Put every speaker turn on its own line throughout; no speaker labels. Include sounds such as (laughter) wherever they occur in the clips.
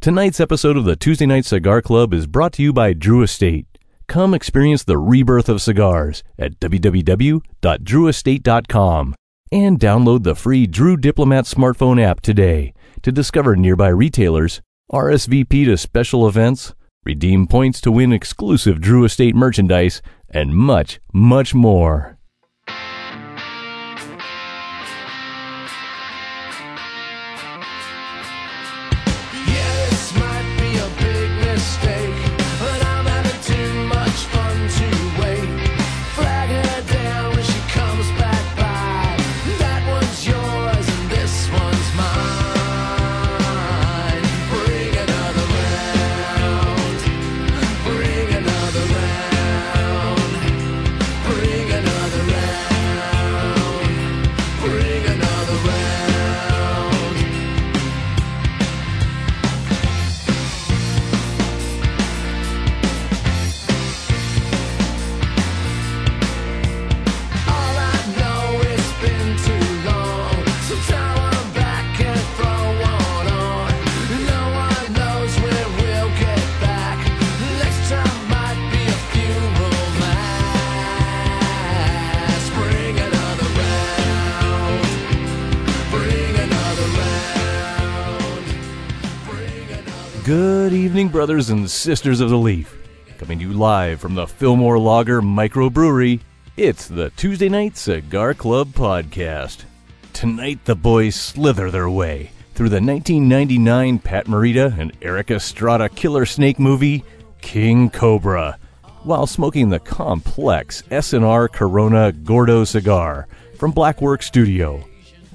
Tonight's episode of the Tuesday Night Cigar Club is brought to you by Drew Estate. Come experience the rebirth of cigars at www.drewestate.com and download the free Drew Diplomat smartphone app today to discover nearby retailers, RSVP to special events, redeem points to win exclusive Drew Estate merchandise, and much, much more.
Yeah, this might be a big mistake, but I'm having too much fun to wait. Flag her down when she comes back by. That one's yours and this one's mine. Bring another round. Bring another round. Bring another round. Bring another round. All I know it's been too long. So now I'm back and throw one on. No one knows when we'll get back. Next time might be a funeral mass. Bring another round. Bring another round. Bring another.
Good evening, brothers and sisters of the leaf. Coming to you live from the Fillmore Lager Microbrewery, it's the Tuesday Night Cigar Club podcast. Tonight, the boys slither their way through the 1999 Pat Morita and Eric Estrada killer snake movie, King Cobra, while smoking the complex S&R Corona Gordo cigar from Blackwork Studio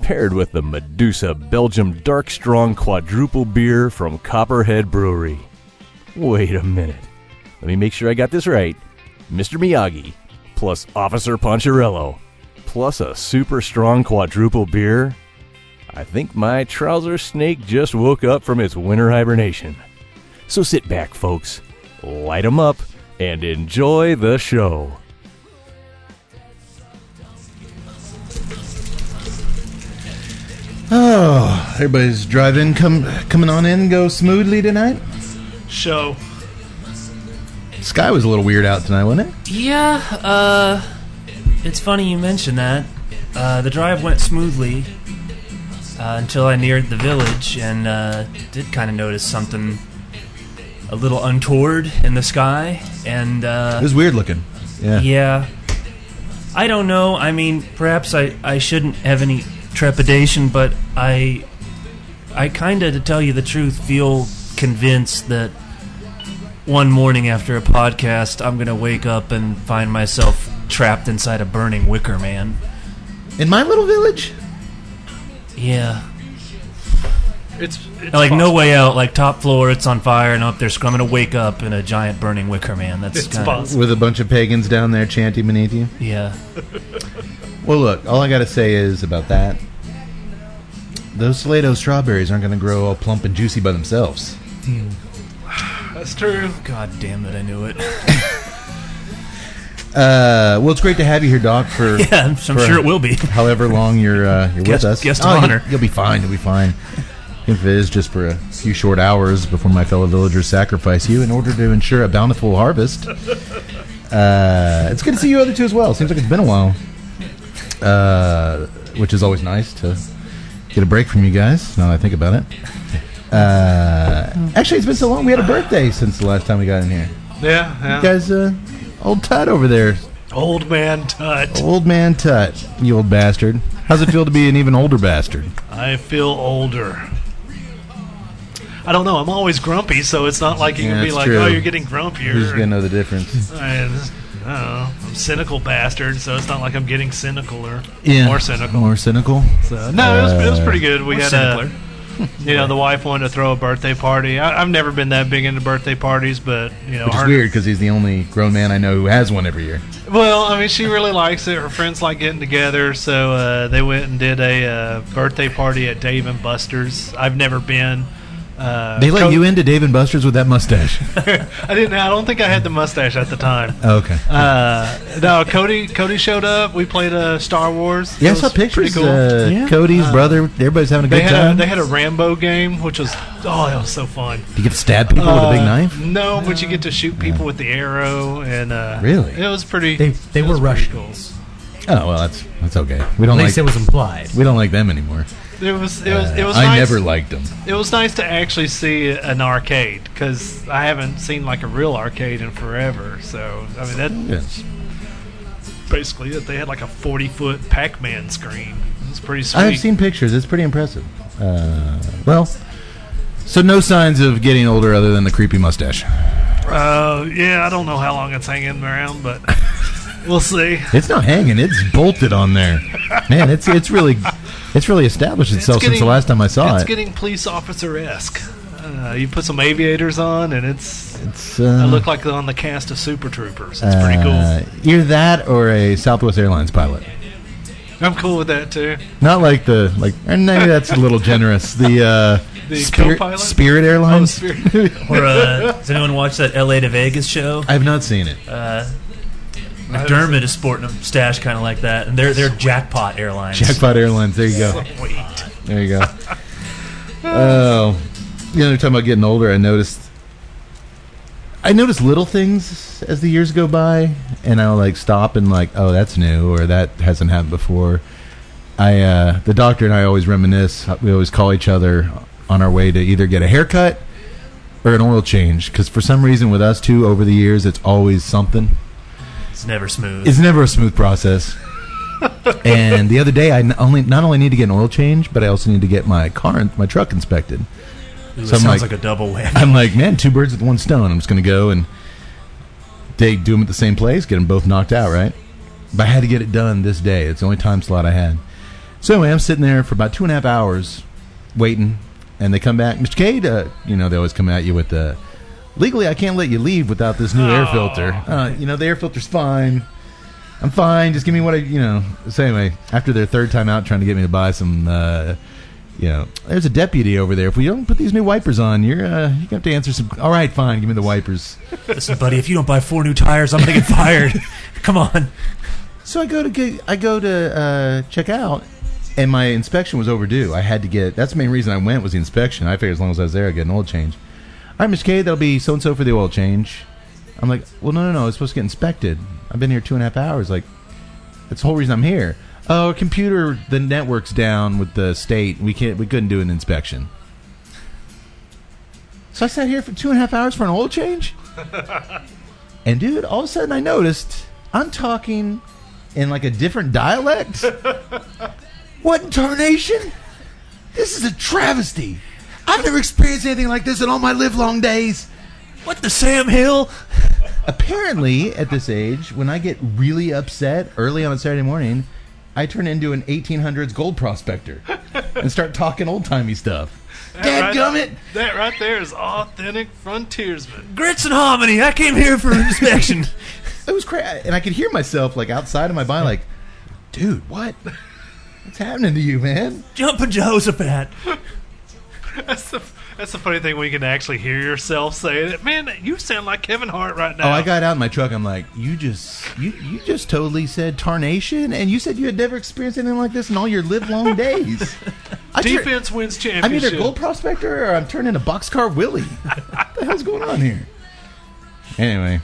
paired with the Medusa Belgium Dark Strong Quadruple Beer from Copperhead Brewery. Wait a minute. Let me make sure I got this right. Mr. Miyagi, plus Officer Poncherello, plus a super strong quadruple beer. I think my trouser snake just woke up from its winter hibernation. So sit back, folks, light 'em up, and enjoy the show.
Oh, everybody's driving. Come, coming on in. Go smoothly tonight.
show.
Sky was a little weird out tonight, wasn't it?
Yeah, uh, it's funny you mentioned that. Uh, the drive went smoothly uh, until I neared the village and uh, did kind of notice something a little untoward in the sky. And
It
uh,
was weird looking. Yeah.
yeah, I don't know. I mean, perhaps I, I shouldn't have any trepidation, but I I kind of, to tell you the truth, feel convinced that one morning after a podcast, I'm going to wake up and find myself trapped inside a burning wicker man.
In my little village.
Yeah.
It's, it's
Like, no
possible.
way out. Like, top floor, it's on fire, and up there, I'm going to wake up in a giant burning wicker man. That's
It's
kind of.
possible.
With a bunch of pagans down there chanting beneath you.
Yeah.
Well, look, all I got to say is about that. Those Salado strawberries aren't going to grow all plump and juicy by themselves.
That's true.
God damn it, I knew
(laughs)
it. (laughs)
Uh, well, it's great to have you here, Doc.
(laughs)
For
yeah, I'm, I'm
for
sure it will be.
However long you're uh, you're
Guest-
with us,
guest of
oh, you'll-
honor.
You'll, be fine. You'll be fine. If it is just for a few short hours before my fellow villagers sacrifice you in order to ensure a bountiful harvest, uh, it's good to see you other two as well. Seems like it's been a while, uh, which is always nice to get a break from you guys. Now that I think about it, uh, actually, it's been so long. We had a birthday since the last time we got in here.
Yeah, yeah.
You guys, uh, old Tut over there
Old man Tut.
Old man Tut, you old bastard. How's it feel to be an even older bastard?
I feel older. I don't know. I'm always grumpy, so it's not like you
Yeah,
can be
that's
like,
true.
"Oh, you're getting grumpier."
Who's gonna know the difference?
I, I don't know. oh, I'm cynical bastard, so it's not like I'm getting cynical or more cynical.
More cynical.
So, no, it was, it was
Uh,
pretty good. We had
Simpler.
a, (laughs) you know, the wife wanted to throw a birthday party. I, I've never been that big into birthday parties, but you know,
Which is
her-
weird because he's the only grown man I know who has one every year.
Well, I mean, she really likes it. Her friends like getting together, so uh, they went and did a uh, birthday party at Dave and Buster's. I've never been, Uh,
They let
Coke-
you into Dave and Buster's with that
(laughs)
mustache. Oh,
I didn't. I don't think I had the mustache at the time.
okay.
Uh, no, Cody. Cody showed up. We played uh, Star Wars.
yeah, I
It
saw
was pretty
pictures.
cool.
Uh,
Yeah.
Cody's brother. Everybody's having a
they
good
had a,
time.
they had a Rambo game, which was oh, that was so fun.
Do you get to stab people with a big
Uh,
knife?
No, but you get to shoot people with the arrow, and uh,
Really?
it was pretty.
They they
it
were
was pretty cool.
Russians.
Oh well, that's that's okay. We
At
don't like
least it was implied.
we don't like them anymore.
It was it was it was.
Uh, I
nice.
never liked them.
It was nice to actually see an arcade because I haven't seen like a real arcade in forever. So I mean that
Yes.
basically it. They had like a forty foot Pac Man screen. It was pretty sweet.
I've seen pictures. It's pretty impressive. Uh, well, so no signs of getting older other than the creepy mustache.
Uh, yeah, I don't know how long it's hanging
(laughs)
around, but we'll see.
It's not hanging. It's bolted on there. Man, it's it's really it's really established itself since the
getting-
last time I saw
it's
it.
getting police officer esque. Uh, you put some aviators on, and it's.
it's, uh,
I look like on the cast of Super Troopers. It's pretty cool.
uh, Either that or a Southwest Airlines pilot.
I'm cool with that too. (laughs)
Not like the like. Or maybe that's a little generous. The uh,
The
Spirit,
co-pilot? Oh,
Spirit Airlines.
Spirit.
Or uh, does anyone watch that L.A. to Vegas show?
I've not seen it.
Uh, McDermott is sporting a stash kind of like that, and they're they're jackpot airlines.
Jackpot Airlines. There you go.
Sweet.
There you go. Oh, you know, you're talking about getting older. I noticed. I notice little things as the years go by, and I'll like stop and like, oh, that's new, or that hasn't happened before. I, uh, the doctor and I always reminisce. We always call each other on our way to either get a haircut or an oil change, because for some reason with us two over the years, it's always something.
It's never smooth.
It's never a smooth process. and the other day, I n- only not only need to get an oil change, but I also need to get my car, and my truck inspected.
Ooh, it
so I'm
sounds like,
like-
a double whammy.
(laughs)
(laughs)
I'm like, man, two birds with one stone. I'm just going to go and they do them at the same place, get them both knocked out, right? But I had to get it done this day. It's the only time slot I had. So anyway, I'm sitting there for about two and a half hours waiting, and they come back, Mr. Cade. Uh, you know, they always come at you with the legally, I can't let you leave without this new air filter. Uh, you know, the air filter's fine. I'm fine. Just give me what I, you know. So anyway, after their third time out trying to get me to buy some, uh, you know, there's a deputy over there. If we don't put these new wipers on, you're uh, you have to answer some. All right, fine. Give me the wipers.
Listen, buddy, if you don't buy four new tires, I'm gonna get fired. (laughs) Come on.
So I go to get, I go to uh, check out, and my inspection was overdue. I had to get. That's the main reason I went was the inspection. I figured as long as I was there, I'd get an oil change. All right, Mr. K, that'll be so and so for the oil change. I'm like, well, no, no, no. It's supposed to get inspected. I've been here two and a half hours. Like, that's the whole reason I'm here. Oh, our computer, the network's down with the state. We can't. We couldn't do an inspection. So I sat here for two and a half hours for an oil change. And dude, all of a sudden I noticed I'm talking in like a different dialect. what in tarnation? This is a travesty. I've never experienced anything like this in all my livelong days.
What the Sam Hill?
(laughs) Apparently, at this age, when I get really upset early on a Saturday morning, I turn into an 1800s gold prospector and start talking old timey stuff. Dad gummit!
That right there is authentic frontiersman.
Grits and hominy. I came here for inspection.
It was crazy, and I could hear myself like outside of my body, like, dude, what? What's happening to you, man?
Jumping Jehoshaphat.
That's the that's the funny thing when you can actually hear yourself say it. Man, you sound like Kevin Hart right now.
Oh, I got out in my truck. I'm like, you just, you, you just totally said tarnation, and you said you had never experienced anything like this in all your (laughs) livelong days. I tur-
defense wins
I'm either
championship.
gold prospector or I'm turning a boxcar Willie. what the hell's going on here? Anyway,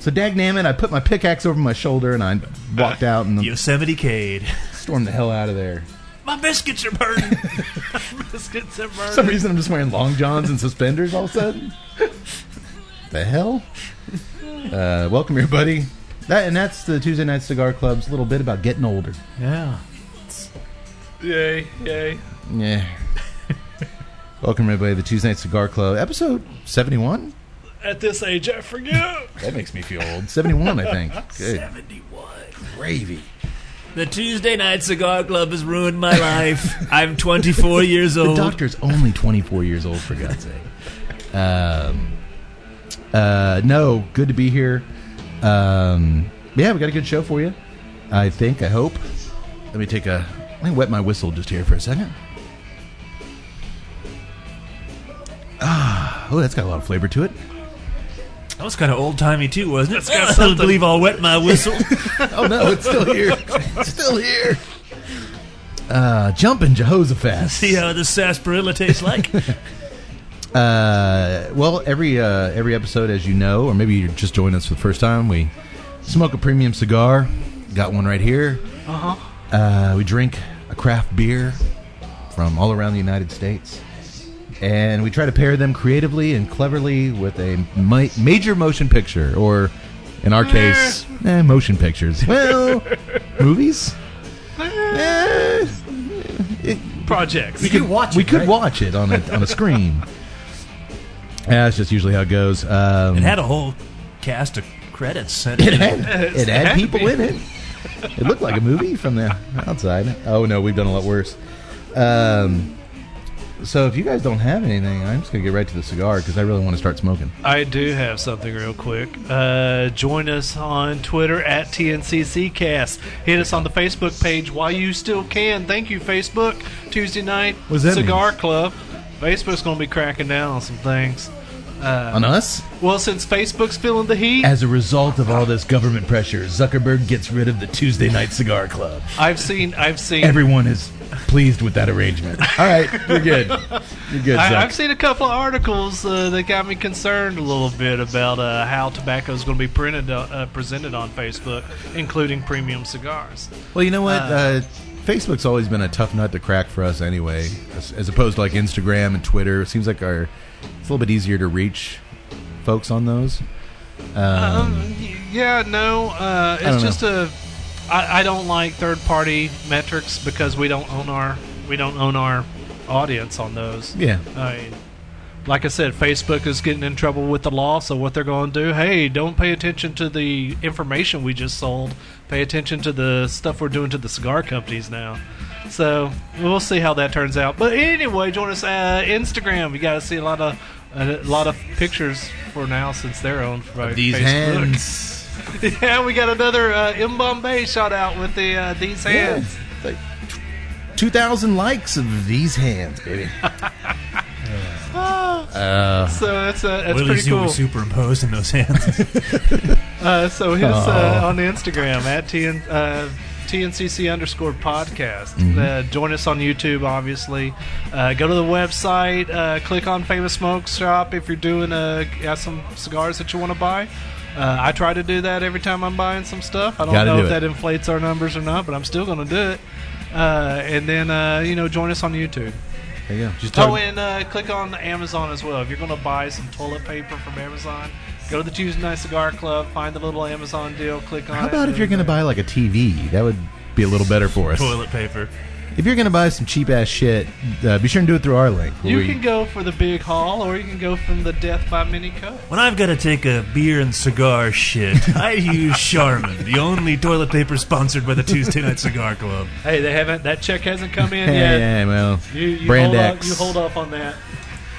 so dagnammit, I put my pickaxe over my shoulder and I walked out and
Yosemite Cade.
stormed the hell out of there.
My biscuits are burning.
Biscuits and
For some
burgers.
reason, I'm just wearing long johns and suspenders all of a sudden. (laughs) the hell? Uh, welcome, everybody. That, and that's the Tuesday Night Cigar Club's little bit about getting older.
Yeah.
Yay, yay.
Yeah. (laughs) welcome, everybody, to the Tuesday Night Cigar Club, episode 71?
At this age, I forget.
(laughs) That makes me feel old. 71, I (laughs) think. Good
71.
gravy.
The Tuesday Night Cigar Club has ruined my life. I'm 24 years
The
old.
doctor's only 24 years old, for God's sake. Um, uh, no, good to be here. Um, yeah, we got a good show for you. I think, I hope. Let me take a. Let me wet my whistle just here for a second. oh, that's got a lot of flavor to it. (laughs)
That was kind of old timey too, wasn't it?
It's got
I (laughs)
something-
believe I'll wet my whistle.
Oh no, it's still here. (laughs) It's still here. Uh, jumping Jehoshaphat.
(laughs)
See how this sarsaparilla tastes like.
Uh, well, every uh, every episode, as you know, or maybe you're just joining us for the first time, we smoke a premium cigar. Got one right here. Uh-huh. We drink a craft beer from all around the United States, and we try to pair them creatively and cleverly with a mi- major motion picture, or in our case, eh, motion pictures. Well, movies. Eh,
Projects.
we could watch. We could watch it on a on a (laughs) screen. Yeah, that's just usually how it goes. Um,
It had a whole cast of credits.
it had, (laughs) it had
had to
people
be.
in it. It looked like a movie from the outside. Oh no, we've done a lot worse. Um, so if you guys don't have anything, I'm just gonna get right to the cigar because I really want to start smoking.
I do have something real quick. Uh, join us on Twitter at TNCCcast. Hit us on the Facebook page while you still can. Thank you, Facebook. Tuesday night,
What does that
Cigar Club. Facebook's going to be cracking down on some things.
On us,
Well, since Facebook's feeling the heat,
as a result of all this government pressure, Zuckerberg gets rid of the Tuesday Night Cigar Club.
I've seen, I've seen,
Everyone is pleased with that arrangement. All right, you're good. You're good. Zuck.
I, I've seen a couple of articles uh, that got me concerned a little bit about uh, how tobacco is going to be printed, uh, uh, presented on Facebook, including premium cigars.
Well, you know what? Uh, Facebook's always been a tough nut to crack for us, anyway. As, as opposed to like Instagram and Twitter, it seems like our it's a little bit easier to reach folks on those.
Um, y- yeah, no, uh,
don't
it's just a. I, I don't like third-party metrics because we don't own our we don't own our audience on those.
Yeah,
I mean, like I said, Facebook is getting in trouble with the law, so what they're going to do? Hey, don't pay attention to the information we just sold. Pay attention to the stuff we're doing to the cigar companies now. So we'll see how that turns out. But anyway, join us uh, Instagram. You got to see a lot of a lot of pictures for now since they're owned by
these
Facebook.
hands.
Yeah, we got another uh, M Bombay shout out with the uh, these
Yeah,
hands.
it's like two thousand likes of these hands, baby.
(laughs)
Uh,
So that's uh, that's
Willie's
pretty
super
cool.
superimposed in those (laughs) hands.
Uh, so his uh, on Instagram at TN, uh, TNCC underscore podcast.
Mm-hmm.
Uh, join us on YouTube, obviously. Uh, go to the website. Uh, click on Famous Smoke Shop if you're doing uh, got some cigars that you want to buy. Uh, I try to do that every time I'm buying some stuff. I don't
Gotta
know
do
if
it.
that inflates our numbers or not, but I'm still going to do it. Uh, and then uh, you know, join us on YouTube.
there you go. Just
Oh,
talk-
and uh, click on Amazon as well. If you're going to buy some toilet paper from Amazon, go to the Tuesday Night Cigar Club, find the little Amazon deal, click on
How
it.
about if
and
you're going to buy like a TV? That would be a little better for us.
Toilet paper.
If you're going to buy some cheap ass shit, uh, be sure and do it through our link. where
You
we-
can go for the big haul, or you can go from the death by mini cup.
When I've got to take a beer and cigar shit, I use Charmin, the only toilet paper sponsored by the Tuesday Night Cigar Club.
Hey, they haven't. That check hasn't come
(laughs)
in
yeah,
yet.
yeah, well,
You, you
brand
hold
X.
Up, you hold off on that.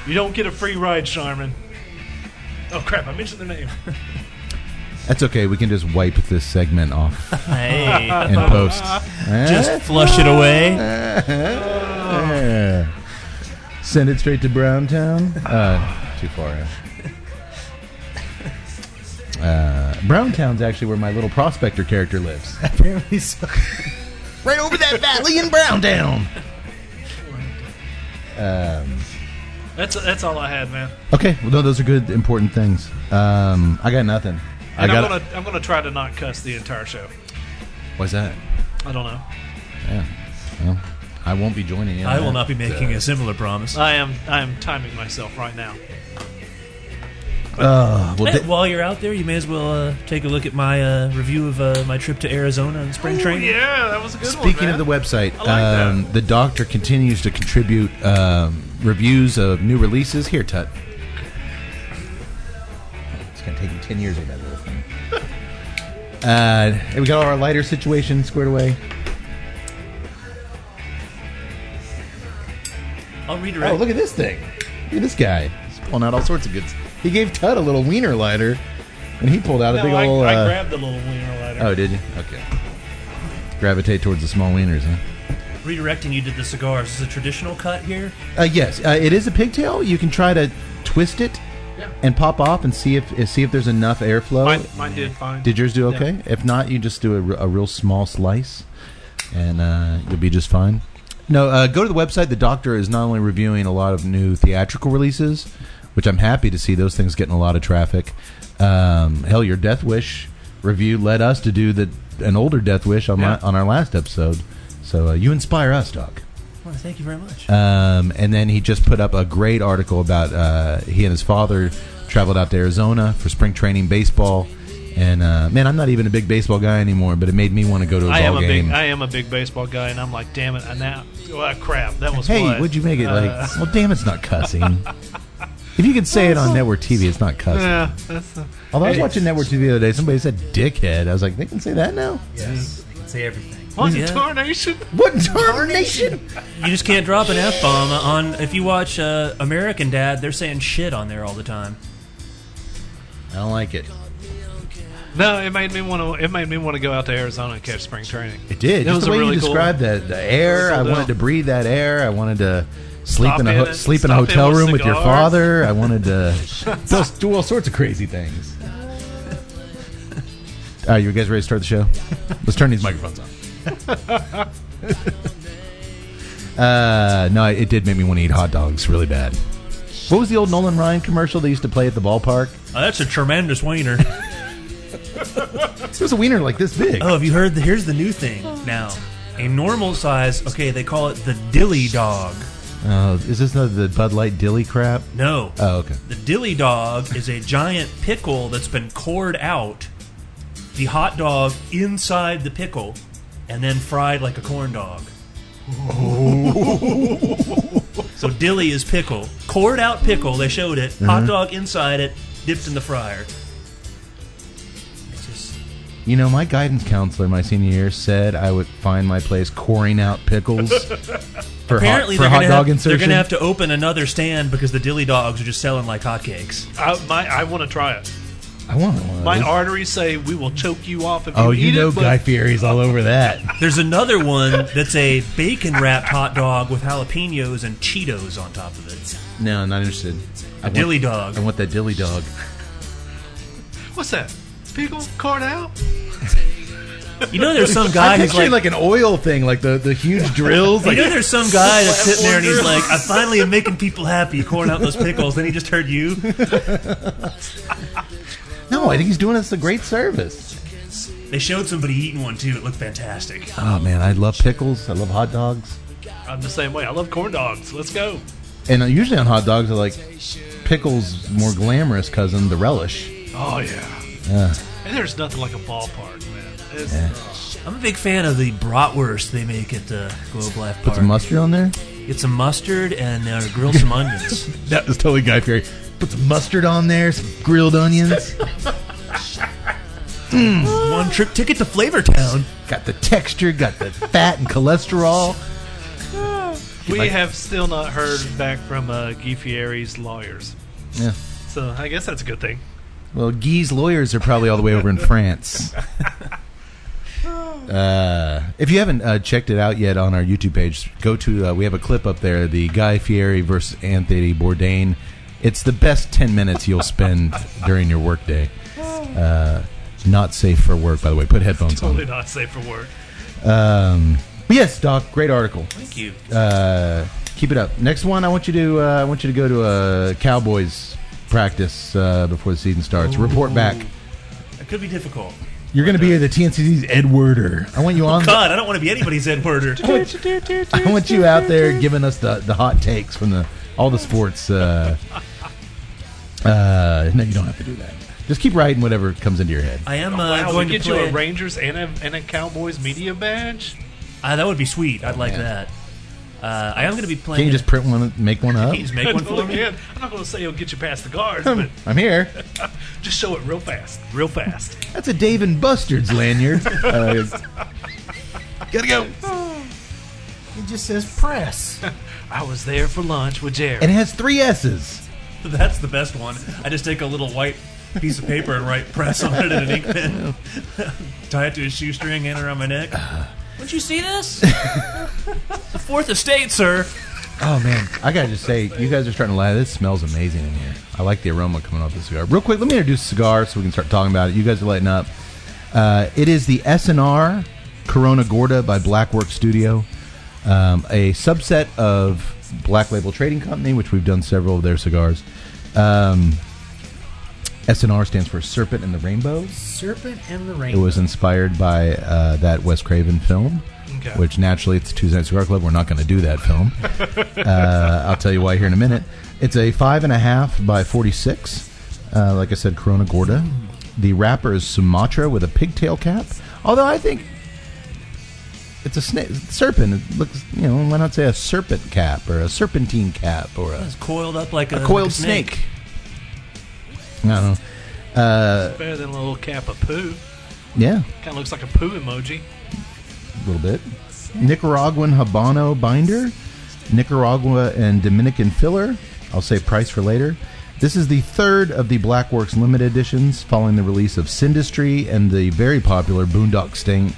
You don't get a free ride, Charmin. Oh crap! I mentioned their name.
That's okay. We can just wipe this segment off
(laughs)
Hey,
in post.
just flush it away.
Eh. Send it straight to Browntown. Uh, too far. out. Uh, Browntown's actually where my little prospector character lives. Apparently so. right over that valley in Browntown.
That's that's all I had, man.
Um, Okay, well, no, those are good, important things. Um, I got nothing. I
And
got.
I'm gonna I'm gonna try to not cuss the entire show.
What's that?
I don't know.
Yeah. Well, I won't be joining you. on
I will
that.
not be making a similar promise.
I am I am timing myself right now.
Uh, well,
Hey,
di-
while you're out there, you may as well uh, take a look at my uh, review of uh, my trip to Arizona and spring
Ooh,
training.
Yeah, that was a good one.
Speaking
man.
of the website,
I like that.
um, the doctor continues to contribute um, reviews of new releases. Here, Tut. It's gonna take you ten years to get that little
(laughs)
thing. Uh, and we got all our lighter situation squared away.
I'll redirect.
Oh, look at this thing! Look at this guy. He's pulling out all sorts of goods. He gave Tut a little wiener lighter, and he pulled out a
No,
big
I,
old.
I
uh,
grabbed the little wiener lighter.
oh, did you? Okay. Gravitate towards the small wieners, huh?
Redirecting you to the cigars. Is a traditional cut here?
Uh, yes, uh, it is a pigtail. You can try to twist it and pop off and see if see if there's enough airflow.
Mine, mine did fine.
Did yours do
Yeah.
okay? If not, you just do a r- a, real small slice, and uh, you'll be just fine. No, uh, go to the website. The Doctor is not only reviewing a lot of new theatrical releases, which I'm happy to see those things getting a lot of traffic. Um, hell, your Death Wish review led us to do the an older Death Wish on
Yeah.
la- on our last episode. So uh, you inspire us, Doc.
Well, thank you very much.
Um, and then he just put up a great article about uh, he and his father traveled out to Arizona for spring training baseball. And uh, man, I'm not even a big baseball guy anymore, but it made me want to go to a
I am
ball
a
game.
big I am a big baseball guy, and I'm like, damn it, I now well, crap, that was
hey,
what?
what'd you make it like?
Uh,
well, damn, it's not cussing.
(laughs)
if you could say it on network TV, it's not cussing.
yeah, that's the-
Although I was
Hey.
watching network TV the other day, somebody said "dickhead." I was like, they can say that now.
Yes, they can say everything.
what
Yeah.
the tarnation?
What in tarnation?
You just can't drop an f bomb on. If you watch uh, American Dad, they're saying shit on there all the time.
I don't like it.
No, it made me want to. It made me want to go out to Arizona and catch spring training.
It did.
It
Just
was
the
a
way
really
you
cool-
described the, the air.
Cool
I
deal.
wanted to breathe that air. I wanted to sleep
Stop
in a ho-
in it.
sleep in a
Stop in
hotel
with
room with your
cigars.
father. I wanted to
(laughs)
do all- do all sorts of crazy things. All right, you guys ready to start the show? Let's turn these microphones on.
(laughs)
uh, no, it did make me want to eat hot dogs really bad. What was the old Nolan Ryan commercial they used to play at the ballpark?
Oh, that's a tremendous wiener.
It was a wiener like this
(laughs)
big.
Oh, have you heard? The, here's the new thing now. A normal size. Okay, they call it the dilly dog.
Uh, is this not the Bud Light dilly crap?
No.
Oh, okay.
The dilly dog is a giant pickle that's been cored out, the hot dog inside the pickle, and then fried like a corn
(laughs)
dog. so dilly is pickle, cored out pickle. They showed it,
Mm-hmm.
hot dog inside it, dipped in the fryer. It's just
You know, my guidance counselor my senior year said I would find my place coring out pickles
(laughs)
for
apparently
hot, for
they're
hot
gonna have,
dog insertion.
They're gonna have to open another stand because the dilly dogs are just selling like hotcakes.
I, my, I want to try it.
I want one. of
My
those.
arteries say we will choke you off if
oh,
you,
you
eat
know
it.
Guy
But
Fieri's all over that.
(laughs) There's another one that's a bacon wrapped hot dog with jalapenos and Cheetos on top of it.
No, not interested. I want,
Dilly dog.
I want that dilly dog.
what's that? Pickle corn out?
You know, there's some guy
I
who's
picture
like,
like, an oil thing, like the,
(laughs)
the huge drills.
you
Like,
know, there's some guy that's sitting there and he's like, I finally am making people happy, coring out those pickles. Then he just heard you.
no, I think he's doing us a great service.
They showed somebody eating one too. It looked fantastic.
Oh man, I love pickles. I love hot dogs.
I'm the same way. I love corn dogs. Let's go.
And uh, usually on hot dogs, I like pickles' more glamorous cousin, the relish.
Oh yeah. And there's nothing like a ballpark, man. It's,
I'm a big fan of the bratwurst they make at the Globe Life Park.
Put some mustard on there.
Get some mustard and uh, grill some onions.
That was totally Guy Fieri. Put some mustard on there, some grilled onions.
(laughs) one trip ticket to Flavor Town.
got the texture, got the fat and cholesterol.
We
Like-
have still not heard back from uh, Guy Fieri's lawyers,
Yeah.
so I guess that's a good thing.
Well, Guy's lawyers are probably all the way over in France. Uh, if you haven't uh, checked it out yet on our YouTube page, go to. Uh, we have a clip up there: the Guy Fieri versus Anthony Bourdain. It's the best ten minutes you'll spend during your workday. Uh, not safe for work, by the way. Put headphones
Totally
on.
not safe for work.
Um, but yes, Doc, great article.
Thank you.
uh, keep it up. Next one, I want you to uh, I want you to go to a Cowboys practice uh, before the season starts. Report back.
It could be difficult.
You're going to be the TNC's Ed Werder. I want you on. (laughs) The,
God, I don't want to be anybody's Ed Werder.
(laughs)
I want you out there giving us the, the hot takes from the all the sports. Uh, uh, no, you don't have to do that. Just keep writing whatever comes into your head.
I am uh,
wow, we
going to
get you a
play.
Rangers and a, and a Cowboys media badge.
Ah, that would be sweet. I'd like
man.
that. Uh, I am going to be playing.
Can you just print one, make one (laughs) up?
Can you just make one
(laughs)
for me? (laughs)
Again, I'm not going to say he'll get you past the guards, but
I'm here.
just show it real fast, real fast.
That's a Dave and Buster's (laughs) lanyard. Uh, gotta go.
It just says press.
I was there for lunch with Jared.
And it has three S's.
That's the best one. I just take a little white piece of paper and write press on it in an ink pen. (laughs) Tie it to a shoestring, (laughs)
Uh-huh.
and around my neck. Don't you see this? the Fourth Estate, sir.
Oh man, I gotta just say, you guys are starting to lie. This smells amazing in here. I like the aroma coming off the cigar. Real quick, let me introduce the cigar so we can start talking about it. You guys are lighting up. Uh, it is the SNR Corona Gorda by Blackwork Studio, um, a subset of Black Label Trading Company, which we've done several of their cigars. Um, SNR stands for Serpent and the Rainbow.
Serpent and the
It
Rainbow.
was inspired by uh, that Wes Craven film,
Okay.
which naturally it's Tuesday Night Cigar Club. We're not going to do that film. uh, I'll tell you why here in a minute. It's a five and a half by forty-six. Uh, like I said, Corona Gorda. The wrapper is Sumatra with a pigtail cap. Although I think it's a sna- serpent. It looks, you know, why not say a serpent cap or a serpentine cap or a,
It's coiled up like
a
a,
coiled
like a
snake. I don't know.
Better than a little cap of poo.
Yeah,
Kind of looks like a poo emoji.
a little bit. Nicaraguan Habano binder, Nicaragua and Dominican filler. I'll say price for later. This is the third of the Blackworks limited editions following the release of Sindustry and the very popular Boondock Stink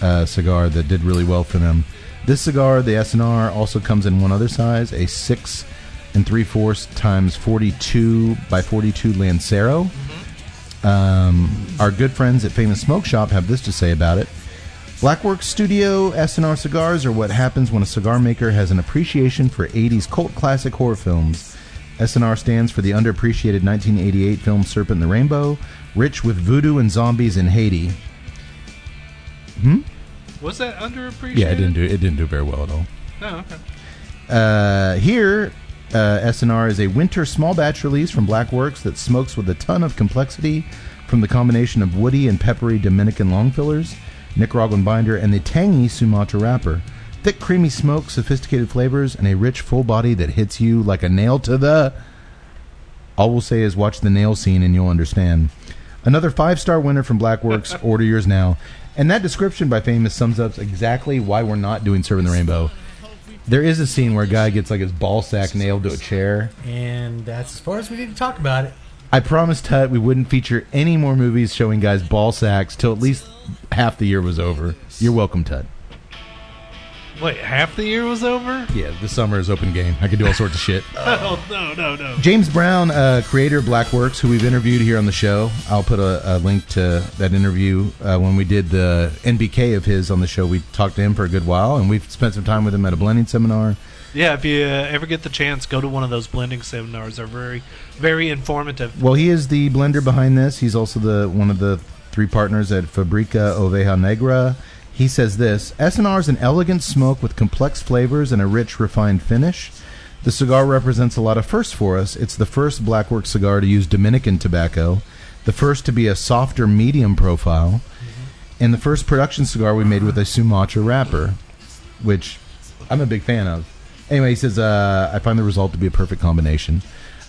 uh, cigar that did really well for them. This cigar, the SNR, also comes in one other size, a six and three fourths times forty-two by forty-two Lancero. Um, our good friends at Famous Smoke Shop have this to say about it. Blackworks Studio S&R cigars are what happens when a cigar maker has an appreciation for 80s cult classic horror films. S&R stands for the underappreciated 1988 film Serpent and the Rainbow, rich with voodoo and zombies in Haiti.
Was that underappreciated?
Yeah, it didn't do it didn't do very well at all.
No, okay.
Uh, here, uh, SNR is a winter small batch release from Blackworks that smokes with a ton of complexity from the combination of woody and peppery Dominican long fillers, Nicaraguan binder, and the tangy Sumatra wrapper. Thick, creamy smoke, sophisticated flavors, and a rich full body that hits you like a nail to the. All we'll say is watch the nail scene and you'll understand. Another five star winner from
(laughs)
Blackworks. Order yours now. And that description by Famous sums up exactly why we're not doing Serving the Rainbow. There is a scene where a guy gets like his ball sack nailed to a chair.
and that's as far as we need to talk about it.
I promised Hut we wouldn't feature any more movies showing guys ball sacks till at least half the year was over. You're welcome, Tut.
Wait, half the year was over? (laughs)
Yeah, the summer is open game. I could do all sorts of shit.
Oh, no, no, no.
James Brown, uh, creator of Blackworks, who we've interviewed here on the show. I'll put a, a link to that interview uh, when we did the NBK of his on the show. We talked to him for a good while, and we've spent some time with him at a blending seminar.
Yeah, if you uh, ever get the chance, go to one of those blending seminars. They're very, very informative.
Well, he is the blender behind this. He's also the one of the three partners at Fabrica Oveja Negra. He says this SNR is an elegant smoke with complex flavors and a rich, refined finish. The cigar represents a lot of firsts for us. It's the first Blackwork cigar to use Dominican tobacco, the first to be a softer medium profile, and the first production cigar we made with a Sumatra wrapper, which I'm a big fan of. Anyway, he says, uh, I find the result to be a perfect combination.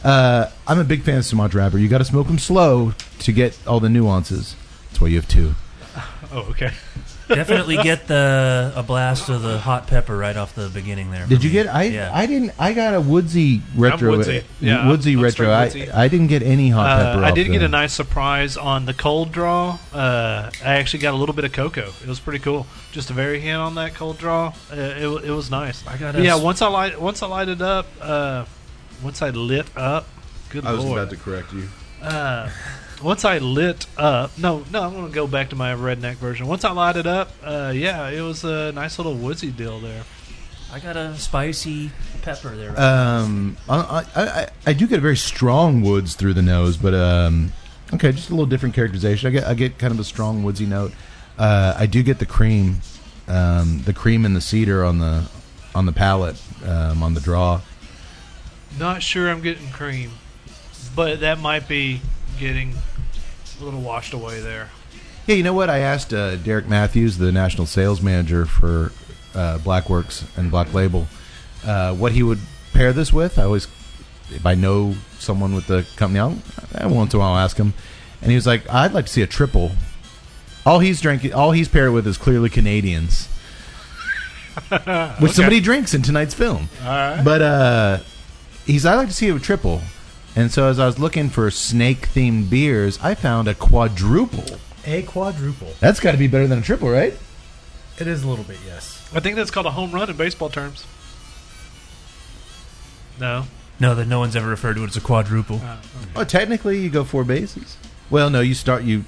Uh, I'm a big fan of Sumatra wrapper. You got to smoke them slow to get all the nuances. That's why you have two.
Oh, okay.
snake. Definitely get the a blast of the hot pepper right off the beginning there.
Did
for
you
me.
get? I
yeah.
I didn't. I got a woodsy retro. uh,
woodsy. Yeah,
woodsy
I'm
retro.
straight
I,
woodsy.
I didn't get any hot
Uh,
pepper.
I
off
did get
them.
a nice surprise on the cold draw. Uh, I actually got a little bit of cocoa. It was pretty cool. Just a very hint on that cold draw. Uh, it, wa- it was nice.
I got
But yeah.
us-
Once I light, once I lighted up, uh, once I lit up. Good lord.
correct you.
uh, once I lit up, no, no, I'm gonna go back to my redneck version. Once I lighted up, uh, yeah, it was a nice little woodsy deal there.
I got a spicy pepper there.
Um, I, I, I, I do get very strong woods through the nose, but um, okay, just a little different characterization. I get I get kind of a strong woodsy note. Uh, I do get the cream, um, the cream and the cedar on the on the palate um, on the draw.
Not sure I'm getting cream, but that might be getting a little washed away there.
Yeah, you know what? I asked uh, Derek Matthews, the national sales manager for uh, Blackworks and Black Label, uh, what he would pair this with. I always, if I know someone with the company, I'll, I once in a while I'll ask him. And he was like, "I'd like to see a triple." All he's drinking, all he's paired with, is clearly (laughs) Canadians, which somebody drinks in tonight's film. All right. But uh, he's, "I'd like to see a triple." And so, as I was looking for snake-themed beers, I found a quadruple.
A quadruple.
That's got to be better than a triple, right?
It is a little bit, yes.
I think that's called a home run in baseball terms. No.
No, that no one's ever referred to it as a quadruple.
Oh, technically, you go four bases. Well, no, you start you.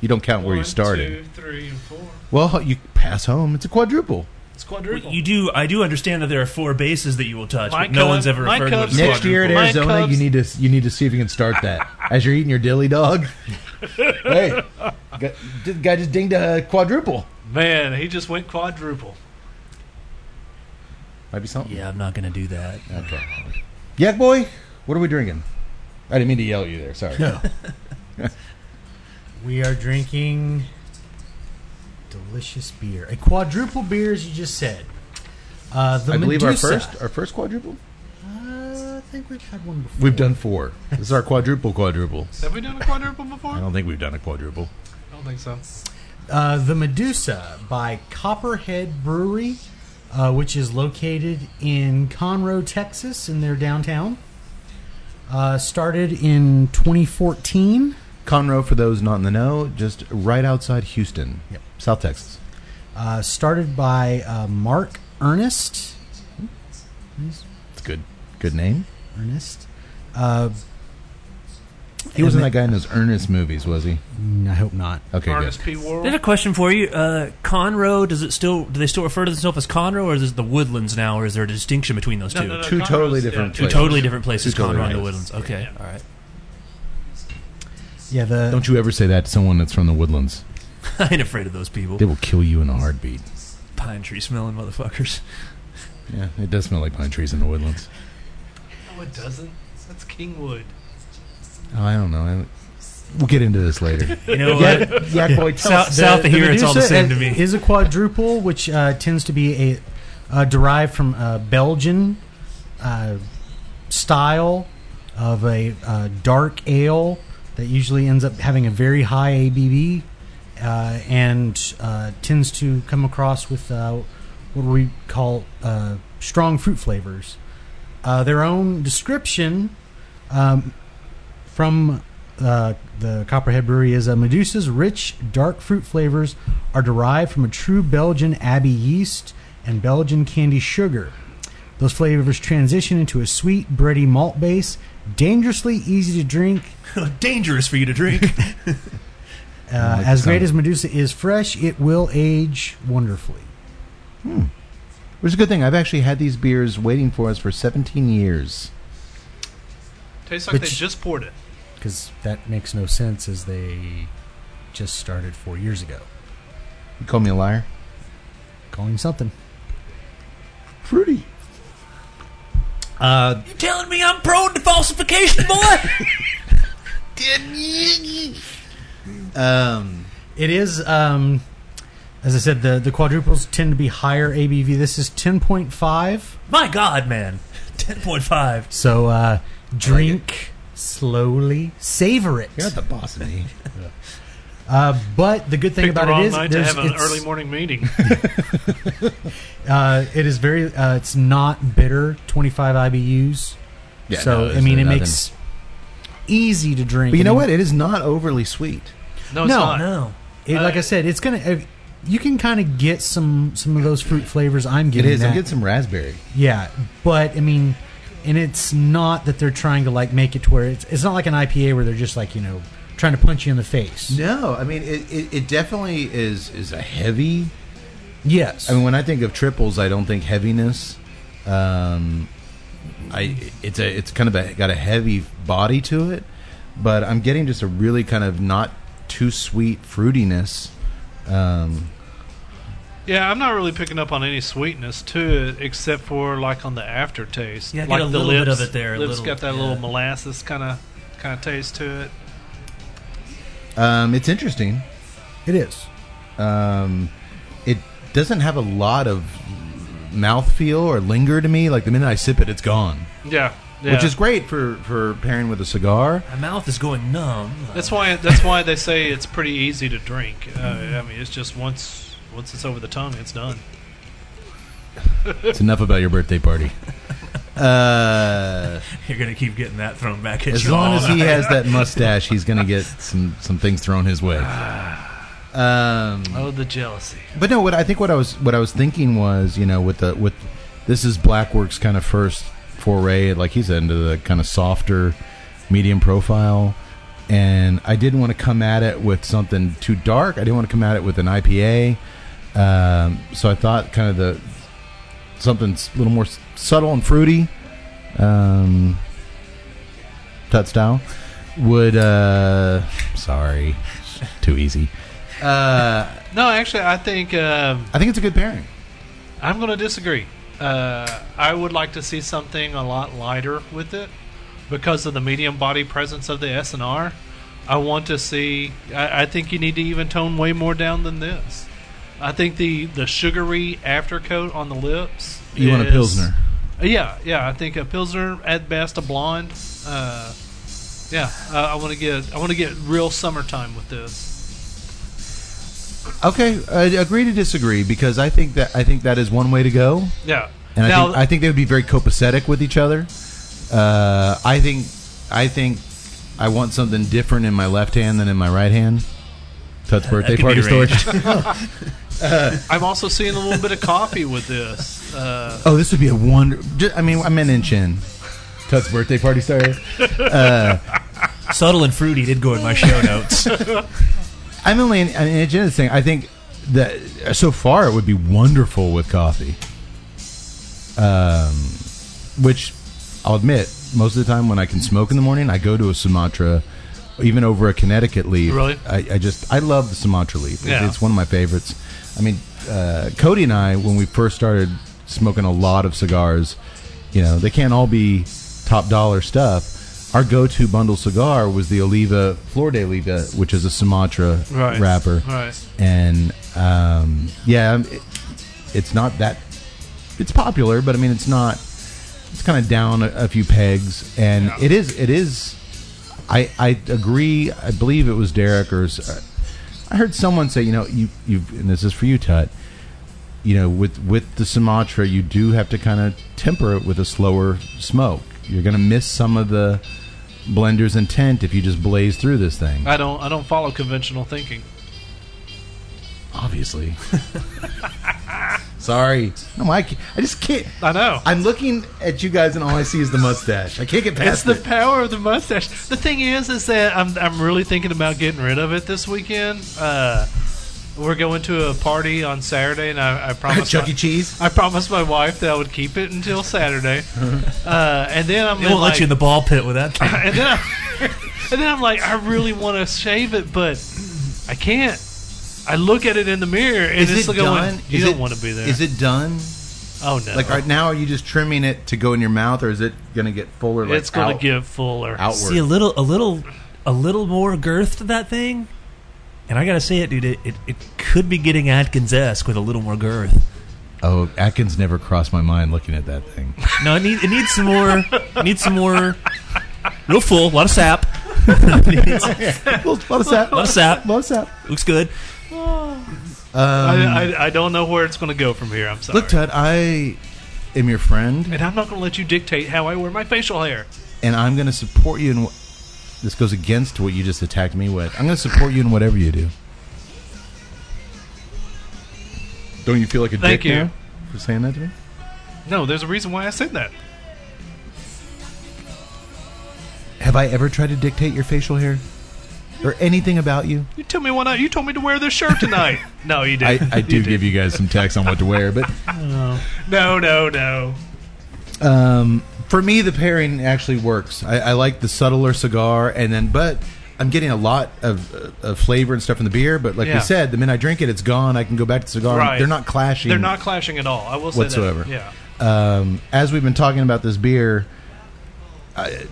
You don't count where you
One,
started.
two, three, and four.
Well, you pass home. It's a quadruple.
It's quadruple.
You do. I do understand that there are four bases that you will touch,
My
but no
Cub-
one's ever
my
referred to it
Cubs-
as
Next year at
quadruple. My
Arizona, you
Cubs-
need to you need to see if you can start
(laughs)
that as you're eating your dilly dog. hey, gu- the guy just dinged a quadruple.
Man, he just went quadruple.
Might be something.
Yeah, I'm not gonna do that.
Okay. Yak boy, what are we drinking? I didn't mean to yell at you there. Sorry.
We are drinking delicious beer. A quadruple beer, as you just said. Uh, the
I believe
Medusa.
our first our first quadruple.
Uh, I think we've had one before.
We've done four. This is our quadruple quadruple.
Have we done a quadruple before?
I don't think we've done a quadruple.
I don't think so.
Uh, the Medusa by Copperhead Brewery, uh, which is located in Conroe, Texas, in their downtown. Uh, started in 2014.
Conroe, for those not in the know, just right outside Houston,
Yep.
South Texas.
Uh, started by uh, Mark Ernest.
It's good. Good name.
Ernest. Uh,
He wasn't that guy in those Ernest movies, was he?
Mm, I hope not.
Okay,
Ernest P.
I had
World.
a question for you. Uh, Conroe, does it still? Do they still refer to themselves as Conroe, or is it the Woodlands now, or is there a distinction between those two?
Two totally different
Two
places.
totally different places,
Two totally
Conroe and the
different
Woodlands. Okay, all right. (laughs)
Yeah, the
good. Don't you ever say that to someone that's from the woodlands.
I ain't afraid of those people.
They will kill you in a heartbeat.
Pine tree smelling
(laughs)
motherfuckers.
Yeah, it does smell like pine trees in the woodlands.
No, it doesn't. That's Kingwood.
Oh, I don't know. I- We'll get into this (laughs) later.
You know what?
Yak boy, tell
South,
us.
south of here, it's all the
Medusa
same to
is-
me.
Is a quadruple, which uh, tends to be a uh, derived from a Belgian uh, style of a uh, dark ale that usually ends up having a very high ABV uh, and uh, tends to come across with uh, what we call uh, strong fruit flavors. Uh, their own description um, from uh, the Copperhead Brewery is uh, Medusa's rich, dark fruit flavors are derived from a true Belgian abbey yeast and Belgian candy sugar. Those flavors transition into a sweet, bready malt base, dangerously easy to drink.
(laughs) Dangerous for you to
(laughs)
drink.
Uh,
like
as
the
great
sound.
as Medusa is fresh, it will age wonderfully.
Which is a good thing. I've actually had these beers waiting for us for 17 years.
Tastes like they
Which-
just poured it.
Because that makes no sense as they just started four years ago.
You call me a liar?
Calling something.
Fruity.
Uh,
you telling me I'm prone to falsification, boy?
Um,
It is, um, as I said, the, the quadruples tend to be higher ABV. This is 10.5.
My God,
(laughs)
man. 10.5.
So uh, drink slowly, savor it.
you're not the boss of me.
Uh, but the good thing
Picked the
about
wrong
it is
night to
there's-
have an
it's,
early
(laughs)
morning meeting.
uh, it is very, uh, it's not bitter, 25 IBUs.
Yeah,
so,
no,
I mean,
there's
it
nothing.
makes easy to drink.
But you know
I
what?
mean,
It is not overly sweet.
No, it's
No,
not. Uh,
No.
It, like I said, it's going to, you can kind of get some some of those fruit flavors I'm
It
getting.
is.
That.
I'm getting some raspberry.
Yeah, but I mean, and it's not that they're trying to like make it to where it's, it's not like an IPA where they're just like you know trying to punch you in the face.
No, I mean it, it, it definitely is is a heavy.
Yes,
I mean when I think of triples, I don't think heaviness. Um, I it's a it's kind of a, got a heavy body to it, but I'm getting just a really kind of not too sweet fruitiness. Um,
Yeah, I'm not really picking up on any sweetness to it, except for like on the aftertaste.
Yeah, I get
like
a
the
little bit
lips,
of it there, a
Lips
little-
got that
yeah.
little molasses kind of kind of taste to it.
um, it's interesting.
it is.
Um, it doesn't have a lot of mouthfeel or linger to me. Like the minute I sip it, it's gone,
Yeah, yeah.
which is great for for pairing with a cigar.
My mouth is going
(laughs)
numb.
that's why that's why they say it's pretty easy to drink. Uh, I mean, it's just once once it's over the tongue, it's done.
It's enough about your birthday party. Uh,
You're going to keep getting that thrown back at
as
you.
long
all
as he
night.
has that mustache, he's gonna get some some things thrown his way. Um,
Oh, the jealousy.
but no, what I think what I was what I was thinking was, you know, with the with this is Blackwork's kind of first foray. Like he's into the kind of softer, medium profile. And I didn't want to come at it with something too dark. I didn't want to come at it with an IPA. Um, so I thought kind of the something s- a little more s- subtle and fruity. Um, that style would. Uh, sorry, too easy. Uh,
No, actually, I think um,
I think it's a good pairing.
I'm going to disagree. Uh, I would like to see something a lot lighter with it because of the medium body presence of the S and R. I want to see. I, I think you need to even tone way more down than this. I think the the sugary aftercoat on the lips.
You want a
is-
pilsner?
Yeah, yeah. I think a pilsner at best, a blonde. Uh, yeah, uh, I want to get I want to get real summertime with this.
Okay, I agree to disagree because I think that I think that is one way to go,
Yeah.
and
now,
I, think, I think they would be very copacetic with each other. Uh, I think I think I want something different in my left hand than in my right hand. That's birthday
could
party
be
story.
(laughs)
I'm also seeing a little bit of coffee with this. Uh,
oh, this would be a wonder. ju- I mean, I'm an inch in. Tut's birthday party story.
Subtle and fruity did go in my show (laughs) notes.
I'm only an, an inch in this thing. I think that so far it would be wonderful with coffee. Um, which I'll admit, most of the time when I can smoke in the morning, I go to a Sumatra, even over a Connecticut leaf.
Really?
I, I just I love the Sumatra leaf. It's-
Yeah.
It's one of my favorites. I mean, uh, Cody and I, when we first started smoking a lot of cigars, you know, they can't all be top dollar stuff. Our go-to bundle cigar was the Oliva Flor de Oliva, which is a Sumatra
Right.
wrapper.
Right.
And um, yeah, it, it's not that it's popular, but I mean it's not. It's kind of down a, a few pegs, and it is it is. I I agree. I believe it was Derek or s- uh, I heard someone say, you know, you you and this is for you, Tut. You know, with with the Sumatra, you do have to kind of temper it with a slower smoke. You're going to miss some of the blender's intent if you just blaze through this thing.
I don't I don't follow conventional thinking.
(laughs) Obviously. Sorry, no, I, ca- I just can't.
I know.
I'm looking at you guys, and all I see is the mustache. I can't get
It's
past
the
it.
power of the mustache. The thing is, is that I'm I'm really thinking about getting rid of it this weekend. Uh, we're going to a party on Saturday,
(laughs)
and I, I promised
Chuck
my,
E. Cheese.
I promised my wife that I would keep it until Saturday,
(laughs)
uh, and then I'm
They won't let you in the ball pit with that. kind.
(coughs) and then I, (laughs) and then I'm like, I really want to shave it, but I can't. I look at it in the mirror, and it's like going, you
Is
don't
it-
want to be there.
Is it done?
oh no!
Like right now, are you just trimming it to go in your mouth, or is it going to get fuller? Like,
it's going
out-
to get fuller.
outward.
See a little, a little, a little more girth to that thing. And I gotta say it, dude. It, it, it could be getting Atkins-esque with a little more girth.
Oh, Atkins never crossed my mind looking at that (laughs) thing.
No, it, need, it needs some more. It needs some more. Real full, a lot of sap, (laughs)
Love
(laughs)
that.
a lot of sap.
Love that.
Looks good.
I, I, I don't know where it's going to go from here. I'm sorry.
Look, Ted, I am your friend,
and I'm not going to let you dictate how I wear my facial hair.
and I'm going to support you. In wh- this goes against what you just attacked me with. I'm going to support you in whatever you do. Don't you feel like a
Thank
dick
you.
now for saying that to me?
No, there's a reason why I said that.
Have I ever tried to dictate your facial hair or anything about you?
You tell me why not. You told me to wear this
(laughs)
shirt tonight. no, you
I,
didn't.
I do give you guys some text on what to wear, but
No, no, no.
um, for me, the pairing actually works. I, I like the subtler cigar, and then but I'm getting a lot of, of flavor and stuff in the beer. But like
Yeah.
we said, the minute I drink it, it's gone. I can go back to the cigar.
Right.
Um, They're not clashing.
They're not clashing at all. I will say
Whatsoever.
that. Yeah.
um, as we've been talking about this beer, I,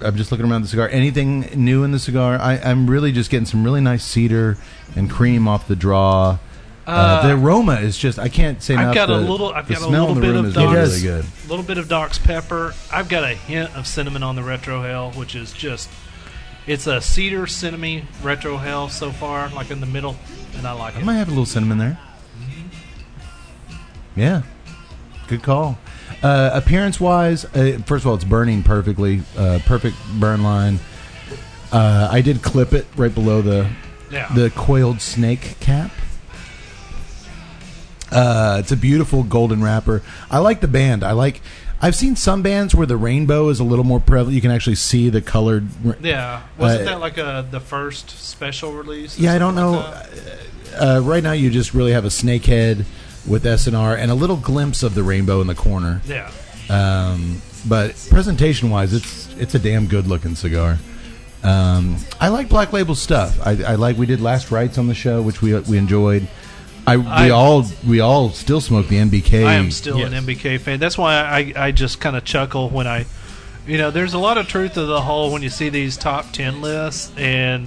I'm just looking around the cigar. Anything new in the cigar? I, I'm really just getting some really nice cedar and cream off the draw. Uh, the aroma is just—I can't say enough.
I've got a
The-
little- I've
the
got a
smell in
little
the
bit
room
of
is
Dom.
really good.
A little bit of Doc's pepper. I've got a hint of cinnamon on the retro hell, which is just it's a cedar cinnamon retro hell so far, like in the middle, and I like
I
it.
might have a little cinnamon there. Yeah, good call. Uh, appearance wise, uh, first of all, it's burning perfectly. Uh, perfect burn line. Uh, I did clip it right below the
Yeah.
the coiled snake cap. Uh, it's a beautiful golden wrapper. I like the band. I like I've seen some bands where the rainbow is a little more prevalent. You can actually see the colored.
Yeah, wasn't
Uh,
that like uh the first special release? or
Yeah, I don't know.
something like that?
Uh, right now, you just really have a snakehead with SNR and a little glimpse of the rainbow in the corner.
yeah,
Um, but presentation wise, it's it's a damn good looking cigar. Um, I like Black Label stuff. I, I like we did Last Rites on the show, which we we enjoyed. I,
I-
we all we all still smoke the MBK.
I am still
Mm, Yes.
an MBK fan. That's why I I just kind of chuckle when I, you know, there's a lot of truth to the whole when you see these top ten lists and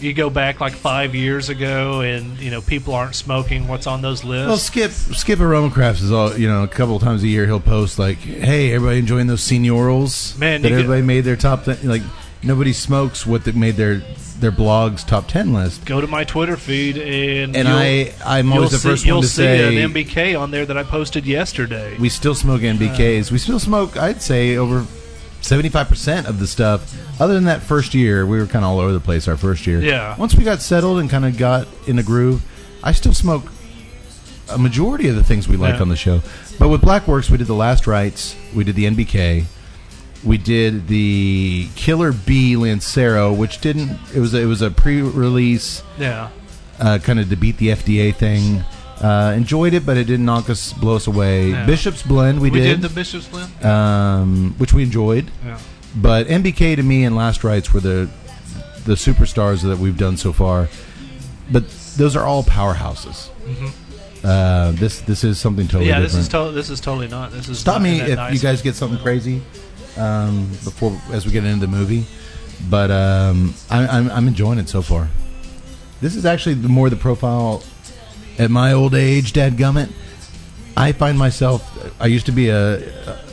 you go back like five years ago and you know people aren't smoking what's on those lists.
Well, Skip Skip Aroma Crafts is all you know. A couple of times a year, he'll post like, "Hey, everybody enjoying those seniorals
Man,
that
you could-
everybody made their top th- like nobody smokes what they made their their blogs top ten list."
go to my Twitter feed and
And
you'll-
I I'm always the
you'll see-
first
you'll
one to
see
say
an MBK on there that I posted yesterday.
we still smoke NBKs. we still smoke, I'd say, over seventy five percent of the stuff. Other than that first year, we were kind of all over the place. Our first year,
Yeah.
Once we got settled and kind of got in a groove, I still smoke a majority of the things we liked
Yeah.
on the show. But with Blackworks, we did the Last Rites, we did the NBK, we did the Killer Bee Lancero, which didn't. It was a, it was a pre release
yeah,
uh, kind of to beat the FDA thing. Uh, enjoyed it, but it didn't knock us, blow us away.
Yeah.
Bishop's Blend, we,
we
did,
did, the Bishop's Blend.
um, which we enjoyed.
Yeah.
But MBK to me and Last Rites were the the superstars that we've done so far. But those are all powerhouses. Uh, this this is something totally
Mm-hmm. yeah,
different.
this is to- this is totally not. This is
Stop
not in
me
that
if you
nice-
guys get something crazy um, before as we get into the movie. But um, I, I'm, I'm enjoying it so far. This is actually the more the profile at my old age, Dad Gummit. I find myself. I used to be a,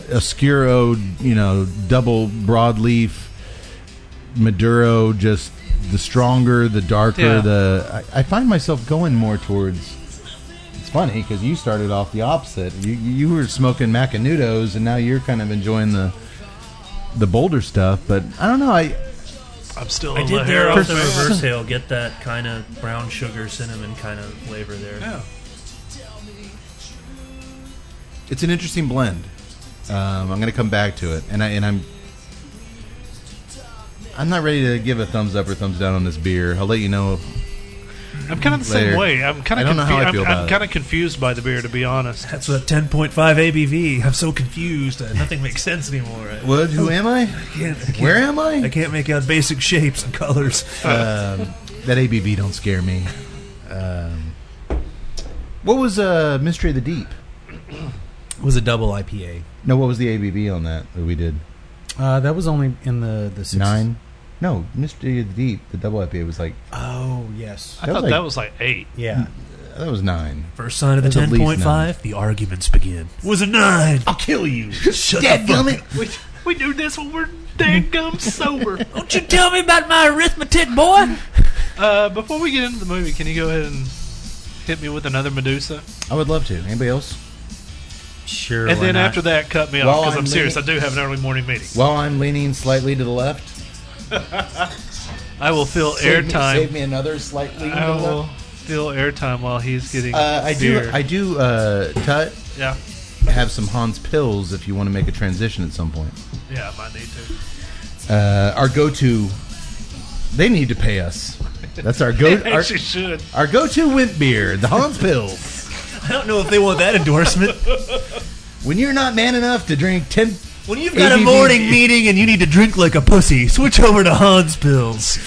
a scuro, you know, double broadleaf Maduro. Just the stronger, the darker.
Yeah.
The I, I find myself going more towards. It's funny because you started off the opposite. You you were smoking Macanudos, and now you're kind of enjoying the the bolder stuff. But I don't know. I
I'm still.
I
on
did
the
there
Hero
off the
thing.
reverse hill. Get that kind of brown sugar cinnamon kind of flavor there.
Yeah.
it's an interesting blend. Um, I'm going to come back to it, and I and I'm I'm not ready to give a thumbs up or thumbs down on this beer. I'll let you know.
I'm kind of the same
Later.
way. I'm kind
I
of.
don't know how I feel
I'm,
about
I'm
it.
kind of confused by the beer, to be honest.
That's a 10.5 ABV. I'm so confused. Uh, nothing makes sense anymore. I
What? Who am I?
can't, I, can't,
Where am
I
I?
can't make out basic shapes and colors.
Um, that ABV don't scare me. Um, what was uh, Mystery of the Deep?
It was a double IPA.
No, what was the ABV on that that we did?
Uh, that was only in the the six.
Nine. No, Mystery of the Deep, the double IPA was like
Oh yes.
I
That was
thought
like-
that was like eight.
Yeah.
that was nine.
First sign of the
That's at least
10.5, the arguments begin. Was a nine. I'll kill you. Shut the fuck up.
We, we do this when we're
(laughs)
dead gum sober.
Don't you tell me about my arithmetic, boy.
uh, before we get into the movie, can you go ahead and hit me with another Medusa?
I would love to. Anybody else?
Sure.
and
why
then
not?
after that, cut me
While
off because
I'm
I'm serious. I
leaning-
do have an early morning meeting.
While I'm leaning slightly to the left,
I will fill
save me- Save
airtime.
me another slight lean to
I
the
will
left.
fill airtime while he's getting
Uh, I do.
beer.
I do. Uh, Tut
yeah,
have some Hans pills if you want to make a transition at some point.
yeah, I might need to.
Uh, our go-to. They need to pay us. That's our
(laughs)
go.
I
our,
actually should.
our go-to wimp beer, the
(laughs)
Hans pills.
I don't know if they want that endorsement.
When you're not man enough to drink ten.
When you've got a
ABV.
morning meeting and you need to drink like a pussy, switch over to Hans Pills.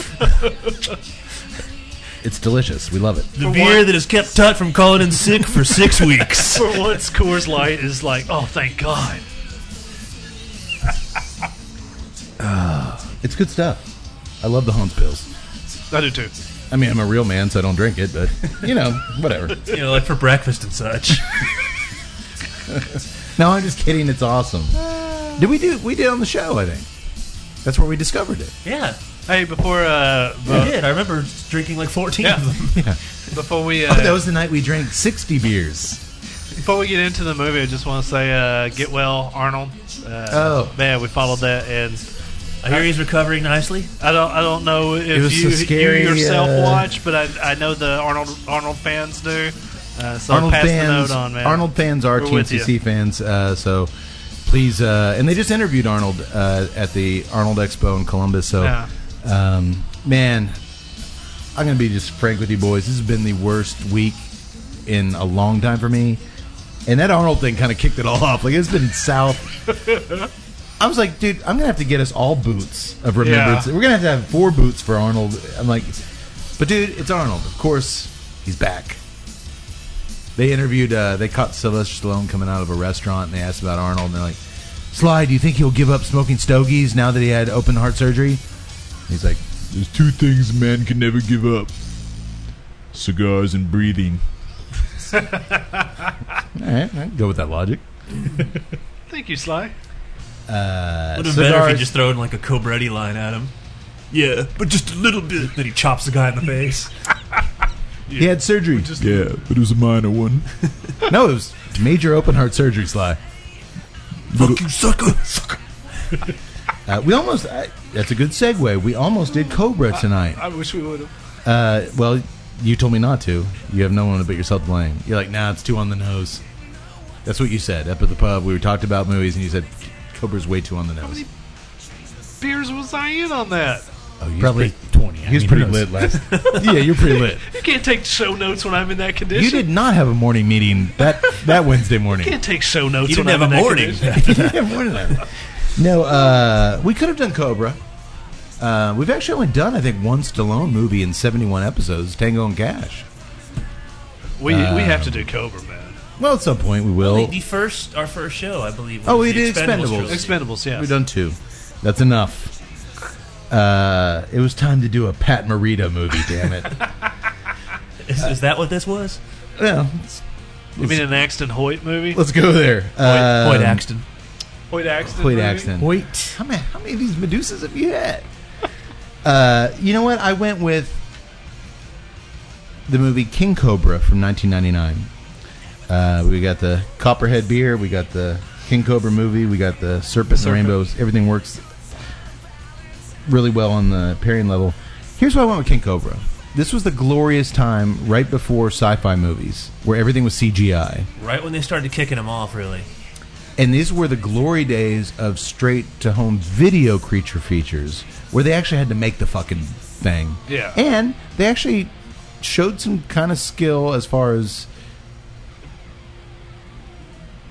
It's delicious. We love it.
The
For
beer
what?
that has kept Tut from calling in sick for (laughs) six weeks.
For once, Coors Light is like, oh, thank God.
It's good stuff. I love the Hans pills.
I do too.
I mean, I'm a real man, so I don't drink it, but (laughs) you know, whatever.
You know, like for breakfast and such.
No, I'm just kidding. It's
(laughs)
awesome. Did we do? We did on the show, I think. That's where we discovered it.
Yeah,
Hey, before uh,
I did. I remember drinking like 14
Yeah.
of them.
before
(laughs)
we
Oh, that
uh,
was the night we drank 60 beers.
before we get into the movie, I just want to say, uh, get well, Arnold. Uh,
Oh.
man, we followed that, and
I hear he's recovering nicely.
I don't, I don't know if
was
you,
so scary,
you yourself
uh,
watch, but I, I know the Arnold, Arnold fans do. Uh, so
Arnold
pass
fans,
the note on, man.
Arnold fans are
We're with
TNCC fans, uh, so please. Uh, and they just interviewed Arnold uh, at the Arnold Expo in Columbus. So,
Yeah.
um, man, I'm gonna be just frank with you, boys. This has been the worst week in a long time for me. And that Arnold thing kind of kicked it all off. Like it's been south. I was like, dude, I'm gonna have to get us all boots of remembrance.
Yeah.
We're gonna have to have four boots for Arnold. I'm like, but dude, it's Arnold. Of course, he's back. They interviewed. Uh, they caught Sylvester Stallone coming out of a restaurant, and they asked about Arnold. And they're like, Sly, do you think he'll give up smoking stogies now that he had open heart surgery? He's like, There's two things a man can never give up: cigars and breathing. all right, all right, go with that logic.
Thank you, Sly.
Uh,
Would have been better if
cigars-
you just thrown like a Cobretti line at him. Yeah, but just a little bit. Then he chops the guy in the face.
He had surgery. yeah, but it was a minor one. no, it was major open heart surgery, Sly.
(laughs) Fuck you, sucker! Sucker!
Uh, we almost. I, that's a good segue. We almost did Cobra tonight.
I wish we would have.
Uh, well, you told me not to. You have no one but yourself to blame. You're like, nah, it's too on the nose. That's what you said up at the pub. We were talked about movies, and you said Cobra's way too on the nose.
Beers was I in on that?
Oh, he's
Probably
twenty. I
He was
mean,
pretty
who knows?
lit last. (laughs) yeah, you're pretty lit.
You can't take show notes when I'm in that condition.
You did not have a morning meeting that that Wednesday morning.
You can't take show notes.
You didn't
when
have a
I'm in that
morning.
condition.
Yeah, more than that. (laughs) No, uh, we could have done Cobra. Uh, we've actually only done, I think, one Stallone movie in 71 episodes, Tango and Cash.
We we
Uh,
have to do Cobra, man.
Well, at some point we will.
The first, our first show, I believe.
Oh,
was
we
the
did
Expendables
Expendables.
trilogy.
Expendables, yes.
We've done two. That's enough. Uh, it was time to do a Pat Morita movie, damn it.
Is, is that what this was?
well, let's,
You mean an Axton Hoyt movie?
let's go there.
Boyd, Boyd
Um,
Axton.
Hoyt Axton.
Hoyt
movie? (laughs)
Axton.
Wait.
How many, how many of these Medusas have you had? (laughs) Uh, you know what? I went with the movie King Cobra from 1999. Uh, we got the Copperhead beer. We got the King Cobra movie. We got the Serpent and the Rainbows. Everything works really well on the pairing level. Here's why I went with King Cobra. This was the glorious time right before sci-fi movies, where everything was CGI.
Right when they started kicking him off, really.
And these were the glory days of straight to home video creature features where they actually had to make the fucking thing.
Yeah.
And they actually showed some kind of skill as far as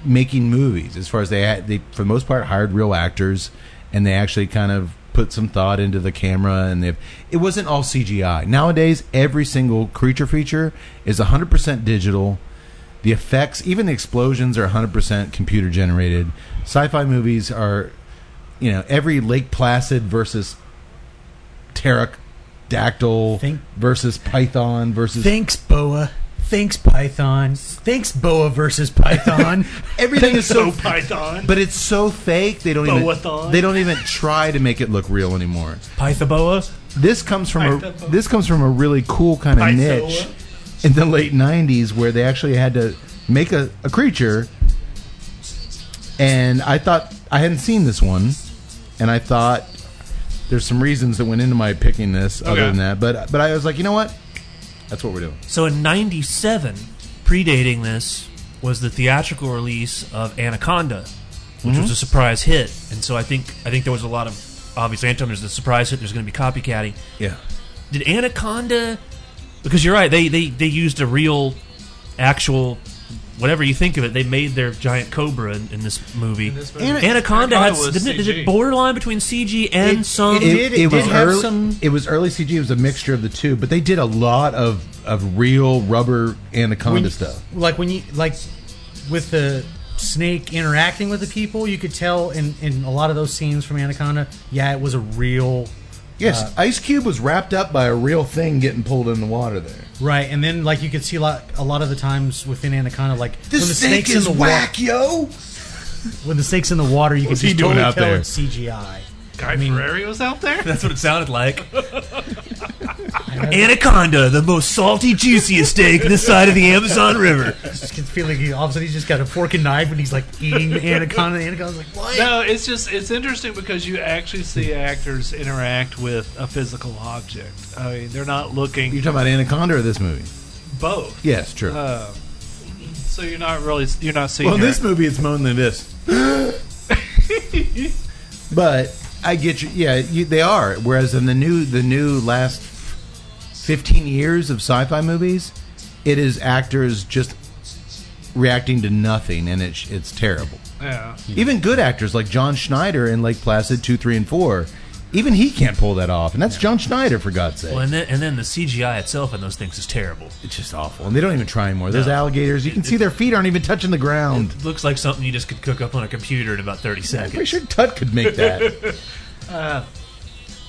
making movies. As far as they had, they for the most part hired real actors and they actually kind of put some thought into the camera and they it wasn't all CGI. Nowadays every single creature feature is 100% digital. The effects, even the explosions, are 100% computer generated. Sci fi movies are, you know, every Lake Placid versus pterodactyl
Think-
versus python versus
Thanks, Boa. Thanks, Python. Thanks, Boa versus Python.
everything
(laughs)
is so.
Oh, Python.
But it's so fake. They don't even.
Boathon.
They don't even try to make it look real anymore.
Pythaboa?
This comes from a
Pythaboa.
this comes from a really cool kind of niche in the late '90s where they actually had to make a, a creature, and I thought I hadn't seen this one, and I thought there's some reasons that went into my picking this other
Okay.
than that, but but I was like, you know what, that's what we're doing.
So in 97, predating this, was the theatrical release of Anaconda, which
Mm-hmm.
was a surprise hit. And so I think I think there was a lot of obviously Anton there's a surprise hit, there's gonna be copycatting.
Yeah,
Did Anaconda because you're right, they, they, they used a real actual whatever you think of it, they made their giant cobra in, in this movie.
Ana-
Anaconda, had
Anaconda was
didn't it, is
CG.
it borderline between CG and some
It did- it
was
did have
early.
some-
It was early CG. It was a mixture of the two, but they did a lot of of real rubber anaconda
When-
stuff.
Like when you like with the snake interacting with the people, you could tell in in a lot of those scenes from Anaconda. Yeah, it was a real
Yes,
Uh,
Ice Cube was wrapped up by a real thing getting pulled in the water there.
right. And then like you could see like a lot of the times within Anaconda, like when the snake's in the water,
yo.
when the snake's in the water, you can
What's he
just
doing
totally
out
tell
there?
it's CGI.
Guy Ferrari was out there.
That's what it sounded like. (laughs) Anaconda, the most salty, juiciest steak this side of the Amazon River.
I just can feel like he, all of a sudden he's just got a fork and knife and he's like eating the Anaconda. The Anaconda's like what?
(laughs) No, it's just it's interesting because you actually see actors interact with a physical object. I mean, they're not looking
You're talking about Anaconda or this movie?
both.
Yes,
Uh,
true.
Um, so you're not really you're not seeing.
well, in
(laughs) her-
this movie, it's moaning like this. But I get you. Yeah, you, they are. Whereas in the new the new last fifteen years of sci-fi movies, it is actors just reacting to nothing, and it's it's terrible.
Yeah.
Hmm.
Even good actors like John Schneider in Lake Placid two, three, and four, even he can't pull that off. And that's John Schneider for God's sake.
Well, and then and then the CGI itself in those things is terrible.
It's just awful, and they don't even try anymore. Those alligators, you can see their feet aren't even touching the ground.
It looks like something you just could cook up on a computer in about thirty
I'm
seconds.
pretty sure Tut could make that.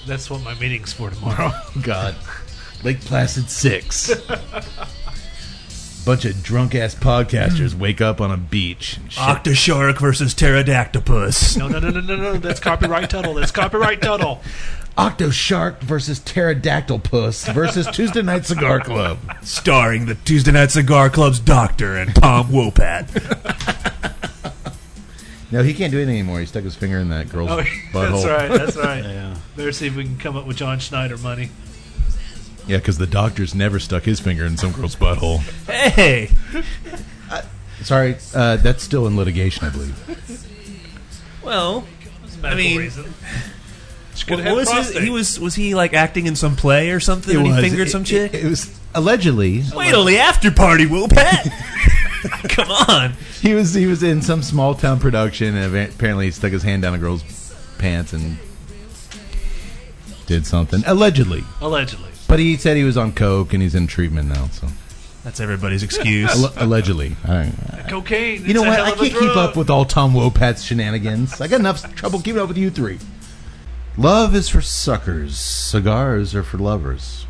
That's what my meeting's for tomorrow.
God, Lake Placid six. Bunch of drunk ass podcasters wake up on a beach. and shit.
Octoshark versus pterodactopus.
no, no, no, no, no, no. That's copyright Tuttle. That's copyright Tuttle.
Octo Shark versus Pterodactyl Puss versus Tuesday Night Cigar Club.
Starring the Tuesday Night Cigar Club's Doctor and Tom Wopat.
No, he can't do anything anymore. He stuck his finger in that girl's
Oh, (laughs)
butthole.
that's right. That's right.
Yeah.
Better see if we can come up with John Schneider money.
Yeah, because the doctor's never stuck his finger in some girl's butthole.
hey,
Sorry, uh, that's still in litigation, I believe.
well,
I
mean-
reason. She could
what,
have
was
had
his,
prostate.
he was was he like acting in some play or something? and he fingered
It-
some
it-
chick.
It, was allegedly
Wait till the after party, Wopat. (laughs) Come on.
he was he was in some small town production and ava- apparently he stuck his hand down a girl's pants and did something allegedly.
allegedly.
But he said he was on coke and he's in treatment now. So
That's everybody's excuse.
Al- allegedly, I don't,
Cocaine.
You know what? I can't keep up with all Tom Wopat's shenanigans. I got enough trouble keeping up with you three. Love is for suckers. Cigars are for lovers.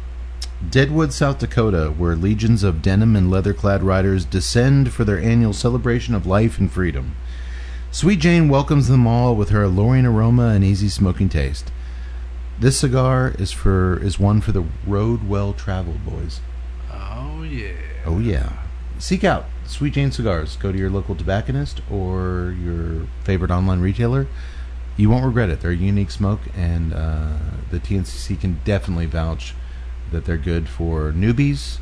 Deadwood, South Dakota, where legions of denim and leather clad riders descend for their annual celebration of life and freedom. Sweet Jane welcomes them all with her alluring aroma and easy smoking taste. This cigar is for is one for the road well traveled, boys.
Oh yeah.
Oh yeah. Seek out Sweet Jane cigars. Go to your local tobacconist or your favorite online retailer. You won't regret it. They're a unique smoke, and uh, the TNCC can definitely vouch that they're good for newbies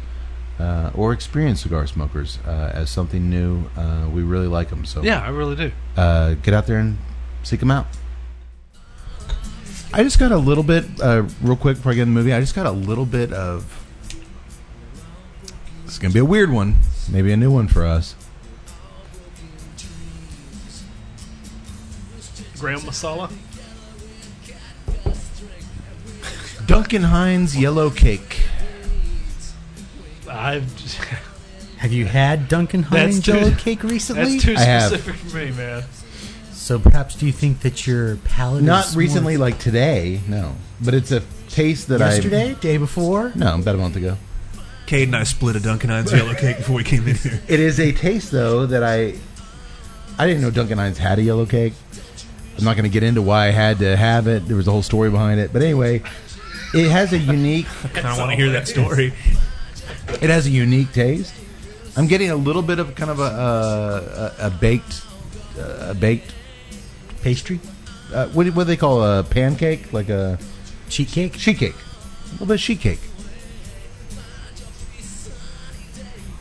uh, or experienced cigar smokers uh, as something new. Uh, we really like them, so
Yeah, I really do.
uh, get out there and seek them out. I just got a little bit, uh, real quick before I get in the movie, I just got a little bit of. It's going to be a weird one. Maybe a new one for us.
Graham masala.
Duncan Hines Yellow Cake.
I've. (laughs) Just,
Have you had Duncan
That's
Hines
too-
Jello cake recently?
that's too
I have.
specific for me, man.
so perhaps do you think that your palate
Not
is more-
recently, like today, no. But it's a taste that I.
yesterday, day before?
No, about a month ago.
Cade and I split a Dunkin' Hines yellow cake before we came in here.
It is a taste, though, that I. I didn't know Duncan Hines had a yellow cake. I'm not going to get into why I had to have it. There was a whole story behind it. But anyway, it has a unique
I kind of want to hear that story.
It has a unique taste. I'm getting a little bit of kind of a uh, a, a baked uh, a baked
Pastry?
uh, what, do- what do they call a pancake like a
Sheet cake?
sheet cake a little bit of sheet cake.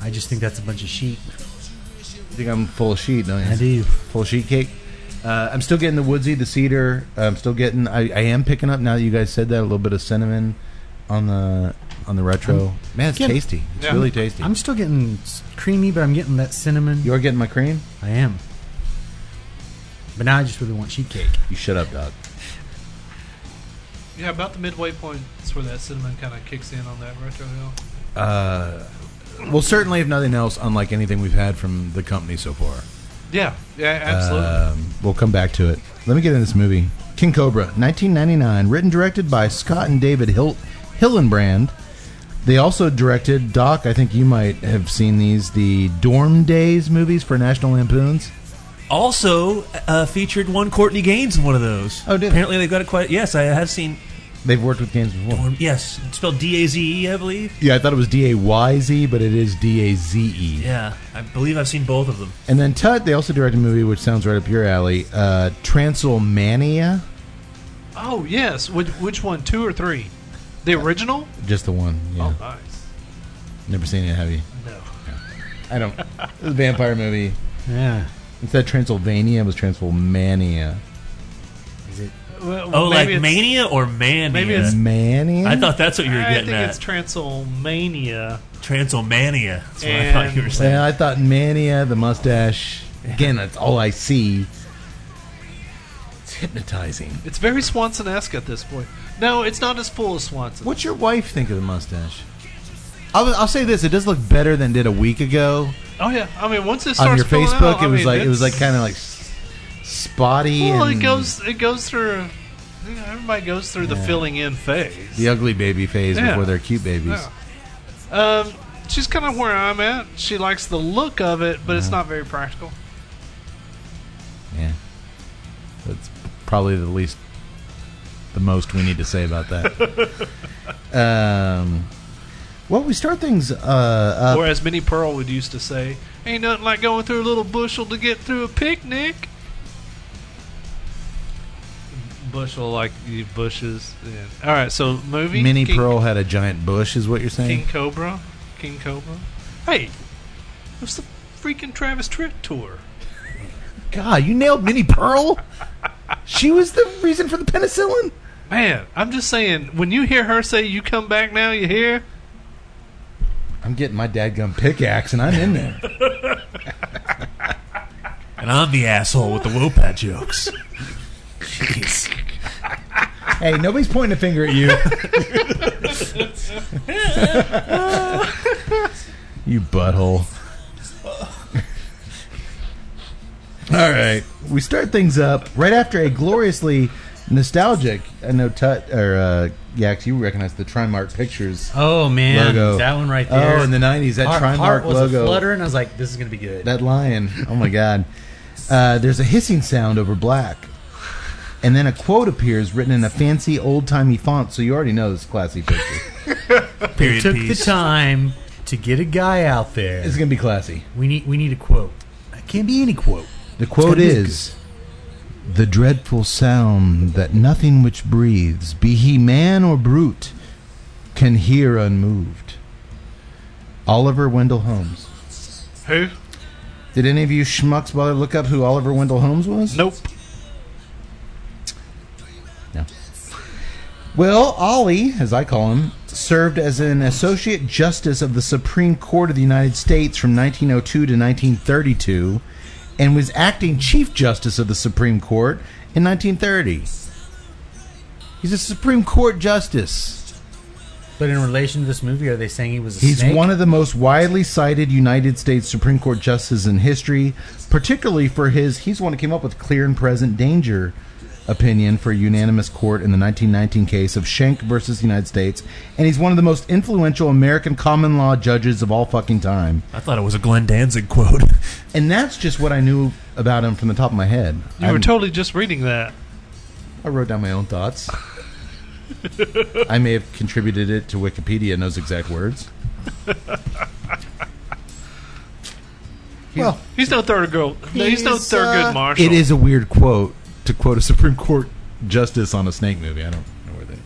I just think that's a bunch of sheep.
You think I'm full of sheet? Don't you?
I do.
Full of sheet cake. Uh, I'm still getting the woodsy, the cedar. I'm still getting. I, I am picking up now that you guys said that a little bit of cinnamon on the on the retro. Man, it's
getting-
tasty. It's
Yeah.
really tasty.
I'm still getting s- creamy, but I'm getting that cinnamon.
You're getting my cream.
I am. But now I just really want sheet cake.
You shut up, dog.
Yeah, about the midway point is where that cinnamon kind of kicks in on that retro hill.
Well, certainly, if nothing else, unlike anything we've had from the company so far.
Yeah, yeah,
Uh,
absolutely.
Um, we'll come back to it. Let me get into this movie. King Cobra, 1999, written and directed by Scott and David Hill- Hillenbrand. They also directed Doc. I think you might have seen these, the Dorm Days movies for National Lampoons.
Also uh, featured one Courtney Gaines in one of those.
Oh, did they?
apparently they got it quite. Yes, I have seen.
They've worked with games before.
Or, yes, it's spelled D A Z E, I believe.
Yeah, I thought it was D A Y Z, but it is D A Z E.
Yeah, I believe I've seen both of them.
And then Tut, they also directed a movie which sounds right up your alley, uh, Transylvania.
Oh yes, which, which one? Two or three? The original?
Just the one. Yeah.
Oh, nice.
Never seen it, have you?
No.
I don't. It's a vampire movie.
Yeah.
Instead of Transylvania, it was Transylvania.
Is it
well,
Oh,
maybe
like
it's-
Mania or Mania?
maybe it's-
Manny.
I thought that's what you were
I
getting
think
at.
it's Transylvania.
Transylvania. That's what I thought you were
And-
saying.
Yeah, I thought Mania, the mustache. Again, that's all I see. It's hypnotizing.
It's very Swanson-esque at this point. No, it's not as full as Swanson.
What's your wife think of the mustache? I'll, I'll say this: it does look better than did a week ago
Oh yeah, I mean once it starts
on your
filling
Facebook.
out,
it
I
was
mean,
like it was like
it's-
kind of like s- spotty.
Well,
and
it goes it goes through. You know, everybody goes through the filling in phase.
the ugly baby phase
Yeah.
before they're cute babies.
Yeah. Um, she's kind of where I'm at. She likes the look of it, but it's
Uh-huh.
not very practical.
Yeah. That's probably the least, the most we need to say about that.
(laughs)
um, well, we start things uh, up.
or as Minnie Pearl would used to say, "Ain't nothing like going through a little bushel to get through a picnic." Bushel like the bushes. Yeah. All right, so movie
Minnie
King,
Pearl had a giant bush, is what you're saying?
King Cobra, King Cobra. Hey, what's the freaking Travis Tritt tour?
God, you nailed Minnie Pearl? she was the reason for the penicillin?
Man, I'm just saying. When you hear her say, "You come back now," you hear.
I'm getting my dadgum pickaxe and I'm in there.
And I'm the asshole with the Wopat jokes. Jeez.
hey, nobody's pointing a finger at you. you butthole. All right, we start things up right after a gloriously nostalgic. I know Tut or uh, Yax, you recognize the Trimark Pictures
Oh man,
logo.
that one right there.
Oh, in the '90s, that
Our
Trimark
heart was
logo.
a flutter, and I was like, "This is gonna be good."
That lion. Oh my god. Uh, there's a hissing sound over black. And then a quote appears written in a fancy old timey font, so you already know this classy picture.
they
Period
took
piece.
the time to get a guy out there.
(laughs) it's gonna be classy.
We need we need a quote. It can't be any quote.
The quote
It's gonna be
is The dreadful sound that nothing which breathes, be he man or brute, can hear unmoved. Oliver Wendell Holmes.
Who?
Did any of you schmucks bother to look up who Oliver Wendell Holmes was?
Nope.
Well, Ollie, as I call him, served as an associate justice of the Supreme Court of the United States from 1902 to 1932 and was acting chief justice of the Supreme Court in 1930. He's a Supreme Court justice.
But in relation to this movie, are they saying he was a
He's
snake?
one of the most widely cited United States Supreme Court justices in history, particularly for his he's the one who came up with clear and present danger opinion for a unanimous court in the 1919 case of Schenck versus the United States, and he's one of the most influential American common law judges of all fucking time.
I thought it was a Glenn Danzig quote. (laughs)
And that's just what I knew about him from the top of my head.
You were
I'm-
totally just reading that.
I wrote down my own thoughts. I may have contributed it to Wikipedia in those exact words. well,
He's no third girl. No, he's no
He's,
third
uh,
good marshal.
It is a weird quote to quote a Supreme Court justice on a snake movie. I don't know where they.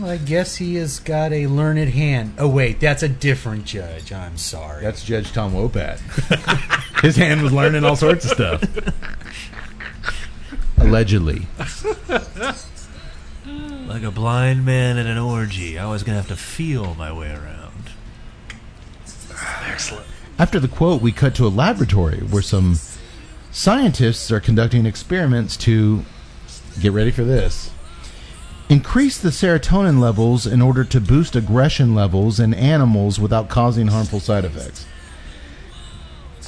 Well, I guess he has got a learned hand. Oh wait, that's a different judge. I'm sorry.
That's Judge Tom Wopat. (laughs) His hand was learning all sorts of stuff. Allegedly.
like a blind man at an orgy. I was going to have to feel my way around.
After the quote, we cut to a laboratory where some scientists are conducting experiments to get ready for this. Increase the serotonin levels in order to boost aggression levels in animals without causing harmful side effects.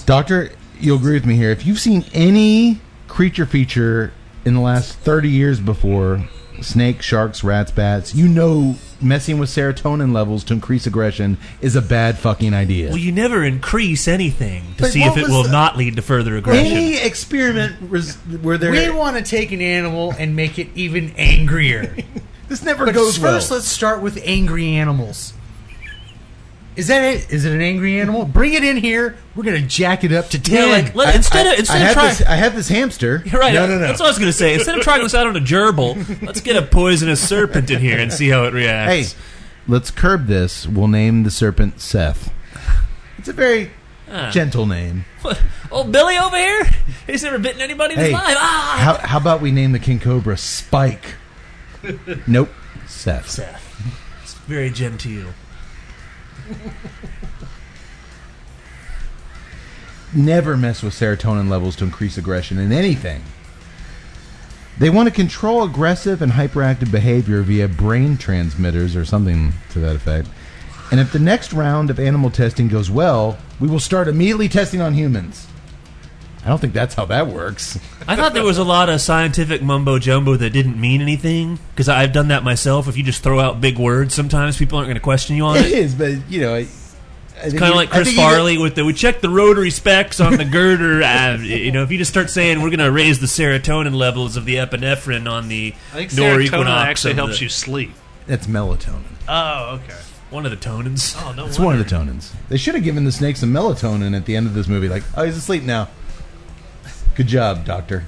Doctor, you'll agree with me here. If you've seen any creature feature in the last 30 years before, snakes, sharks, rats, bats, you know messing with serotonin levels to increase aggression is a bad fucking idea.
Well, you never increase anything to
But
see
what
if it
was
will
the-
not lead to further aggression.
Any experiment res- where there
we want to take an animal and make it even (laughs) angrier.
this never
But
goes
first,
well.
let's start with angry animals. Is that it? Is it an angry animal? Bring it in here. We're gonna jack it up to
Yeah,
ten.
like, let- instead of instead
I
of
have
trying,
this, I have this hamster.
(laughs) You're right. uh,
No, no, no.
That's what I was going to say. Instead of trying this out on a gerbil, let's get a poisonous serpent in here and see how it
hey,
reacts.
let's curb this. We'll name the serpent Seth. It's a very
Ah.
Gentle name.
(laughs) Oh, Billy over here? He's never bitten anybody in
Hey,
his life. Ah!
how, how about we name the King
(laughs)
Cobra Spike? nope. Seth.
Very genteel.
Never mess with serotonin levels to increase aggression in anything. They want to control aggressive and hyperactive behavior via brain transmitters or something to that effect. And if the next round of animal testing goes well, we will start immediately testing on humans. I don't think that's how
(laughs)
that works.
I thought there was a lot of scientific mumbo jumbo that didn't mean anything because I've done that myself. If you just throw out big words, sometimes people aren't going to question
(laughs)
you on
It
it.
is, but you know, it's
Kind of like Chris Farley with the we checked the rotary specs on the girder. (laughs) uh, you know, if you just start saying we're going to raise the serotonin levels of the epinephrine on the
I think serotonin
norequinox,
actually
of
helps
the-
you sleep.
That's melatonin.
Oh, okay.
One of the tonins.
Oh no,
It's one of the tonins. They should have given the snake some melatonin at the end of this movie. Like, oh, he's asleep now. Good job, doctor.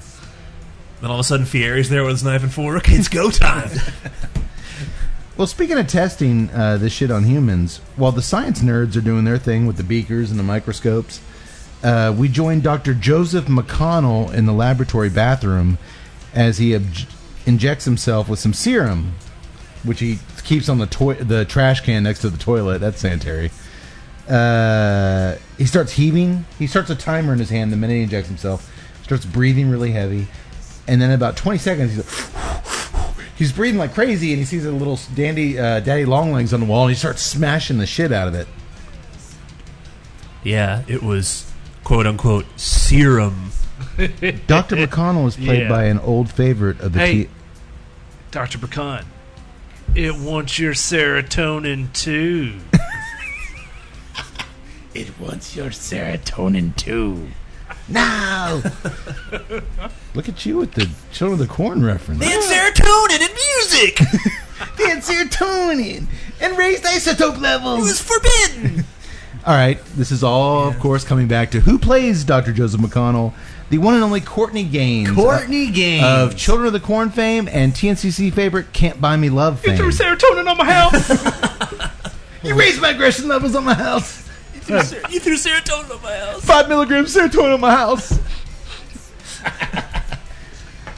Then all of a sudden, Fieri's there with his knife and fork. It's go
(laughs)
time.
Well, speaking of testing uh, this shit on humans, while the science nerds are doing their thing with the beakers and the microscopes, uh, we joined Dr. Joseph McConnell in the laboratory bathroom as he obj- injects himself with some serum, which he keeps on the toi- the trash can next to the toilet. That's sanitary. Uh, he starts heaving. He starts a timer in his hand the minute he injects himself. Starts breathing really heavy, and then about 20 seconds, he's like, he's breathing like crazy, and he sees a little dandy uh, daddy longlegs on the wall, and he starts smashing the shit out of it.
yeah, it was quote unquote serum.
Doctor McConnell is played
Yeah.
by an old favorite of the.
Hey.
T-
Doctor Pecan. It wants your serotonin too.
It wants your serotonin too.
(laughs)
no. Look at you with the Children of the Corn reference.
And serotonin and music. It
and serotonin and raised isotope levels.
was forbidden.
(laughs)
All right, this is all, of course, coming back to who plays Dr. Joseph McConnell, the one and only Courtney Gaines.
Courtney Gaines.
Of Children of the Corn fame and TNCC favorite Can't Buy Me Love fame.
Threw serotonin on my
(laughs)
house.
You raised my aggression levels on my house.
you threw serotonin on my house.
Five milligrams serotonin on my house.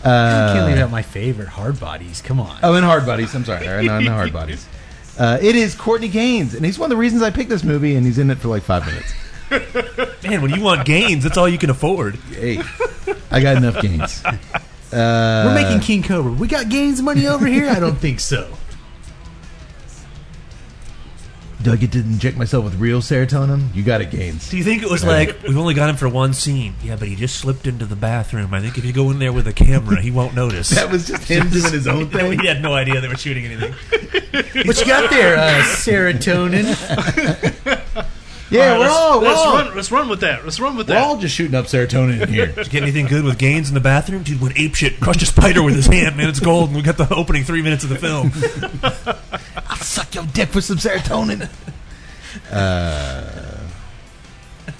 Can't leave out my favorite hard bodies. Come on.
Oh, and Hard Bodies. I'm sorry. No, not Hard Bodies. Uh, it is Courtney Gaines, and he's one of the reasons I picked this movie, and he's in it for like five minutes.
Man, when you want gains, that's all you can afford.
Hey, I got enough (laughs) gains.
We're making King Cobra. We got Gaines money over here? (laughs) I don't think so.
Do I get to inject myself with real serotonin? You got it, Gaines.
Do you think it was like we've only got him for one scene? Yeah, but he just slipped into the bathroom. I think if you go in there with a camera, he won't notice.
(laughs) That was just him doing his (laughs) own
(laughs)
thing.
he had no idea they were shooting anything.
What you got there, uh,
(laughs)
serotonin?
Yeah, we're
let's,
all, we're
let's
all,
run. Let's run with that. Let's run with
we're
that.
all just shooting up serotonin in here.
Get anything good with gains in the bathroom? Dude went ape shit, crushed a spider with his hand, man. It's gold, and we got the opening three minutes of the film.
Suck your dick for some serotonin. Uh,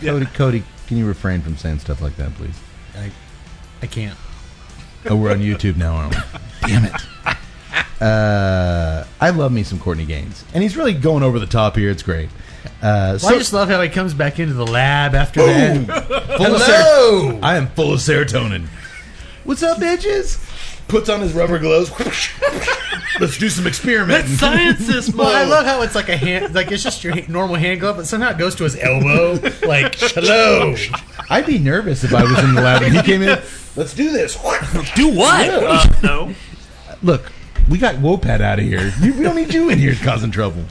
Cody, Cody, can you refrain from saying stuff like that, please?
I can't.
Oh, we're on YouTube now, aren't we? Damn it. Uh, I love me some Courtney Gaines, and he's really going over the top here. It's great. Uh,
Well,
so-
I just love how he comes back into the lab after
Boom!
that.
full of ser- I am full of serotonin. What's up, bitches? Puts on his rubber gloves. Let's do some experimenting.
Science this
Well, I
mode.
love how it's like a hand, like it's just your normal hand glove, but somehow it goes to his elbow. (laughs) Like, hello.
I'd be nervous if I was in the lab and he came in. Let's do this.
Do what?
Uh, no.
Look, we got Wopat out of here. You, we don't need you in here causing trouble.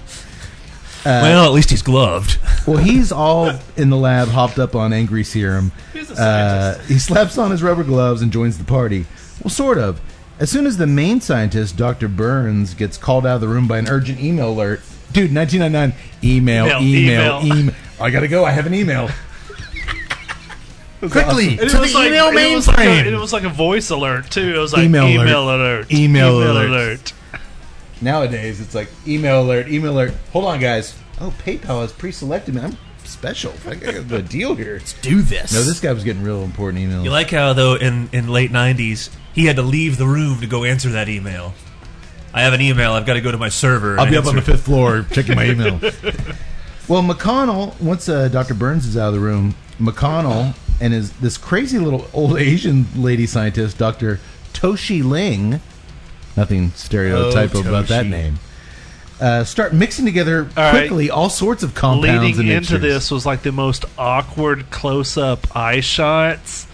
well, at least he's gloved.
Well, he's all in the lab, hopped up on angry serum. He's a scientist. he slaps on his rubber gloves and joins the party. Well, sort of. As soon as the main scientist, Dr. Burns, gets called out of the room by an urgent email alert, dude, 1999, email, email,
Email,
email.
email.
I gotta go. I have an
(laughs)
email.
Quickly,
And
to the email
and it was like a, and it
mainframe.
was like a voice alert too. It was like
Email
email,
alert.
alert,
Email alert.
alert.
Nowadays, it's like email alert, email alert. Hold on, guys. Oh, PayPal has pre-selected me. I'm special. I got a deal here.
Do this.
No, this guy was getting real important emails.
You like how though in in late '90s he had to leave the room to go answer that email. I have an email. I've got to go to my server. and
I'll be up on
answer
the
it.
fifth floor checking my email. Well, McConnell, once uh, Dr. Burns is out of the room, McConnell and his this crazy little old Asian lady scientist, Dr. Toshi Ling, nothing stereotype about that
Toshi.
name, uh, start mixing together
All right.
quickly all sorts of compounds
leading
and
into
mixtures.
this was like the most awkward close-up eye shots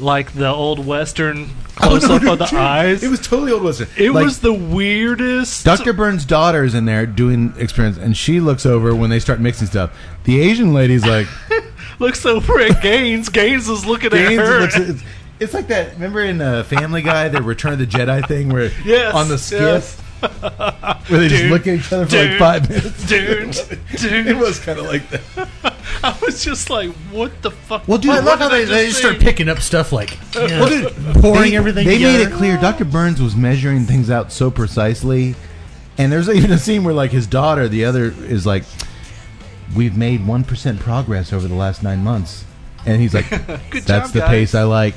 like the old western
Oh,
close-up of Oh, the eyes
It was totally old western.
it
Like,
was the weirdest
Dr. Burns' daughter is in there doing experiments, and she looks over when they start mixing stuff. The Asian lady's
(laughs)
like,
looks over at gaines gaines is looking
Gaines
at her
looks- it's, it's like that. Remember in uh, Family Guy, the Return of the Jedi thing, where
Yes,
on the skiff,
yes.
where they just
Dude,
look at each other for
dude.
like five minutes. (laughs)
dude
It
dude
was kind of like that.
i was just like what the fuck
Well, dude,
What
I love
did
how
They, they
just
just
see?
start picking up stuff like
Well, dude,
pouring
they,
everything.
They made
together.
it clear Dr. Burns was measuring things out so precisely, and there's even a scene where like his daughter, the other, is like, "We've made one percent progress over the last nine months," and he's like,
Good
"That's
job,
the
guys."
pace I like."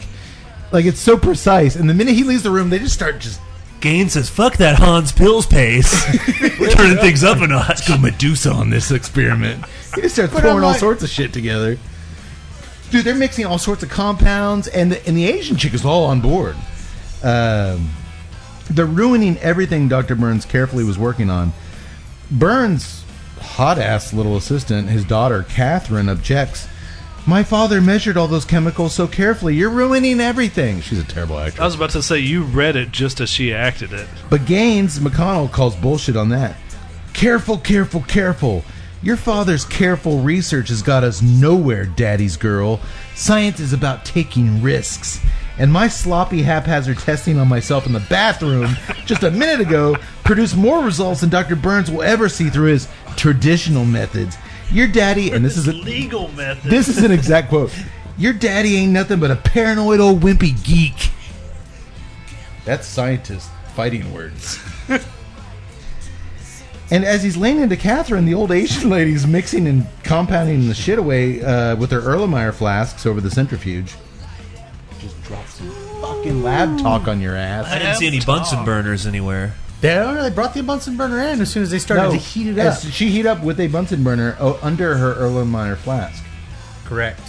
Like it's so precise, and the minute he leaves the room, they just start just
Gaines says, "Fuck that Hans Pills
(laughs)
pace. We're turning things up a notch. Let's go Medusa on this experiment."
He just starts pouring all sorts of shit together. Dude, they're mixing all sorts of compounds, and the, and the Asian chick is all on board. Um, they're ruining everything Dr. Burns carefully was working on. Burns' hot ass little assistant, his daughter Catherine, objects. My father measured all those chemicals so carefully. You're ruining everything. She's a terrible actress.
i was about to say you read it just as she acted it
But Gaines McConnell calls bullshit on that. Careful, careful, careful. Your father's careful research has got us nowhere, daddy's girl. Science is about taking risks. And my sloppy, haphazard testing on myself in the bathroom (laughs) just a minute ago produced more results than Dr. Burns will ever see through his traditional methods. Your daddy, and this is a,
legal method
this is an exact quote. Your daddy ain't nothing but a paranoid old wimpy geek. That's scientist fighting words. (laughs) and as he's laying into Catherine, the old Asian lady's mixing and compounding the shit away uh, with her Erlenmeyer flasks over the centrifuge. Just drops some fucking lab talk on your ass.
I didn't see any Bunsen burners anywhere.
They, oh, they brought the Bunsen burner in as soon as they started to heat it up.
As she heat up with a Bunsen burner oh, under her Erlenmeyer flask,
Correct.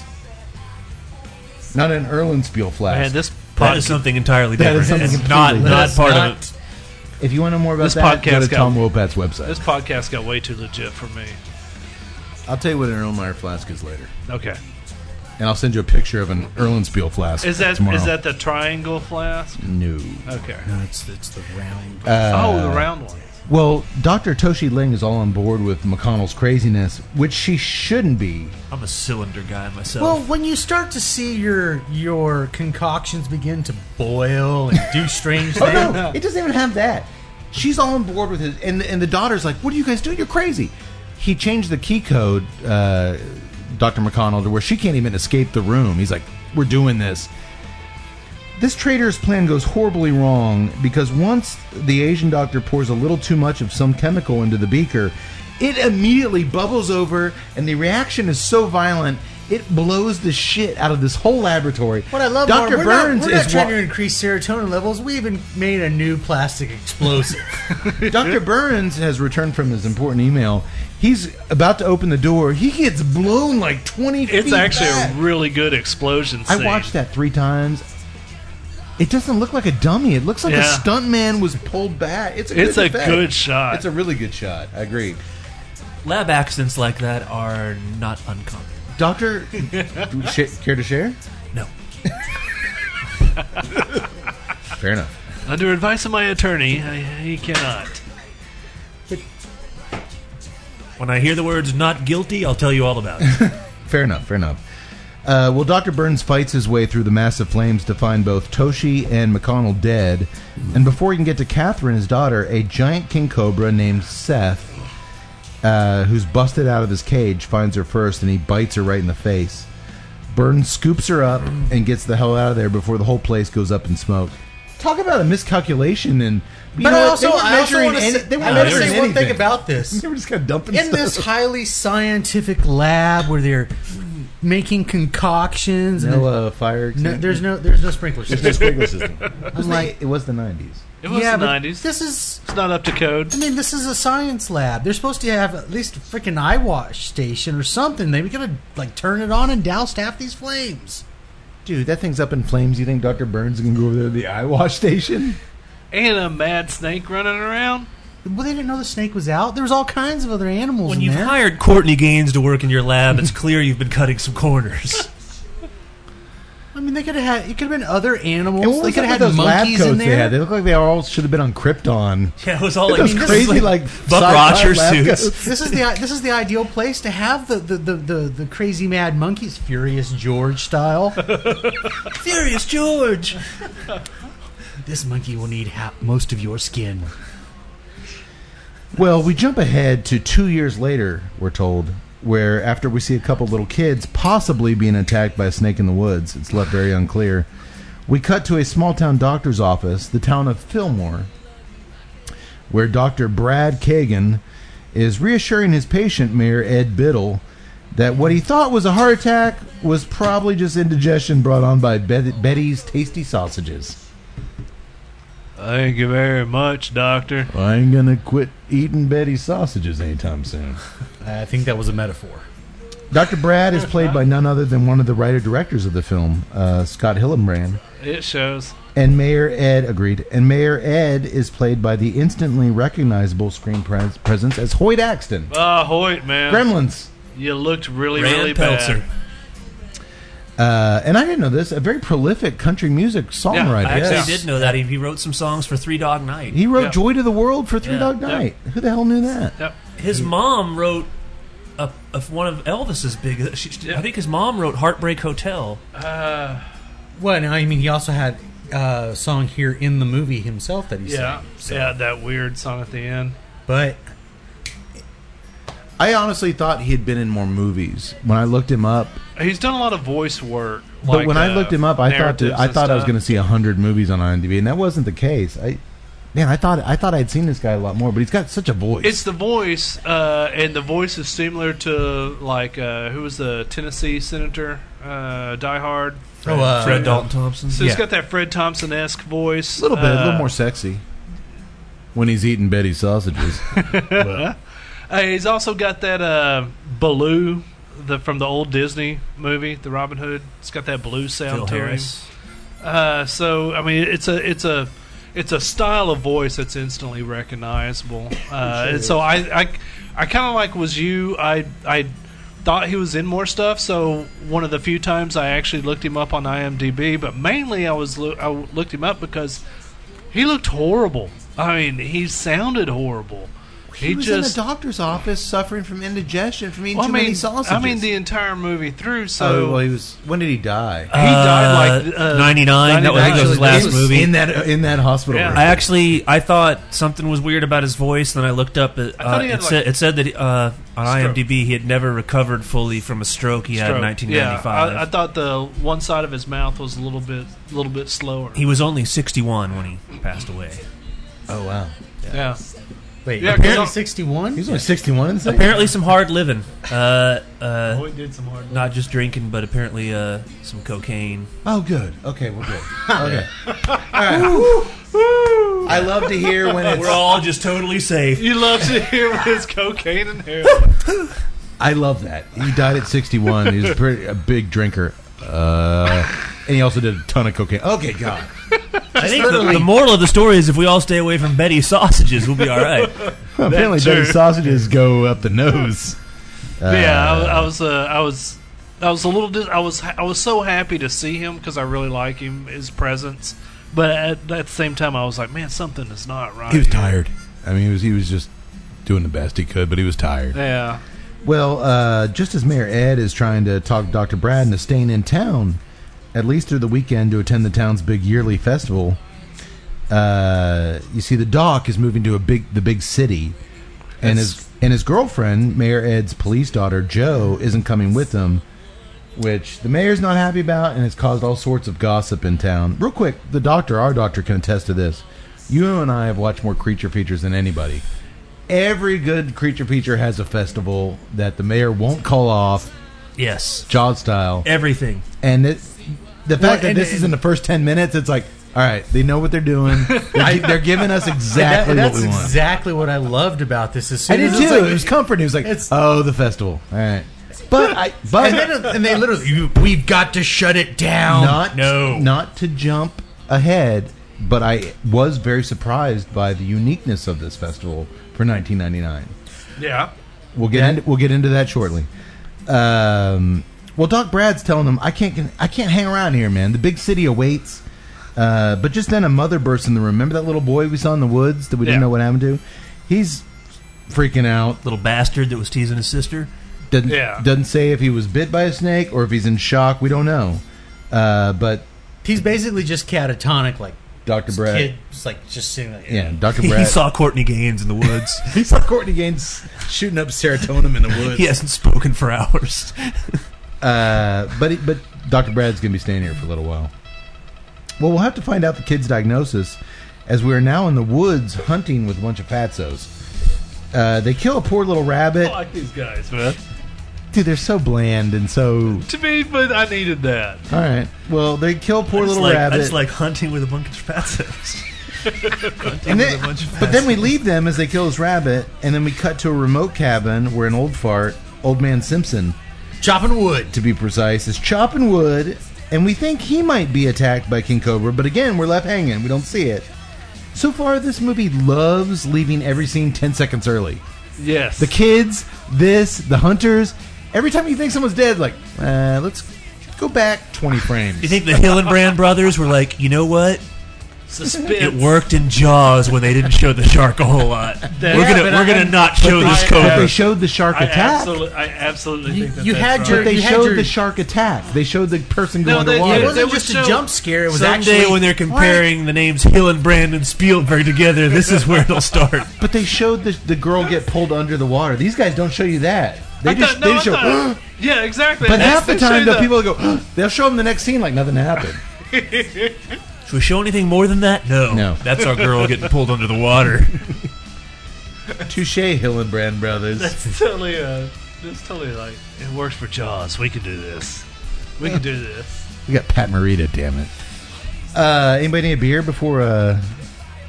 not an Erlenspiel flask.
man this
That is something entirely
That
different.
is something
it's not
completely
not
different.
part of
Not-
it.
if you want to know more about
This
that, go to
podcast got-
Tom Wopat's website.
this podcast got way too legit for me
I'll tell you what an Erlenmeyer flask is later,
okay
and I'll send you a picture of an Erlenspiel flask.
Is that is
tomorrow. Uh,
that the triangle flask?
no?
Okay.
It's, it's the round.
oh, the round one.
Well, Doctor Toshi Ling is all on board with McConnell's craziness, which she shouldn't be.
I'm a cylinder guy myself.
Well, when you start to see your your concoctions begin to boil and (laughs) do strange things,
Oh no, (laughs) it doesn't even have that. She's all on board with it, and and the daughter's like, "What are you guys doing? You're crazy." He changed the key code, uh, Doctor McConnell, to where she can't even escape the room. He's like, "We're doing this." This traitor's plan goes horribly wrong because once the Asian doctor pours a little too much of some chemical into the beaker, it immediately bubbles over, and the reaction is so violent. It blows the shit out of this whole laboratory.
What I love,
Dr.
Mark, We're
Burns
not, we're not
is
trying
wa-
to increase serotonin levels. We even made a new plastic explosive.
Dr. Burns has returned from his important email. He's about to open the door. He gets blown like 20 feet.
It's actually
back.
a really good explosion
I
scene.
watched that three times. It doesn't look like a dummy. It looks like
Yeah.
a stuntman was pulled back. It's a good
It's a
effect.
good shot.
It's a really good shot. I agree.
Lab accidents like that are not uncommon.
(laughs)
Doctor, sh- care to share?
No.
(laughs) Fair enough.
Under advice of my attorney, I, he cannot.
When I hear the words "not guilty," I'll tell you all about it.
Fair enough. Fair enough. Uh, well, Dr. Burns fights his way through the massive flames to find both Toshi and McConnell dead. And before he can get to Catherine, his daughter, a giant king cobra named Seth, uh, who's busted out of his cage, finds her first and he bites her right in the face. Burns scoops her up and gets the hell out of there before the whole place goes up in smoke. Talk about a miscalculation and. You
but
know
I
what?
also,
they weren't
I also
measuring
want to
any-
say,
they weren't
I wanna
measuring
say one thing
anything.
about this.
(laughs) They were just kind of dumping
In
stuff.
this highly scientific lab where they're making concoctions, and
no uh, fire.
no, there's no there's no sprinkler system.
sprinkler system.
I'm like,
it was the nineties.
It was
yeah,
the
but
90s.
This is.
It's not up to code.
I mean, this is a science lab. They're supposed to have at least a freaking eye wash station or something. They gotta like turn it on and douse half these flames.
Dude, that thing's up in flames. You think Dr. Burns can go over there to the eye wash station?
And a mad snake running around.
Well, they didn't know the snake was out. There was all kinds of other animals
When
in
you've
there.
hired Courtney Gaines to work in your lab,
(laughs)
it's clear you've been cutting some corners.
I mean, they could have had. It could have been other animals.
And what
they
was
could
up
have
with
had
those lab
monkeys
coats
in
they
there.
had? They look like they all should have been on Krypton.
yeah, it was all like
those
this is
crazy, like,
Buck
sci-fi
Rogers
lab
suits.
coats.
this is the this is the ideal place to have the the, the, the, the crazy mad monkeys, furious George (laughs) style.
Furious George.
this monkey will need ha- most of your skin.
Well, we jump ahead to two years later, we're told, where after we see a couple little kids possibly being attacked by a snake in the woods, it's left very unclear. We cut to a small town doctor's office, the town of Fillmore, where Dr. Brad Kagan is reassuring his patient, Mayor Ed Biddle, that what he thought was a heart attack was probably just indigestion brought on by Bet- Betty's tasty sausages.
Thank you very much, Doctor.
I ain't gonna quit eating Betty's sausages anytime soon.
I think that was a metaphor.
Dr. Brad is played by none other than one of the writer directors of the film, uh, Scott Hillenbrand.
It shows.
And Mayor Ed, agreed. And Mayor Ed is played by the instantly recognizable screen pres- presence as Hoyt Axton.
Ah, Hoyt, man.
Gremlins.
you looked really,
Rand
really
Peltzer.
bad.
Uh, and I didn't know this, a very prolific country music songwriter.
I actually
Yes.
did know that. He, he wrote some songs for Three Dog Night.
He wrote
Yeah.
Joy to the World for Three
Yeah.
Dog Night. Who the hell knew that?
Yep.
his mom wrote a, a, one of Elvis's big. She, she- I think his mom wrote Heartbreak Hotel.
Well, no, I mean, he also had uh, a song here in the movie himself that he
Yeah.
sang. So.
Yeah, that weird song at the end.
But
I honestly thought he had been in more movies. When I looked him up,
He's done a lot of voice work.
But
like,
when I
uh,
looked him up, I thought that,
narratives
I
and
thought I was
stuff.
going to see hundred movies on IMDb, and that wasn't the case. I, man, I thought I thought I'd seen this guy a lot more, but he's got such a voice.
It's the voice, uh, and the voice is similar to like uh, who was the Tennessee senator, uh, Die Hard.
oh, uh,
Fred Dalton Thompson.
So he's got that Fred Thompson esque voice,
a little bit, a
uh,
little more sexy when he's eating Betty's (laughs) sausages.
Uh, he's also got that uh, Baloo, the from the old Disney movie, the Robin Hood. It's got that blue
Phil
sound to him.
Harris.
Uh, so I mean, it's a it's a it's a style of voice that's
(laughs)
instantly recognizable. Uh, and so I I, I kind of like was you. I I thought he was in more stuff. So one of the few times I actually looked him up on IMDb, but mainly I was loo- I looked him up because he looked horrible. I mean, he sounded horrible. He, just
doctor's office suffering from indigestion from eating
well, I mean, I mean the entire movie through. So
oh, well, he was. When did he die?
he died like uh,
99. That was, I think that was his last
in,
movie.
in that in that hospital.
Yeah.
room.
I actually I thought something was weird about his voice. Then I looked up. It,
I thought
uh,
he
it,
had, like,
said, it said that uh, on
stroke.
IMDb he had never recovered fully from a stroke he had in
stroke.
1995.
Yeah, I, I thought the one side of his mouth was a little bit, little bit slower.
he was only 61 when he passed
(laughs)
away.
oh wow,
yeah,
wait,
Yeah, 'cause
apparently
I'm-
61?
he's only sixty-one. In this thing?
Apparently, some hard living. Uh,
Oh,
uh,
Boyd did some hard.
not just drinking, but apparently uh, some cocaine.
Oh, good. Okay, we're (laughs) good. Okay. All right. I love to hear when it's.
We're all just totally safe.
You love to hear (laughs) his cocaine and heroin.
I love that. He died at 61. He was a, pretty, a big drinker. Uh, and he also did a ton of cocaine. Okay, God.
I think the, the moral of the story is if we all stay away from Betty's sausages, we'll be all right.
Apparently,
too.
Betty's sausages go up the nose. Uh,
yeah, I, I was, uh, I was, I was a little. Dis- I was, I was so happy to see him because I really like him, his presence. But at, at the same time, I was like, man, something is not right.
He was tired. I mean, he was, he was just doing the best he could, but he was tired.
Yeah,
Well, uh, just as Mayor Ed is trying to talk Dr. Brad into staying in town, at least through the weekend, to attend the town's big yearly festival, uh, you see the doc is moving to a big the big city, and his and his girlfriend, Mayor Ed's police daughter Joe, isn't coming with him, which the mayor's not happy about, and it's caused all sorts of gossip in town. Real quick, the doctor, our doctor, can attest to this. You and I have watched more creature features than anybody every good creature feature has a festival that the mayor won't call off,
(laughs) Yes,
Jaws style.
everything.
And it, the fact
Well,
that
and-
this is in the first ten minutes, it's like All right, they know what they're
(laughs)
doing. They're, gi- they're giving us exactly
That-
what we
that's
want.
exactly what I loved about this. As soon
I did
as
too.
it's like-
it was comforting. It was like,
It's-
oh, the festival. All right, but I, but
and, then, and they literally, "You- we've got to shut it down.
not
no.
not to jump ahead. But I was very surprised by the uniqueness of this festival for 1999.
Yeah.
We'll get into, we'll get into that shortly. Um, well, Doc Brad's telling them I can't I can't hang around here, man. The big city awaits. Uh, but just then, a mother bursts in the room. Remember that little boy we saw in the woods that we didn't
Yeah.
know what happened to? He's freaking out.
Little bastard that was teasing his sister.
Doesn't
Yeah.
doesn't say if he was bit by a snake or if he's in shock. We don't know. Uh, but
He's basically just catatonic, like
Doctor
this
Brad,
kid, just like just sitting there.
yeah, (laughs) Doctor
He
Brad,
saw Courtney Gaines in the (laughs) woods.
he saw Courtney Gaines shooting up serotonin in the woods.
he hasn't spoken for hours.
Uh, but it, but Dr. Brad's gonna be staying here for a little while. Well, we'll have to find out the kid's diagnosis, as we are now in the woods hunting with a bunch of fatsos. Uh, they kill a poor little rabbit.
Oh, I like these guys, man.
Dude, they're so bland and so.
To me, but I needed that.
All right. Well, they kill poor
It's
little
like,
rabbit.
It's like hunting with a bunch of fatsoes. with
and then-
a bunch of
but then we leave them as they kill this rabbit, and then we cut to a remote cabin where an old fart, old man Simpson,
Chopping wood.
to be precise, is chopping wood, and we think he might be attacked by King Cobra, but again, we're left hanging. We don't see it. So far, this movie loves leaving every scene 10 seconds early.
Yes.
The kids, this, the hunters. Every time you think someone's dead, like, uh, let's go
(laughs)
back 20 frames.
You think the Hillenbrand brothers were like, you know what? It worked in Jaws when they didn't show the shark a whole lot. we're gonna
but
we're
I-
gonna not show this
But they
cobra.
showed the shark
I
attack.
absolutely, I absolutely
You-
think that
you
that's
had
right.
your-
But they
You had
showed
your-
the shark attack. They showed the person go
No, they-
underwater.
yeah,
It
they
wasn't
would
just a
show-
jump scare. It was
Someday
actually
when they're comparing the names Hillenbrand and Spielberg together, this is where it'll
(laughs)
start.
But they showed the, the girl get pulled under the water. These guys don't show you that. They
I
just
thought- no,
they
I
just show. (gasps)
thought- yeah, exactly.
But
That's-
half the
they show
time,
you
the people go, (gasps) they'll show them the next scene like nothing happened.
Should we show anything more than that? No.
No.
That's our girl getting pulled under the water.
Touche, Hillenbrand Brothers.
(laughs) That's totally, uh, that's totally like it works for Jaws. We can do this. We can do this.
We got Pat Morita, damn it. Uh, anybody need a beer before? Uh...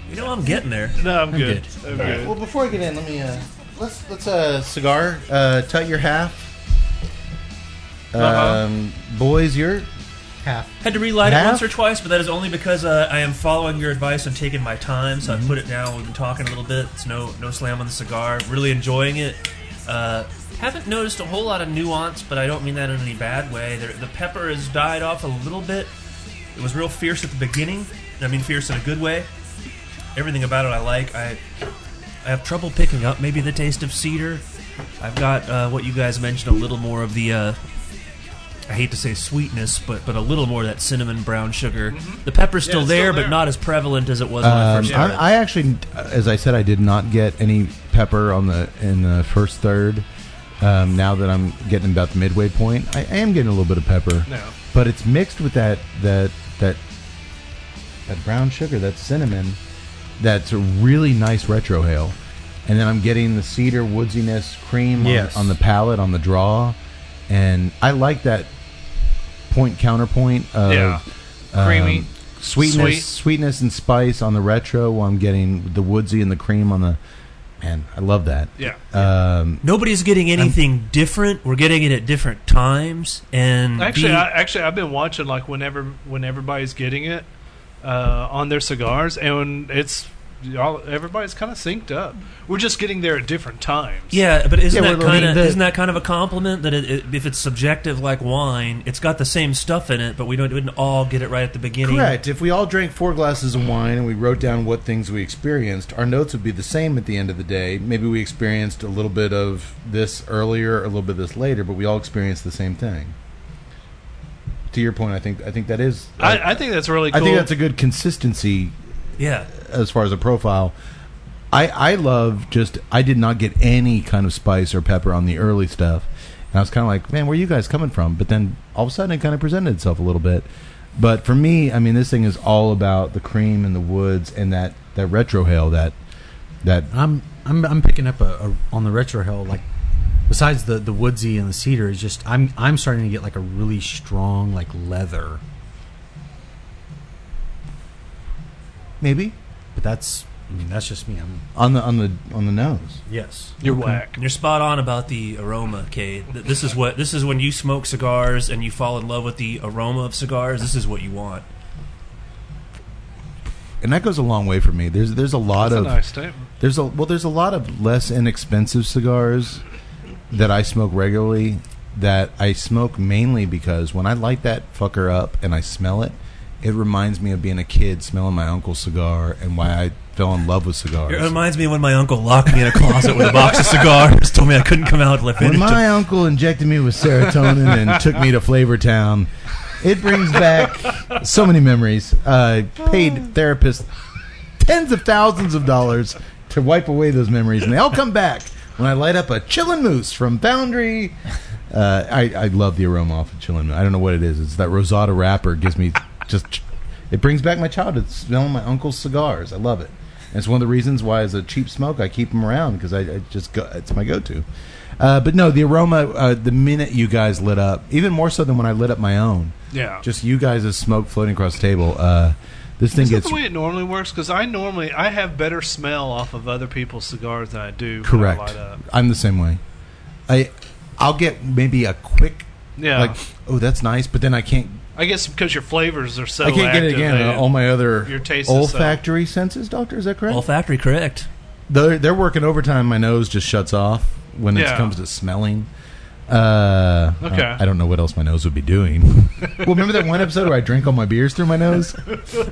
You know I'm getting there.
No, I'm good. I'm good.
Well, before I get in, let me uh, let's let's uh, cigar. Uh, tut your half. Um,
Uh-huh.
Boys, your
half.
Had to relight
Half?
it once or twice, but that is only because uh, I am following your advice. I'm taking my time, so
Mm-hmm.
I put it down. We've been talking a little bit. It's no no slam on the cigar. Really enjoying it. Uh, haven't noticed a whole lot of nuance, but I don't mean that in any bad way. There, the pepper has died off a little bit. It was real fierce at the beginning. and I mean fierce in a good way. Everything about it I like. I I have trouble picking up maybe the taste of cedar. I've got uh, what you guys mentioned a little more of the. Uh, I hate to say sweetness, but but a little more of that cinnamon brown sugar. The pepper's still,
Mm-hmm. it's still
there,
there.
but not as prevalent as it was when I
Um,
first started.
I, I actually, as I said, I did not get any pepper on the in the first third. Um, now that I'm getting about the midway point, I, I am getting a little bit of pepper.
No.
but it's mixed with that that that that brown sugar, that cinnamon. That's a really nice retrohale, and then I'm getting the cedar woodsiness cream
Yes.
on, on the palate on the draw, and I like that point counterpoint of
Yeah.
um,
Creamy.
sweetness,
Sweet.
sweetness and spice on the retro. While I'm getting the woodsy and the cream on the man. I love that.
Yeah.
Um,
Nobody's getting anything different. We're getting it at different times, and
Actually,
the-
I, actually, I've been watching like whenever when everybody's getting it uh, on their cigars, and it's all everybody's kind of synced up. We're just getting there at different times.
yeah, but isn't
Yeah,
that
well, I mean,
kind of
the-
isn't that kind of a compliment that it, it, if it's subjective like wine, it's got the same stuff in it, but we don't we didn't all get it right at the beginning.
correct. If we all drank four glasses of wine and we wrote down what things we experienced, our notes would be the same at the end of the day. Maybe we experienced a little bit of this earlier, a little bit of this later, but we all experienced the same thing. To your point, I think I think that is.
I, I think that's really
I
cool.
think that's a good consistency
Yeah.
as far as a profile. I I love just I did not get any kind of spice or pepper on the early stuff, and I was kind of like, man, where are you guys coming from? But then all of a sudden, it kind of presented itself a little bit. But for me, I mean, this thing is all about the cream and the woods and that that retrohale that that
I'm I'm I'm picking up a, a on the retro hill like besides the the woodsy and the cedar is just I'm I'm starting to get like a really strong like leather.
maybe
But that's, I mean, that's just me. I'm,
on the on the on the nose.
yes.
You're whack.
And you're spot on about the aroma, Kay. Th- This is what this is when you smoke cigars and you fall in love with the aroma of cigars. This is what you want.
And that goes a long way for me. There's there's a lot
That's a
of
nice statement.
there's a well there's a lot of less inexpensive cigars that I smoke regularly that I smoke mainly because when I light that fucker up and I smell it, it reminds me of being a kid smelling my uncle's cigar and why I fell in love with cigars.
It reminds me of when my uncle locked me in a closet with a box of cigars, told me I couldn't come out till I
when
finished
my
them.
uncle injected me with serotonin and took me to Flavortown, it brings back so many memories. Uh, paid therapists tens of thousands of dollars to wipe away those memories, and they all come back when I light up a Chillin' Moose from Boundary. Uh, I, I love the aroma off of Chillin' Moose. I don't know what it is. It's that Rosada wrapper gives me just. It brings back my childhood smelling my uncle's cigars. I love it. And it's one of the reasons why, as a cheap smoke, I keep them around because I, I just go, it's my go-to. Uh, but no, the aroma. Uh, the minute you guys lit up, even more so than when I lit up my own.
Yeah.
Just you guys as smoke floating across the table. Uh, this thing
Is that
gets
the way it normally works? Because I normally I have better smell off of other people's cigars than I do. when I
Correct.
light up.
I'm the same way. I I'll get maybe a quick
Yeah.
like oh that's nice, but then I can't
I guess because your flavors are so.
I can't get it
active,
again. Uh,
they-
all my other
your taste is so-
olfactory senses, doctor, is that correct?
Olfactory, correct?
they're, they're working overtime. My nose just shuts off when it
Yeah.
comes to smelling. Uh, I-
Okay.
I, don't know what else my nose would be doing. (laughs) well, remember that one episode where I drank all my beers through my
(laughs)
nose?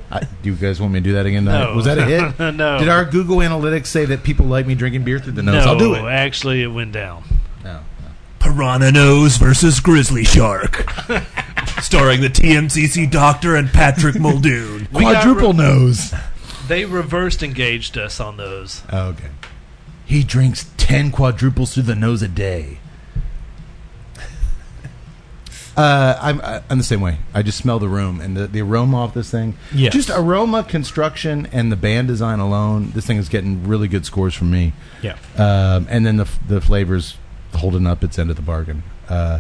I, do you guys want me to do that again? tonight?
No.
Was that a hit?
(laughs) No.
Did our Google Analytics say that people like me drinking beer through the
no,
nose? I'll do it.
Actually, it went down.
No.
Piranha Nose versus Grizzly Shark. Starring the TMCC Doctor and Patrick
(laughs)
Muldoon.
We got
Quadruple nose.
They reversed engaged us on those.
Oh, okay. He drinks 10 quadruples through the nose a day. (laughs) Uh, I'm, I- I'm the same way. I just smell the room and the, the aroma off this thing.
Yes.
Just aroma, construction, and the band design alone, this thing is getting really good scores from me.
Yeah.
Um, and then the, f- the flavors holding up its end of the bargain. Uh,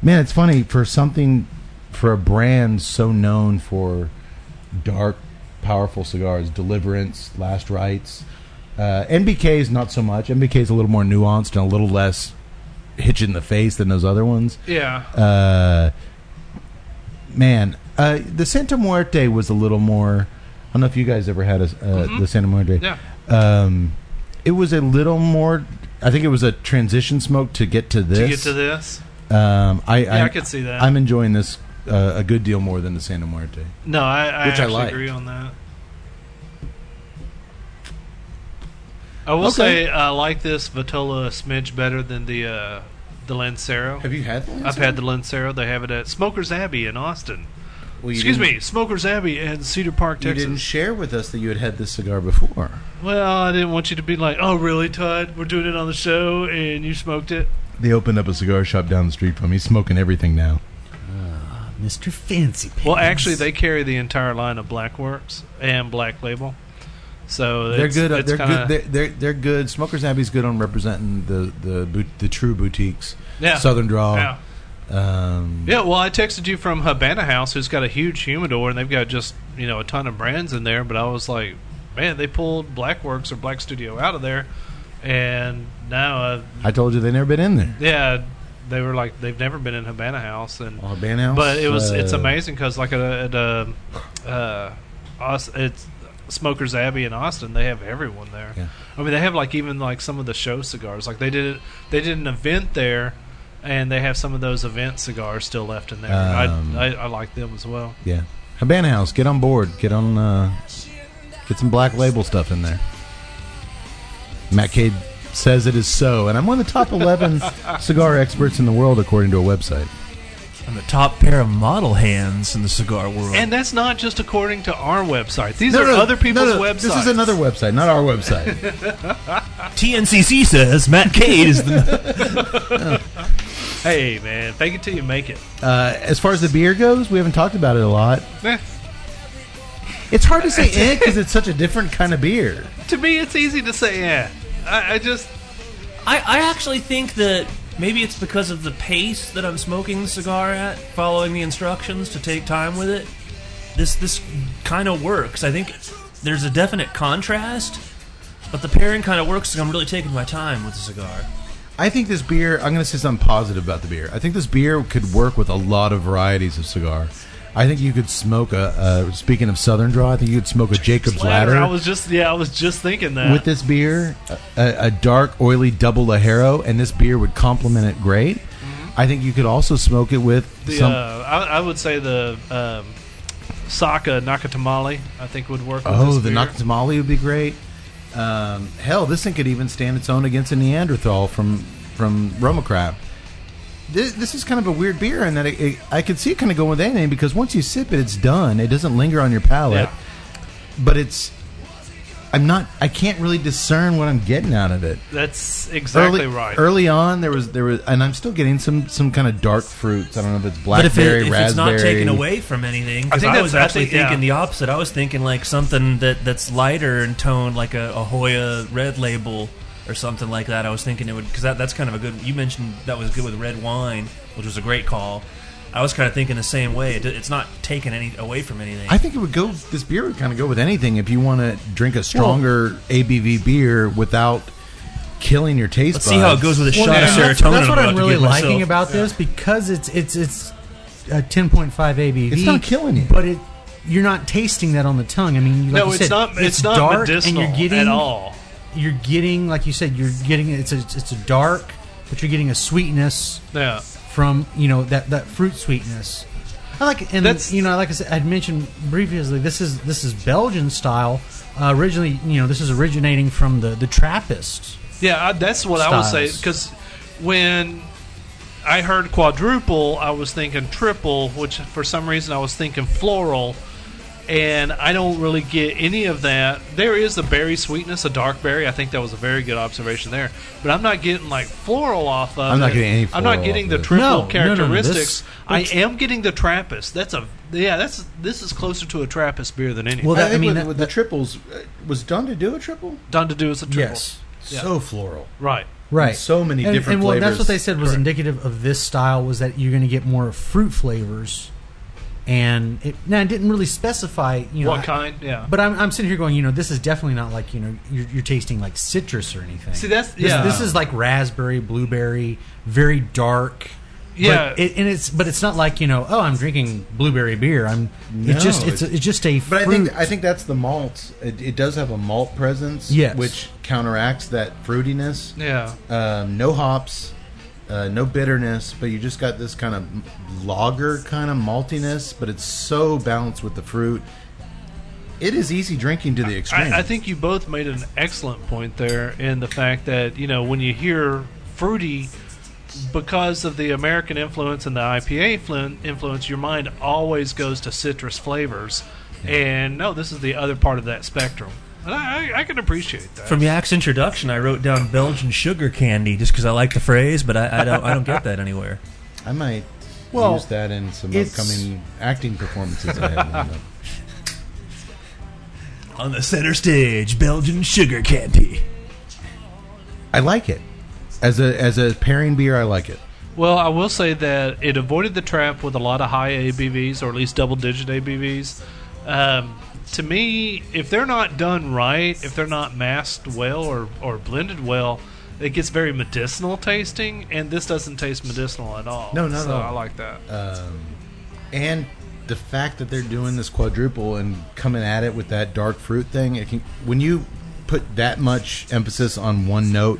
man, it's funny for something, for a brand so known for dark, powerful cigars, Deliverance, Last Rites. Uh, NBK is not so much. NBK is a little more nuanced and a little less hitch in the face than those other ones.
Yeah.
Uh, man, uh, the Santa Muerte was a little more. I don't know if you guys ever had a, uh, the Santa Muerte.
Yeah.
Um, it was a little more. I think it was a transition smoke to get to this.
To get to this,
Um, I,
yeah,
I,
I, could see that.
I'm enjoying this uh, a good deal more than the Santa Muerte.
no, I, I
Which I
actually
liked.
agree on that. I will
Okay.
say I like this Vitola a smidge better than the uh, the Lancero.
you had one?
I've had the Lancero. They have it at Smokers Abbey in Austin. Excuse me, Smokers Abbey in Cedar Park,
You
Texas.
didn't share with us that you had had this cigar before.
well, I didn't want you to be like, "Oh, really, Todd? We're doing it on the show, and you smoked it."
They opened up a cigar shop down the street from me, smoking everything now.
Mr. Fancy Pants.
Well, actually, they carry the entire line of Black Works and Black Label. So
They're
it's-
good. uh,
It's
they're
kinda,
good. They're, they're they're good. Smokers Abbey's good on representing the the boot, the true boutiques.
Yeah.
Southern Draw.
yeah.
Um,
Yeah, well, I texted you from Habana House, who's got a huge humidor, and they've got just you know a ton of brands in there. But I was like, man, they pulled Blackworks or Black Studio out of there, and now, uh,
I told you they never been in there.
yeah, they were like they've never been in Habana House, and
Oh, Ban House.
but it was it's
uh,
amazing because like at, a- at a, uh, Aus- it's Smokers Abbey in Austin, they have everyone there.
Yeah.
I mean, they have like even like some of the show cigars. Like they did they did an event there, and they have some of those event cigars still left in there.
Um,
I, I I like them as well.
Yeah, Habana House. Get on board. Get on. Uh, get some black label stuff in there. Matt Cade says it is so, and I'm one of the top (laughs) 11 cigar experts in the world according to a website.
I'm the top pair of model hands in the cigar world.
And that's not just according to our website. These
No,
are
no, no,
other people's
no, no,
websites.
This is another website, not our website.
TNCC says Matt Cade is (laughs) the.
Hey man, fake it till you make it.
(laughs) Uh, as far as the beer goes, we haven't talked about it a lot.
Eh,
It's hard to say eh because it's such a different kind of beer.
to me, it's easy to say yeah. I, I just
I, I actually think that maybe it's because of the pace that I'm smoking the cigar at, following the instructions to take time with it. This this kind of works. I think there's a definite contrast, but the pairing kind of works. So I'm really taking my time with the cigar.
I think this beer. I'm going to say something positive about the beer. I think this beer could work with a lot of varieties of cigar. I think you could smoke a. Uh, speaking of Southern draw, I think you could smoke a Jacob's
Ladder,
Ladder,
I was just yeah, I was just thinking that.
with this beer. A, a dark, oily double Lajero, and this beer would complement it great. I think you could also smoke it with
Mm-hmm. the,
some.
uh, I, I would say the um, Saka Nakatamale, I think would work. With
oh,
this
the
beer.
Nakatamale would be great. Um, hell, this thing could even stand its own against a Neanderthal from from Roma Crab. This, this is kind of a weird beer, and that it, it, I could see it kind of going with anything because once you sip it, it's done. It doesn't linger on your palate, but it's. I'm not. I can't really discern what I'm getting out of it.
That's exactly
early,
right.
Early on, there was there was, and I'm still getting some some kind of dark fruits. I don't know if it's
But if,
blackberry,
it, if
raspberry.
it's not taken away from anything, because
think
I,
that's-
was
I
actually
think- yeah.
thinking the opposite. I was thinking like something that, that's lighter in tone, like a, a Hoya Red Label or something like that. I was thinking it would because that, that's kind of a good. You mentioned that was good with red wine, which was a great call. I was kind of thinking the same way. It, it's not taking any away from anything.
I think it would go. This beer would kind of go with anything. If you want to drink a stronger ABV beer without killing your taste
Let's
buds.
see how it goes with a shot
yeah,
of serotonin.
that's, that's what
I'm,
I'm really liking
about.
about this because it's it's it's a 10.5 ABV.
It's not killing you.
but it you're not tasting that on the tongue. I mean, like
no,
you
it's
said,
not. It's, not
dark
medicinal
and you're getting
at all.
you're getting like you said you're getting it's a, it's a dark, but you're getting a sweetness
Yeah,
from you know that that fruit sweetness. I like and
That's-
you know like I said I'd mentioned previously this is this is Belgian style. Uh, originally, you know, this is originating from the the Trappists.
yeah. I, that's what I would say
Styles.
because when I heard quadruple, I was thinking triple, which for some reason I was thinking floral, and I don't really get any of that. There is a berry sweetness, a dark berry. I think that was a very good observation there, but I'm not getting like floral off of.
I'm not
it.
getting any
I'm not
floral
getting
off
the
of it.
triple
No, no, no, no,
characteristics.
this-
I am getting the Trappist. That's a yeah. That's this is closer to a Trappist beer than any.
Well, that, I, mean,
with,
that-
with the triples, uh, was done to do a triple.
Don to do is a triple.
yes,
So floral,
Right.
right.
So many
and,
different
and well,
flavors.
that's what they said was indicative of this style was that you're going to get more fruit flavors, and it, now it didn't really specify you know
what
I-
kind? Yeah.
But I'm, I'm sitting here going, you know, this is definitely not like you know you're, you're tasting like citrus or anything.
See, that's-
This-
yeah.
This, is like raspberry, blueberry, very dark.
Yeah.
but it, and it's but it's not like you know, oh, I'm drinking blueberry beer. I'm
No,
it's just it's, a, it's just a.
But I
fruit.
think I think that's the malt. It, it does have a malt presence,
Yes.
which counteracts that fruitiness.
yeah.
Um, no hops, uh, no bitterness, but you just got this kind of lager kind of maltiness, but it's so balanced with the fruit. It is easy drinking to the extreme.
I, I think you both made an excellent point there in the fact that you know when you hear fruity, because of the American influence and the IPA influ- influence, your mind always goes to citrus flavors. And no, this is the other part of that spectrum. And I, I, I can appreciate that.
From Yak's introduction, I wrote down Belgian sugar candy just because I like the phrase, but I, I don't. I don't get that anywhere.
I might
Well,
use that in some
it's-
upcoming acting performances I have. lined up.
On the center stage, Belgian sugar candy.
(laughs) I like it as a as a pairing beer. I like it.
Well, I will say that it avoided the trap with a lot of high ABVs, or at least double digit ABVs. Um, to me, if they're not done right, if they're not masked well or, or blended well, it gets very medicinal tasting, and this doesn't taste medicinal at all.
No, not at
so
all. Uh,
I like that.
and the fact that they're doing this quadruple and coming at it with that dark fruit thing it can when you put that much emphasis on one note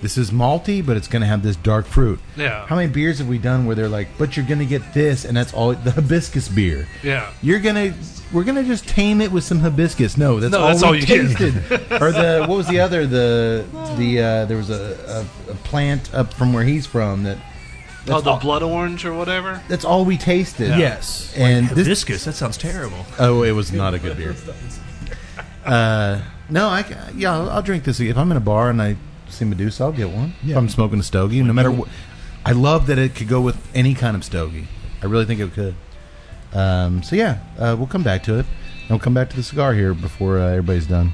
this is malty but it's going to have this dark fruit
Yeah.
how many beers have we done where they're like but you're going to get this and that's all the hibiscus beer
Yeah.
you're going to we're going to just tame it with some hibiscus no that's
No,
all
that's
we
all you get.
tasted
(laughs)
or the what was the other the the uh, there was a, a, a plant up from where he's from that
oh,
that's,
the
all,
blood orange or whatever?
that's all we tasted
yes,
and this
Hibiscus. That sounds terrible.
Oh, it was not a good (laughs) beer. Uh, no, I ca- yeah, I'll, I'll drink this if I'm in a bar and I see Medusa, I'll get one. If I'm smoking a stogie, no matter what, I love that it could go with any kind of stogie. I really think it could. Um, so yeah, uh, we'll come back to it. And we'll come back to the cigar here before uh, everybody's done.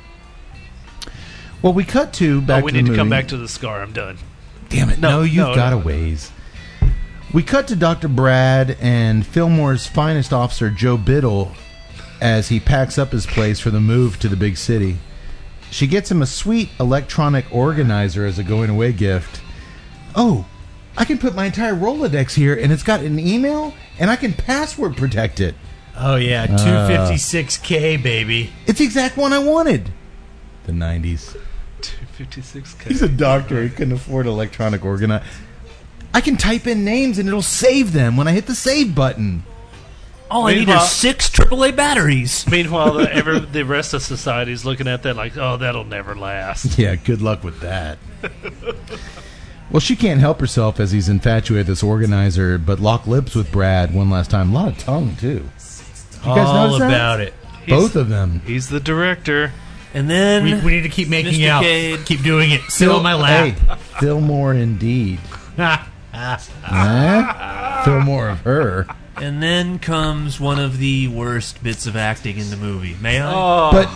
Well, we cut to
Oh,
back.
we
to
need
the
to come
movie.
back to the scar. I'm done. (laughs)
Damn it! No,
No,
you've
no,
got
no,
a
no.
ways. We cut to Dr. Brad and Fillmore's finest officer, Joe Biddle, as he packs up his place for the move to the big city. She gets him a sweet electronic organizer as a going away gift. Oh, I can put my entire Rolodex here and it's got an email and I can password protect it.
Oh yeah, 256k baby.
It's the exact one I wanted. The 90s.
256k.
He's a doctor. He couldn't afford electronic organize. I can type in names and it'll save them when I hit the save button.
All I need are
Meanwhile-
six AAA batteries.
Meanwhile, the, every, the rest of society's looking at that like, oh, that'll never last.
Yeah, good luck with
(laughs)
that. well, she can't help herself as he's infatuated with this organizer, but lock lips with Brad one last time. A lot of tongue too. You guys
All
notice that?
about it.
Both of them.
He's the director.
And then
We, we need to keep making
Mr.
out.
Cade.
Keep doing it. Sit on my lap.
Hey, Fillmore indeed. Huh? Fillmore of her.
and then comes one of the worst bits of acting in the movie. May I?
But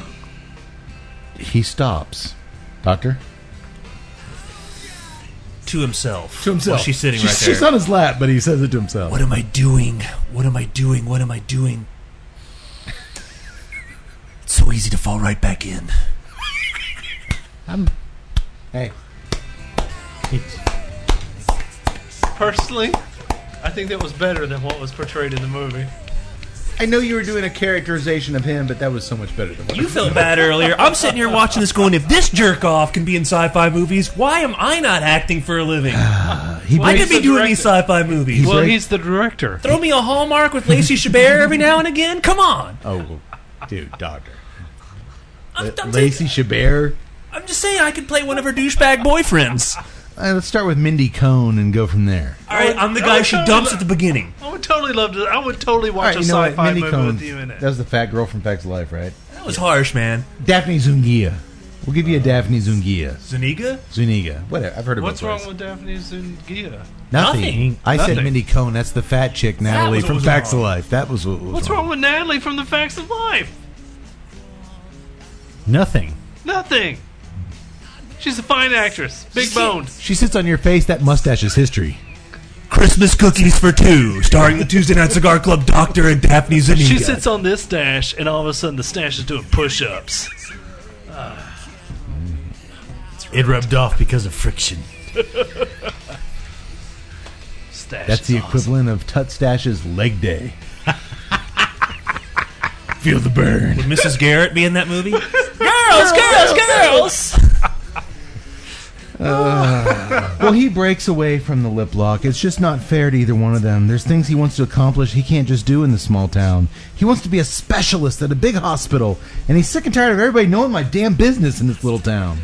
he stops. Doctor?
to himself.
To himself.
While she's sitting
She's-
right there.
She's on his lap, but he says it to himself.
what am I doing? What am I doing? What am I doing? It's so easy to fall right back in.
Hey.
Personally, I think that was better than what was portrayed in the movie.
I know you were doing a characterization of him, but that was so much better than what
You felt bad earlier. I'm sitting here watching this going, if this jerk off can be in sci fi movies, why am I not acting for a living?
he
I could
he's
be
the
doing these
director.
sci fi movies.
Well,
right.
he's the director.
Throw me a hallmark with Lacey Chabert every now and again. Come on.
Oh, dude, doctor.
I'm, I'm, just,
Lacey Chabert.
I'm just saying I could play one of her douchebag boyfriends.
Uh, let's start with Mindy Cohn and go from there.
All right, I'm the
I
guy
would
she
totally
dumps
lo-
at the beginning.
I would totally love to. I would totally watch a
you know what?
sci-fi
Mindy
movie
Cohn's-
with you in it.
That was the fat girl from Facts of Life, right?
That was harsh, man.
Daphne Zungia. We'll give you a Daphne Zungia.
Zuniga?
Zuniga. Whatever. I've heard of
What's wrong with Daphne Zuniga?
Nothing.
Nothing.
I said
Nothing.
Mindy Cohn. That's the fat chick, Natalie,
was what
from
was
Facts
wrong.
of Life. That was what was
What's wrong with Natalie from The Facts of Life?
Nothing.
Nothing. She's a fine actress, big boned.
She sits on your face. That mustache is history.
Christmas Cookies for Two, starring the Tuesday Night Cigar Club Doctor and Daphne Zuniga.
She sits on this stash, and all of a sudden the stash is doing push-ups.
Ah.
It rubbed off because of friction.
(laughs) Stash.
That's the equivalent of Tut Stash's leg day. Feel the burn.
Would Mrs. Garrett be in that movie? girls, girls, girls!
Well, he breaks away from the lip lock. It's just not fair to either one of them. There's things he wants to accomplish he can't just do in the small town. He wants to be a specialist at a big hospital, and he's sick and tired of everybody knowing my damn business in this little town.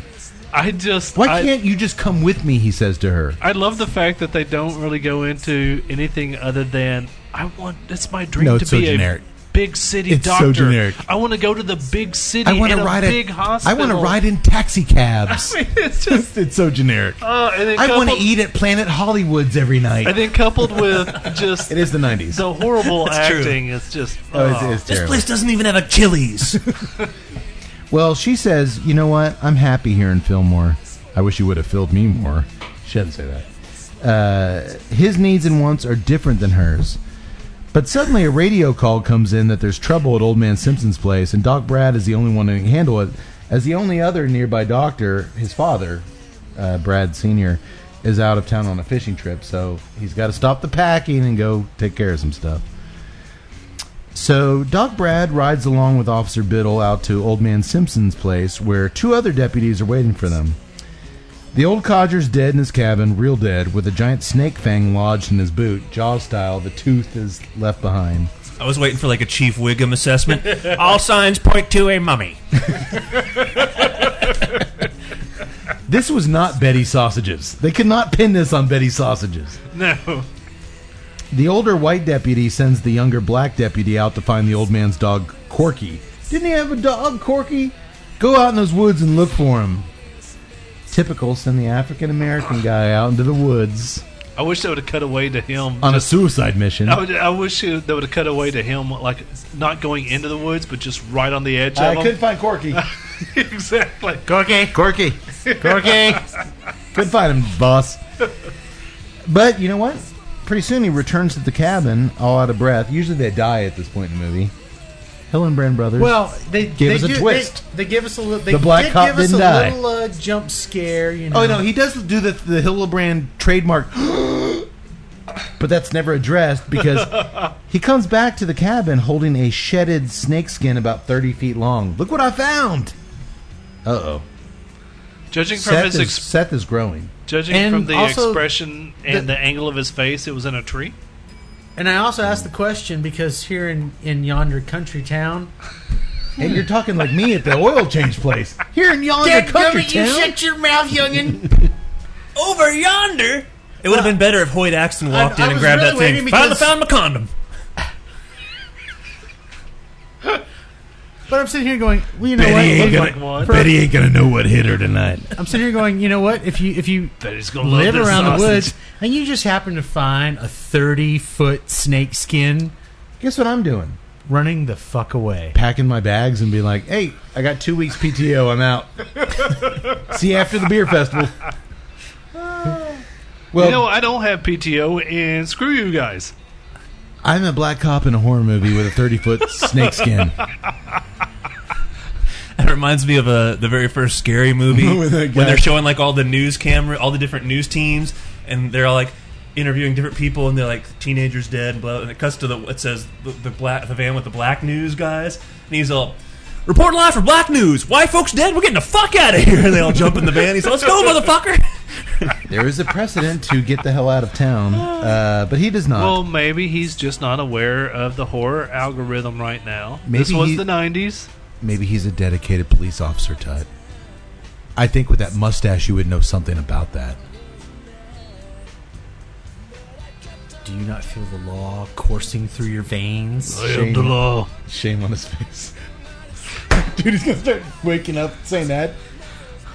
I just.
Why
I,
can't you just come with me? He says to her.
I love the fact that they don't really go into anything other than I want. It's my dream
No,
to
it's so
be
generic.
a big city
It's so
doctor.
generic.
I want to go to the big city.
I want
and
to ride
a
a-
big
I
hospital.
want to
(laughs)
ride in taxi cabs.
it's just.
it's so generic.
Uh, and then
I want to
coupled-
eat at Planet Hollywood's every
And
night.
then coupled
(laughs)
with just
It is the '90s.
the horrible
true.
acting, it's just.
Oh, it's-
oh.
it's
This
terrible.
place doesn't even have a Chili's.
Well, she says, you know what? I'm happy here in Fillmore. I wish you would have filled me more. She doesn't say that. Uh, his needs and wants are different than hers. But suddenly a radio call comes in that there's trouble at Old Man Simpson's place, and Doc Brad is the only one who can handle it. As the only other nearby doctor, his father, uh, Brad Sr., is out of town on a fishing trip, so he's got to stop the packing and go take care of some stuff. So Doc Brad rides along with Officer Biddle out to Old Man Simpson's place, where two other deputies are waiting for them. The old codger's dead in his cabin, real dead, with a giant snake fang lodged in his boot, jaw style. The tooth is left behind.
I was waiting for like a Chief Wiggum assessment. All signs point to a mummy.
This was not Betty sausages. They could not pin this on Betty sausages.
No.
The older white deputy sends the younger black deputy out to find the old man's dog, Corky. Didn't he have a dog, Corky? Go out in those woods and look for him. Typical, send the African American guy out into the woods
I wish they would have cut away to him.
on a suicide mission.
I, would, I wish they would have cut away to him, like not going into the woods, but just right on the edge
I
of
couldn't
them.
find Corky.
(laughs) exactly.
Corky. Corky. (laughs) Corky. Couldn't find him, boss. But you know what? Pretty soon he returns to the cabin, all out of breath. Usually they die at this point in the movie. Hillenbrand
(laughs)
Brothers.
Well, they
Gave
they
us a
do,
twist.
They, they give us a little. They
The black
did
cop
give us
didn't
a
die.
little uh, jump scare. You know.
oh no, he does do the the Hillenbrand trademark, (gasps) but that's never addressed because he comes back to the cabin holding a shedded snakeskin about thirty feet long. Look what I found. Uh oh.
Judging from
Seth
his
is,
ex-
Seth is growing.
judging
and
from the
also
expression and the angle of his face, it was in a tree.
And I also asked the question because here in in yonder country town,
Hey, you're talking like me at the oil change place. Here in yonder country town.
your mouth, youngin.
Over yonder. It would have been better if Hoyt Axton walked
I- I
in and
was
grabbed
really
that thing.
waiting
Finally
because-
found my condom.
(laughs) But I'm sitting here going, well, you know what?
Like one.
Betty ain't gonna know what hit her tonight.
I'm sitting here going, you know what? If you if you
That he's gonna
live
love this
around the
sausage.
woods and you just happen to find a 30 foot snake skin,
Guess what I'm doing?
running the fuck away.
packing my bags and being like, "Hey, I got two weeks PTO. I'm
(laughs)
out. See you after the beer
(sighs)
festival." Well,
You know, I don't have PTO, and screw you guys.
I'm a black cop in a horror movie with a 30 foot snake skin
(laughs) That reminds me of uh, the very first scary movie
(laughs) With that guy.
when they're showing like all the news camera, all the different news teams, and they're all like interviewing different people, and they're like teenagers dead, and blah, and it cuts to the it says the, the black the van with the black news guys, and he's all. Report live for Black News. White folks dead. We're getting the fuck out of here. (laughs) And they all jump in the van. He's like, "Let's go, motherfucker."
There is a precedent to get the hell out of town, uh, but he does not.
Well, maybe he's just not aware of the horror algorithm right now. this
Maybe
was
he-
the '90s.
Maybe he's a dedicated police officer type. I think with that mustache, you would know something about that.
Do you not feel the law coursing through your veins?
Oh,
Shame,
law.
shame on his face. (laughs) Dude, he's gonna start waking up saying that.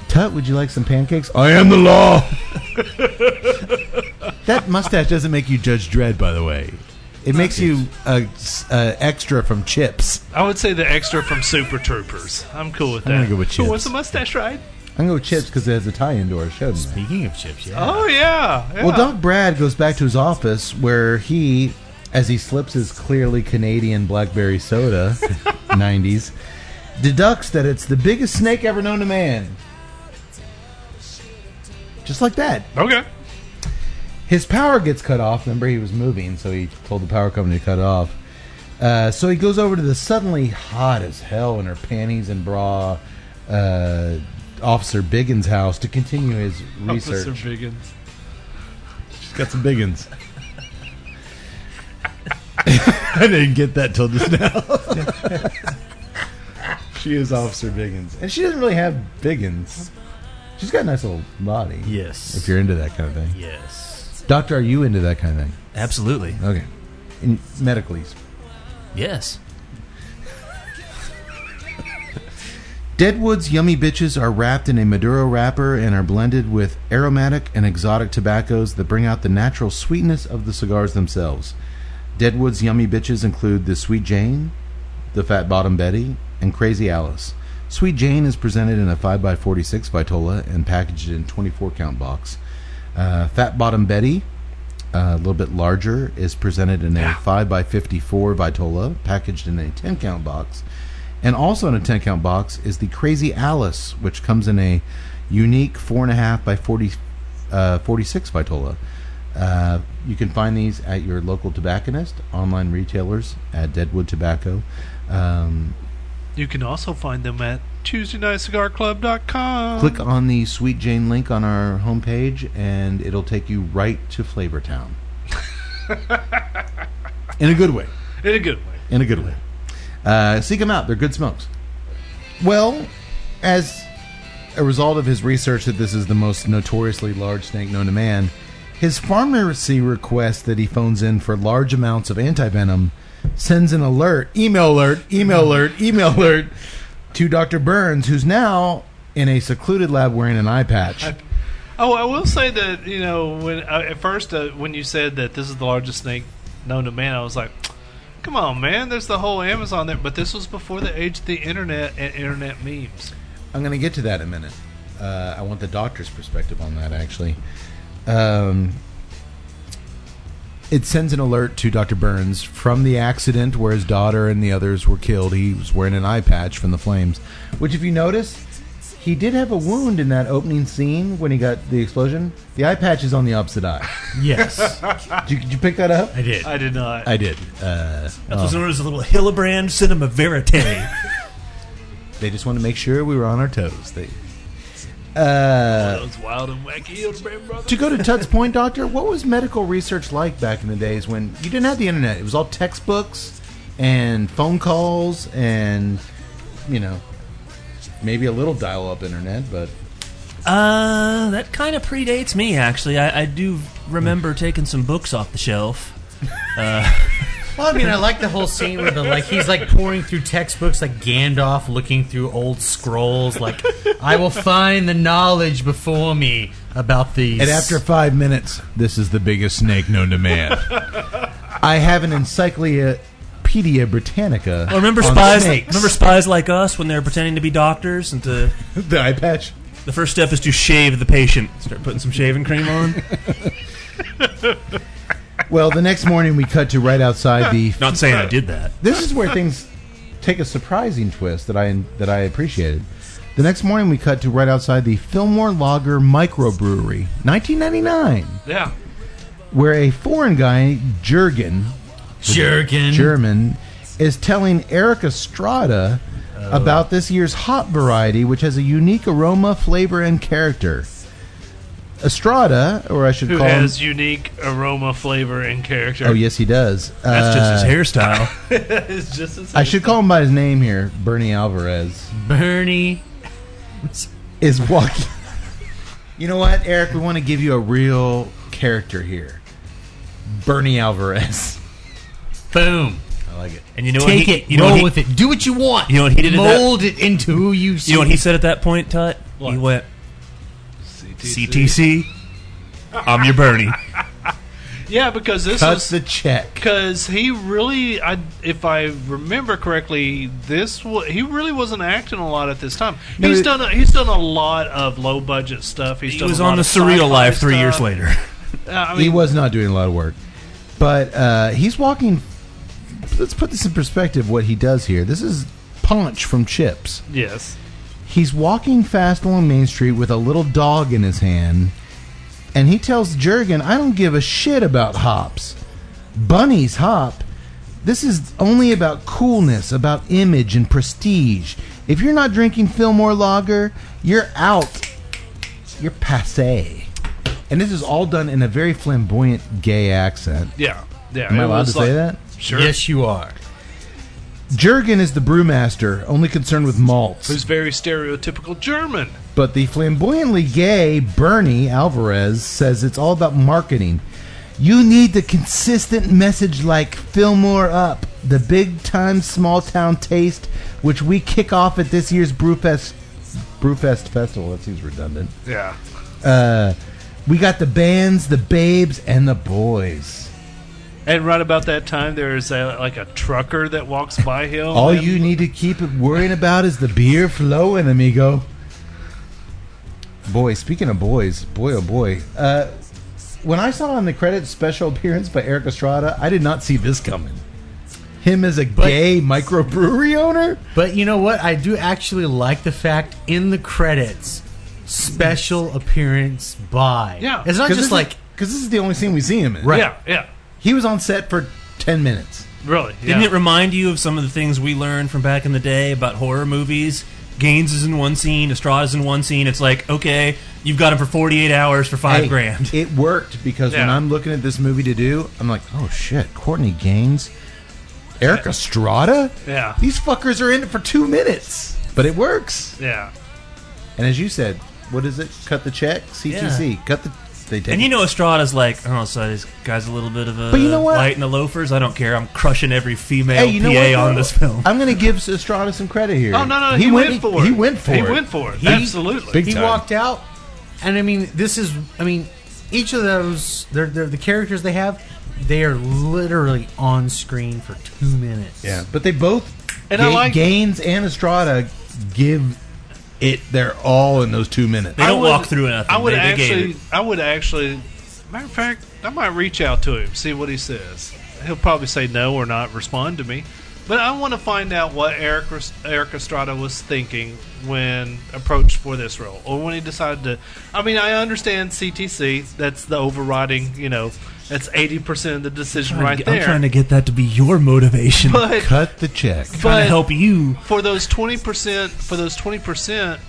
Tut, would you like some pancakes? I am the law. (laughs) that mustache doesn't make you Judge Dredd, by the way. It makes you uh, s- uh, extra from Chips.
I would say the extra from Super Troopers. I'm cool with that.
I'm gonna go with
Who wants
chips.
a mustache ride?
I'm gonna go with Chips because it has a tie-in door. Showed me.
Speaking of chips, yeah.
Oh yeah. yeah.
Well, Doc Brad goes back to his office where he, as he slips his clearly Canadian blackberry
(laughs)
soda, 90s, deducts that it's the biggest snake ever known to man. Just like that.
Okay.
His power gets cut off. Remember, he was moving, so he told the power company to cut it off. Uh, so he goes over to the suddenly hot as hell in her panties and bra uh, Officer Biggins' house to continue his research.
Officer Biggins.
Got some big ones. (laughs) I didn't get that till just now. (laughs) she is Officer Biggins. And she doesn't really have Biggins. She's got a nice little body.
Yes.
If you're into that kind of thing.
Yes.
Doctor, are you into that kind of thing?
(laughs) Absolutely.
Okay. In, medically.
Yes.
Deadwood's yummy bitches are wrapped in a Maduro wrapper and are blended with aromatic and exotic tobaccos that bring out the natural sweetness of the cigars themselves. Deadwood's yummy bitches include the Sweet Jane, the Fat Bottom Betty, and Crazy Alice. Sweet Jane is presented in a 5x46 Vitola and packaged in 24 count box. Uh, Fat Bottom Betty, uh, a little bit larger, is presented in a 5x54 Vitola packaged in a 10 count box. And also in a 10 count box is the Crazy Alice, which comes in a unique 4.5 by 40, uh, 46 Vitola. Uh, you can find these at your local tobacconist, online retailers, at Deadwood Tobacco. Um,
You can also find them at TuesdayNightCigarClub.com.
click on the Sweet Jane link on our homepage, and it'll take you right to Flavor Town. in a good way.
in a good way.
In a good way. Uh, seek them out. They're good smokes. Well, as a result of his research that this is the most notoriously large snake known to man, his pharmacy request that he phones in for large amounts of antivenom sends an alert, email alert, email alert, email alert to Dr. Burns, who's now in a secluded lab wearing an eye patch.
Oh, I will say that you know when uh, at first uh, when you said that this is the largest snake known to man, I was like, "Come on, man! There's the whole Amazon there." But this was before the age of the internet and internet memes.
I'm going to get to that in a minute. Uh, I want the doctor's perspective on that, actually. Um, it sends an alert to Dr. Burns from the accident where his daughter and the others were killed. He was wearing an eye patch from the flames, which, if you notice, he did have a wound in that opening scene when he got the explosion. The eye patch is on the opposite eye.
Yes,
(laughs) Did you, did you pick that up?
I did.
I did not.
I did. Uh,
That's what's known as a little Hillebrand cinema verite.
they just wanted to make sure we were on our toes. They. Uh,
that was wild and wacky, Hildebrand brother.
to go to Tut's point, Doctor, what was medical research like back in the days when you didn't have the internet? It was all textbooks and phone calls and, you know, maybe a little dial up internet, but
(laughs) Uh, that kind of predates me, actually. I, I do remember taking some books off the shelf.
Well, I mean, I like the whole scene where the like he's like pouring through textbooks, like Gandalf looking through old scrolls, like I will find the knowledge before me about these.
And after five minutes,
This is the biggest snake known to man.
(laughs) I have an encyclopedia Britannica.
Oh,
I remember
on
spies.
snakes.
Remember spies like us when they're pretending to be doctors and to.
the eye patch.
The first step is to shave the patient. Start putting some shaving cream on.
Well, the next morning we cut to right outside
(laughs)
the.
(laughs) Not saying I did that.
This is where things take a surprising twist that I that I appreciated. The next morning, we cut to right outside the Fillmore Lager Microbrewery, 1999,
Yeah.
where a foreign guy, Jurgen,
Mm-hmm.
Jerkin.
German, is telling Eric Estrada
Oh.
about this year's hop variety, which has a unique aroma, flavor, and character. Estrada, or I should
Who
call
has
him.
unique aroma, flavor, and character.
Oh, yes, he does.
That's
Uh,
just his hairstyle.
It's just as
I should call him by his name here, Bernie Alvarez.
(laughs) Bernie.
is walking. (laughs) You know what, Eric? We want to give you a real character here, Bernie Alvarez.
Boom.
I like it.
And you know
Take
what? He,
it.
you know
roll
what he,
with it. Do what you want.
You know what he did at that-
Mold it into who you.
you know what he said at that point, Tut? He went CTC. I'm your Bernie.
Yeah, because this
Cut
is
the check.
because he really, I, if I remember correctly, this wa- he really wasn't acting a lot at this time.
No,
he's
it-
done a, he's done a lot of low budget stuff. He's
He
done
was
a lot
on the
of
surreal
sci-fi
life three years
stuff.
later.
Uh, I mean,
He was not doing a lot of work, but uh, he's walking. Let's put this in perspective. What he does here. This is Punch from Chips.
yes,
He's walking fast along Main Street with a little dog in his hand, and he tells Jurgen, I don't give a shit about hops. Bunnies hop. This is only about coolness, about image and prestige. If you're not drinking Fillmore Lager, you're out. You're passe. And this is all done in a very flamboyant gay accent.
yeah, yeah.
Am I
it
allowed
was
to say
like-
that?
Sure.
Yes, you are.
Jurgen is the brewmaster, only concerned with malts.
Who's very stereotypical German?
But the flamboyantly gay Bernie Alvarez says it's all about marketing. You need the consistent message like Fillmore Up, the big time small town taste, which we kick off at this year's Brewfest Brewfest Festival. That seems redundant.
Yeah.
Uh, we got the bands, the babes, and the boys.
And right about that time, there is a, like a trucker that walks by him.
All
and-
you need to keep worrying about is the beer flowing, amigo. Boy, speaking of boys, boy oh boy. Uh, when I saw in the credits special appearance by Eric Estrada, I did not see this coming. Him as a gay microbrewery owner?
But you know what? I do actually like the fact in the credits, special appearance by.
Yeah.
It's not just like
Because this is the only scene we see him in.
Right.
Yeah, yeah.
He was on set for 10 minutes.
Really?
Didn't
yeah.
it remind you of some of the things we learned from back in the day about horror movies? Gaines is in one scene, Estrada's in one scene. It's like, okay, you've got him for 48 hours for five
Hey,
grand.
It worked because when
Yeah.
I'm looking at this movie to do, I'm like, oh shit, Courtney Gaines, Eric Estrada?
Yeah.
These fuckers are in it for two minutes. But it works.
yeah.
And as you said, what is it? Cut the check? CTC. Cut the. They take
And
it.
you know, Estrada's like, oh, so this guy's a little bit of a
But you know what?
light in the loafers. I don't care. I'm crushing every female
Hey, you
PA
know what,
on
though?
this film.
I'm going to give Estrada some credit here.
Oh no, no, he, went, for it.
He went for
He
it.
went for it.
He-
Absolutely.
Big
he
time.
walked out, and I mean, this is. I mean, each of those, they're, they're the characters they have. They are literally on screen for two minutes.
Yeah, but they both.
And I
Ga-
like-
Gaines and Estrada give it their all in those two minutes.
They don't
I would-
walk through nothing.
I would
They- they gave
actually,
it.
I would actually Matter of fact, I might reach out to him, see what he says. He'll probably say no or not respond to me. But I want to find out what Eric, Res- Eric Estrada was thinking when approached for this role, or when he decided to. I mean, I understand CTC. That's the overriding, you know, that's 80% of the decision right there.
I'm trying to get that to be your motivation.
but,
Cut the check.
trying
but-
to help you.
for those twenty percent for those twenty percent,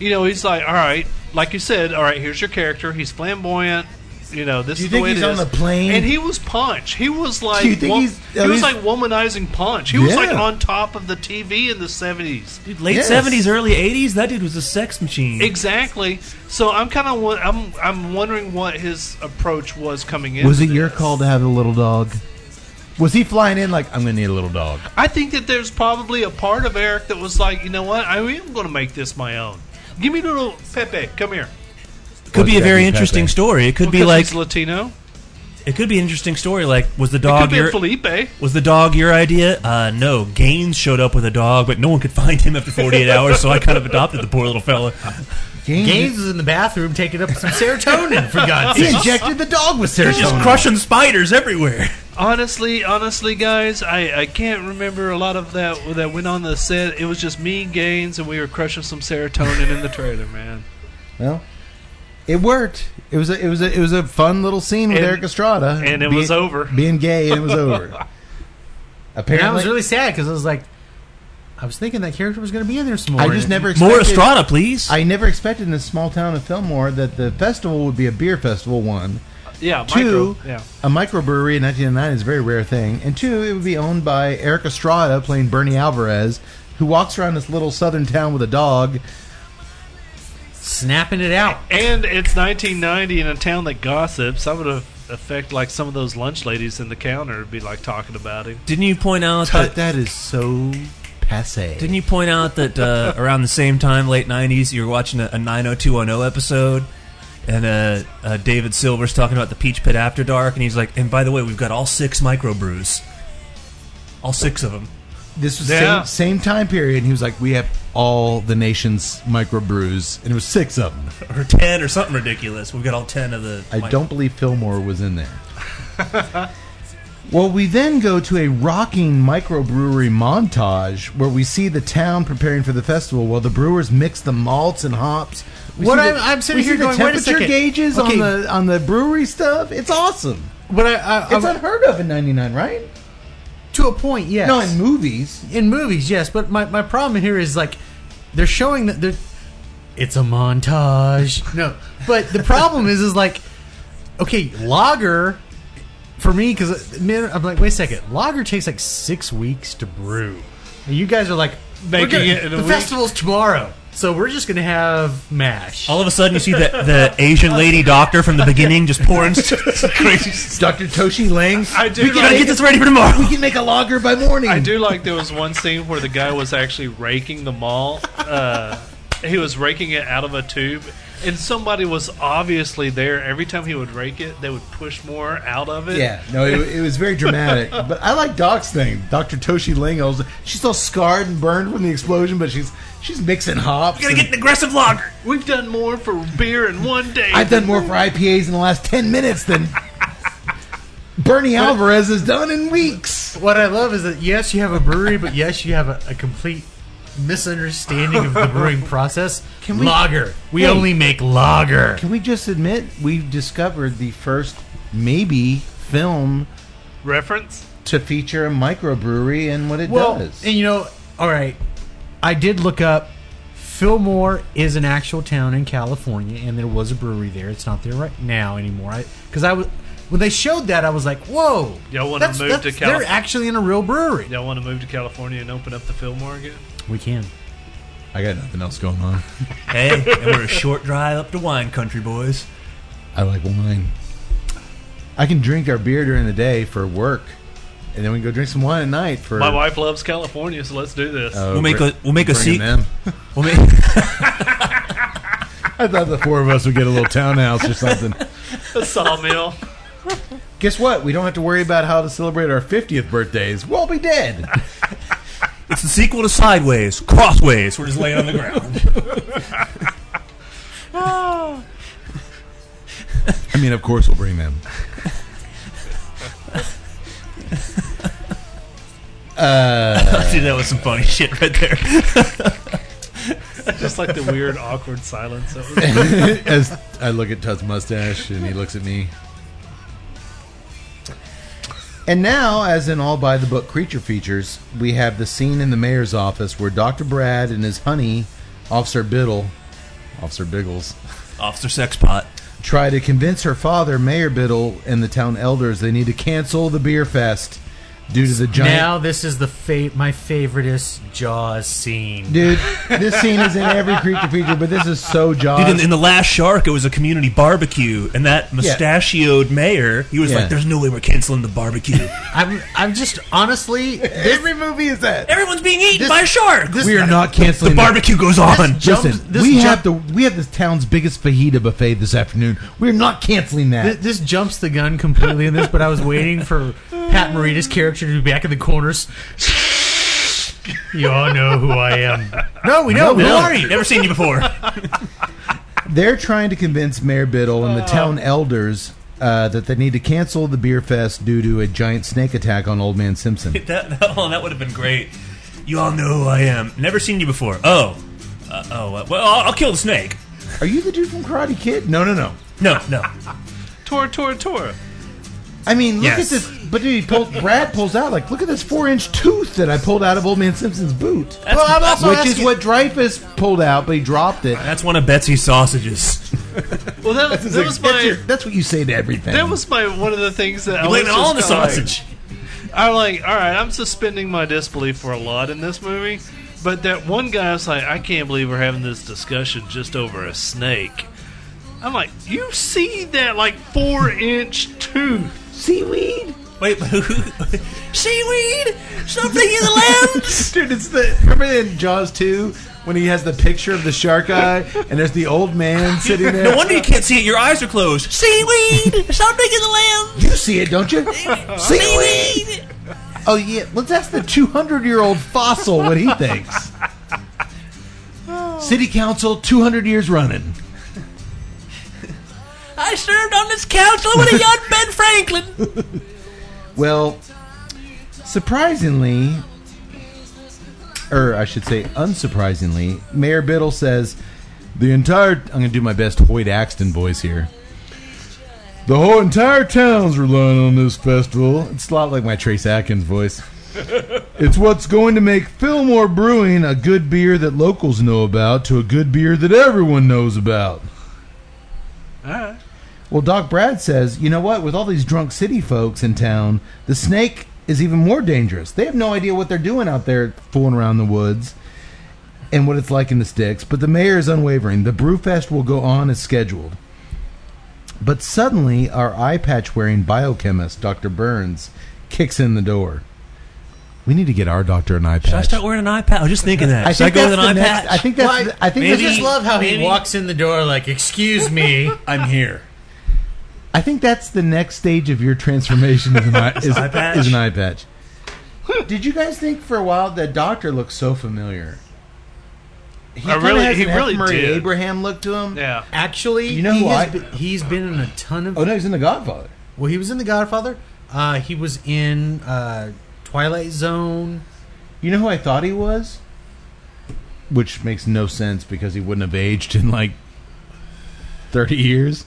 you know, he's like, all right, like you said, all right, here's your character. He's flamboyant. You know, this
Do you
is
think
the way it
he's on
is.
the plane?
And he was punch. He was like,
you think
wo-
he's-
he
I mean-
was like womanizing punch. He was like
Yeah.
on top of the TV in the seventies.
Dude, late
Yes.
70s, early 80s, that dude was a sex machine.
Exactly. So I'm kind of I'm I'm wondering what his approach was coming in.
Was it your call to have a little dog? Was he flying in like I'm gonna need a little dog?
I think that there's probably a part of Eric that was like, you know what, I am going to make this my own. Give me little Pepe. Come here.
could be a
That'd
very
be
interesting
Pepe.
story. It could be
Because
like
he's Latino.
it could be an interesting story. Like was the
It could
dog
be
your
Felipe.
was the dog your idea? Uh, no, Gaines showed up with a dog, but no one could find him after (laughs) 48 hours, so I kind of adopted the poor little fella.
Gaines is in the bathroom taking up some serotonin,
(laughs)
for God's
He
sake.
injected the dog with serotonin.
Just crushing spiders everywhere.
Honestly, honestly, guys, I, I can't remember a lot of that that went on the set. It was just me, Gaines, and we were crushing some serotonin in the trailer, man.
Well, it worked. It was a it was a it was a fun little scene with
And-
Eric Estrada,
and it
Be-
was over.
Being gay, and it was
(laughs)
over.
And I
Apparently,
was really sad because I was like, I was thinking that character was going to be in there some more.
I just never expected,
More Estrada, please.
I never expected in this small town of Fillmore that the festival would be a beer festival. One,
Yeah,
Two.
micro. Yeah,
a microbrewery in 1909 is a very rare thing, and two, it would be owned by Eric Estrada playing Bernie Alvarez, who walks around this little southern town with a dog.
snapping it out.
and it's 1990 in a town that gossips. I would have affect like some of those lunch ladies in the counter would be like talking about him.
didn't you point out that
But that is so passe.
Didn't you point out that (laughs) uh, around the same time, late '90s, you were watching a, oh a 90210 episode, and uh, uh, David Silver's talking about the Peach Pit After Dark, and he's like, "And by the way, we've got all six microbrews, all six of them."
This was
Yeah.
same, same time period. And he was like, "We have all the nation's microbrews," and it was six of them.
Or ten, or something ridiculous. We've got all ten of the.
I
mic-
don't believe Fillmore was in there. well, we then go to a rocking microbrewery montage where we see the town preparing for the festival while the brewers mix the malts and hops. We
What
see
I'm- I'm sitting
we
here
see the
going, wait a
temperature
second.
gauges
Okay.
on the on the brewery stuff. It's awesome.
But I, I,
It's
I-
unheard of in '99, right?
to a point, yes.
No, in movies.
in movies, yes. But my, my problem here is like they're showing that they're it's a montage. No, but the problem is is like okay, lager for me because I'm like wait a second, lager takes like six weeks to brew. And you guys are like we're
Making
gonna-
it in a
the
week.
festival's tomorrow, so we're just gonna have mash.
All of a sudden, you see the, the Asian lady doctor from the beginning just pouring (laughs) crazy. stuff.
Dr. Toshi Lang.
I do.
We gotta
like-
get this ready for tomorrow. (laughs)
We can make a lager by morning.
I do like there was one scene where the guy was actually raking the mall. Uh, he was raking it out of a tube, and somebody was obviously there. Every time he would rake it, they would push more out of it.
Yeah, no, it, it was very
(laughs)
dramatic. but I like Doc's thing. Dr. Toshi Ling, I was- she's all scarred and burned from the explosion, but she's she's mixing hops.
We're gonna
and-
get an aggressive lager.
We've done more for beer in one day.
I've done more for IPAs in the last 10 minutes
(laughs)
than Bernie Alvarez has done in weeks.
What I love is that yes, you have a brewery, but yes, you have a, a complete misunderstanding of the brewing process.
Can we-
lager. We
Hey.
only make lager.
Can we just admit we've discovered the first, maybe, film
reference.
to feature a microbrewery and what it
Well,
does?
and you know, all right, I did look up. Fillmore is an actual town in California, and there was a brewery there. It's not there right now anymore. I because I was when they showed that, I was like, "Whoa,
Y'all wanna
that's-
move
that's-
to Calif-
They're actually in a real brewery.
Y'all want to move to California and open up the Fillmore again?
We can.
I got nothing else going on.
Hey, and we're a short drive up to wine country, boys.
I like wine. I can drink our beer during the day for work, and then we can go drink some wine at night for.
My wife loves California, so let's do this.
Oh,
We'll make
br-
a- we'll make a
bring
seat- (laughs)
them in.
Well, maybe-
I thought the four of us would get a little townhouse or something.
A sawmill.
(laughs) Guess what? We don't have to worry about how to celebrate our fiftieth birthdays. We'll all be dead. (laughs)
It's the sequel to Sideways, Crossways. We're just laying on
(laughs)
the ground.
I mean, of course, we'll bring them.
Dude, that was some funny shit right there.
Just like the weird, awkward silence. That was
(laughs)
(laughs)
As I look at Tut's mustache and he looks at me.
And now, as in all by the book creature features, we have the scene in the mayor's office where Dr. Brad and his honey, Officer Biddle, Officer Biggles,
Officer Sexpot.
try to convince her father, Mayor Biddle, and the town elders they need to cancel the beer fest due to the giant.
Now this is the fa- my favoriteest Jaws scene.
Dude, this scene is in every creature feature, but this is so Jaws.
Dude, in, in the last shark, it was a community barbecue, and that mustachioed mayor, he was
Yeah.
like, "There's no way we're canceling the barbecue.
(laughs)
I'm I'm just honestly
every movie is that.
Everyone's being eaten
This-
by a shark.
we are not canceling
the barbecue goes on."
Listen,
jumps- this
we
jump-
have the we have this town's biggest fajita buffet this afternoon. We're not canceling that.
Th- This jumps the gun completely in this, but I was waiting for Pat Morita's character to be back in the corners. (laughs) You all know who I am. No, we know.
No, we
who
don't.
are you?
Never seen you (laughs) before.
They're trying to convince Mayor Biddle and the town elders uh, that they need to cancel the beer fest due to a giant snake attack on Old Man
(laughs)
Simpson.
that, that, oh, that would have been great. You all know who I am. Never seen you before. Oh, uh, oh. Uh, well, I'll, I'll kill the snake.
Are you the dude from Karate Kid? No, no, no.
No, no.
Tora, Tora, Tora.
I mean, look
Yes.
at this. But dude, he pulled, Brad pulls out like, look at this four-inch tooth that I pulled out of Old Man Simpson's boot,
Well, I'm also
which is
asking-
what Dreyfus pulled out, but he dropped it.
That's one of Betsy's sausages.
Well, that, that was
That's, your-
my.
that's what you say to everything.
That was my one of the things that I was
Blame it
just
all on the
kinda like-
sausage.
I'm like, all right, I'm suspending my disbelief for a lot in this movie, but that one guy's like, I can't believe we're having this discussion just over a snake. I'm like, you see that like four inch tooth?
seaweed.
Wait, but who? Seaweed? Something in the land?
Dude, it's the remember in Jaws two when he has the picture of the shark eye and there's the old man sitting there.
No wonder you can't see it. Your eyes are closed. Seaweed! Something in the land!
You see it, don't you? Seaweed. Oh yeah, let's ask the 200 year old fossil what he thinks. City council, 200 years running.
I served on this council with a young Ben Franklin!
Well, surprisingly, or I should say, unsurprisingly, Mayor Biddle says the entire. I'm going to do my best Hoyt Axton voice here. The whole entire town's relying on this festival. It's a lot like my Trace Atkins voice. it's what's going to make Fillmore Brewing a good beer that locals know about to a good beer that everyone knows about. Well, Doc Brad says, you know what? With all these drunk city folks in town, the snake is even more dangerous. They have no idea what they're doing out there fooling around the woods and what it's like in the sticks. But the mayor is unwavering. The Brewfest will go on as scheduled. But suddenly, our eye patch wearing biochemist, Dr. Burns, kicks in the door. We need to get our doctor an eye patch.
wearing an iPad? I was just thinking that.
I think that's the next. I think that's.
Why-
the- I think
I
that's
just
the-
love how he
maybe-
walks in the door like, "Excuse me."
I'm here.
I think that's the next stage of your transformation is an eye, is,
Eye patch?
is an eye patch. Did you guys think for a while that doctor looked so familiar? He
I
kinda
really-
has
he
an F.
really
Murray
did.
Abraham look to him.
Yeah.
Actually,
You know
he
who
has
I-
been, he's been in a ton of.
Oh no, he's in The Godfather.
Well, he was in The Godfather. Uh, he was in uh, Twilight Zone.
You know who I thought he was? Which makes no sense because he wouldn't have aged in like thirty years.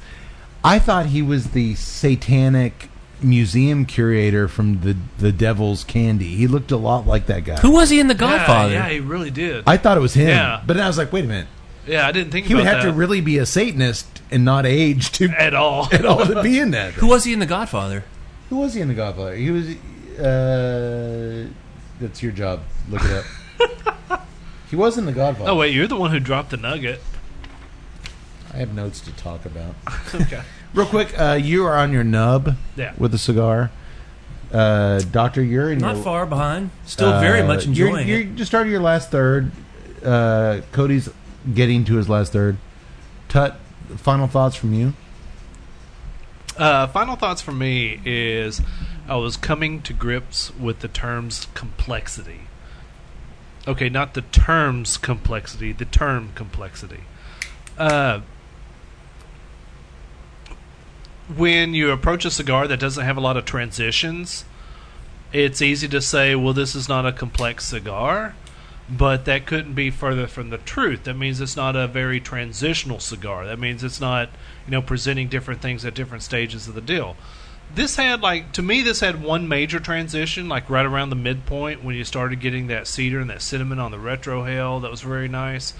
I thought he was the satanic museum curator from the the Devil's Candy. He looked a lot like that guy.
was he in The
Yeah, yeah, he really did.
I thought it was him.
Yeah.
But then I was like, wait a minute.
yeah, I didn't think
He
about
would have
that
to really be a Satanist and not age to
(laughs)
(laughs)
at all.
at all to be in that.
Who was he in The Godfather?
Who was he in The Godfather? He was. Uh, that's your job. Look it up.
(laughs)
he was in The Godfather.
Oh wait, you're the one who dropped the nugget.
(laughs) I have notes to talk about.
Okay.
Real quick, uh, you are on your nub
Yeah.
with a cigar. Uh, Doctor, you're in
Not
your,
far behind. Still very
uh,
much
you're-
enjoying
You're,
it.
just starting your last third. Uh, Cody's getting to his last third. Tut, final thoughts from you?
Uh, final thoughts for me is I was coming to grips with the terms complexity. Okay, not the terms complexity, the term complexity. Uh, when you approach a cigar that doesn't have a lot of transitions, it's easy to say, well, this is not a complex cigar, but that couldn't be further from the truth. That means it's not a very transitional cigar. That means it's not, you know, presenting different things at different stages of the deal. This had, like, to me, this had one major transition, like right around the midpoint when you started getting that cedar and that cinnamon on the retro hail. That was very nice.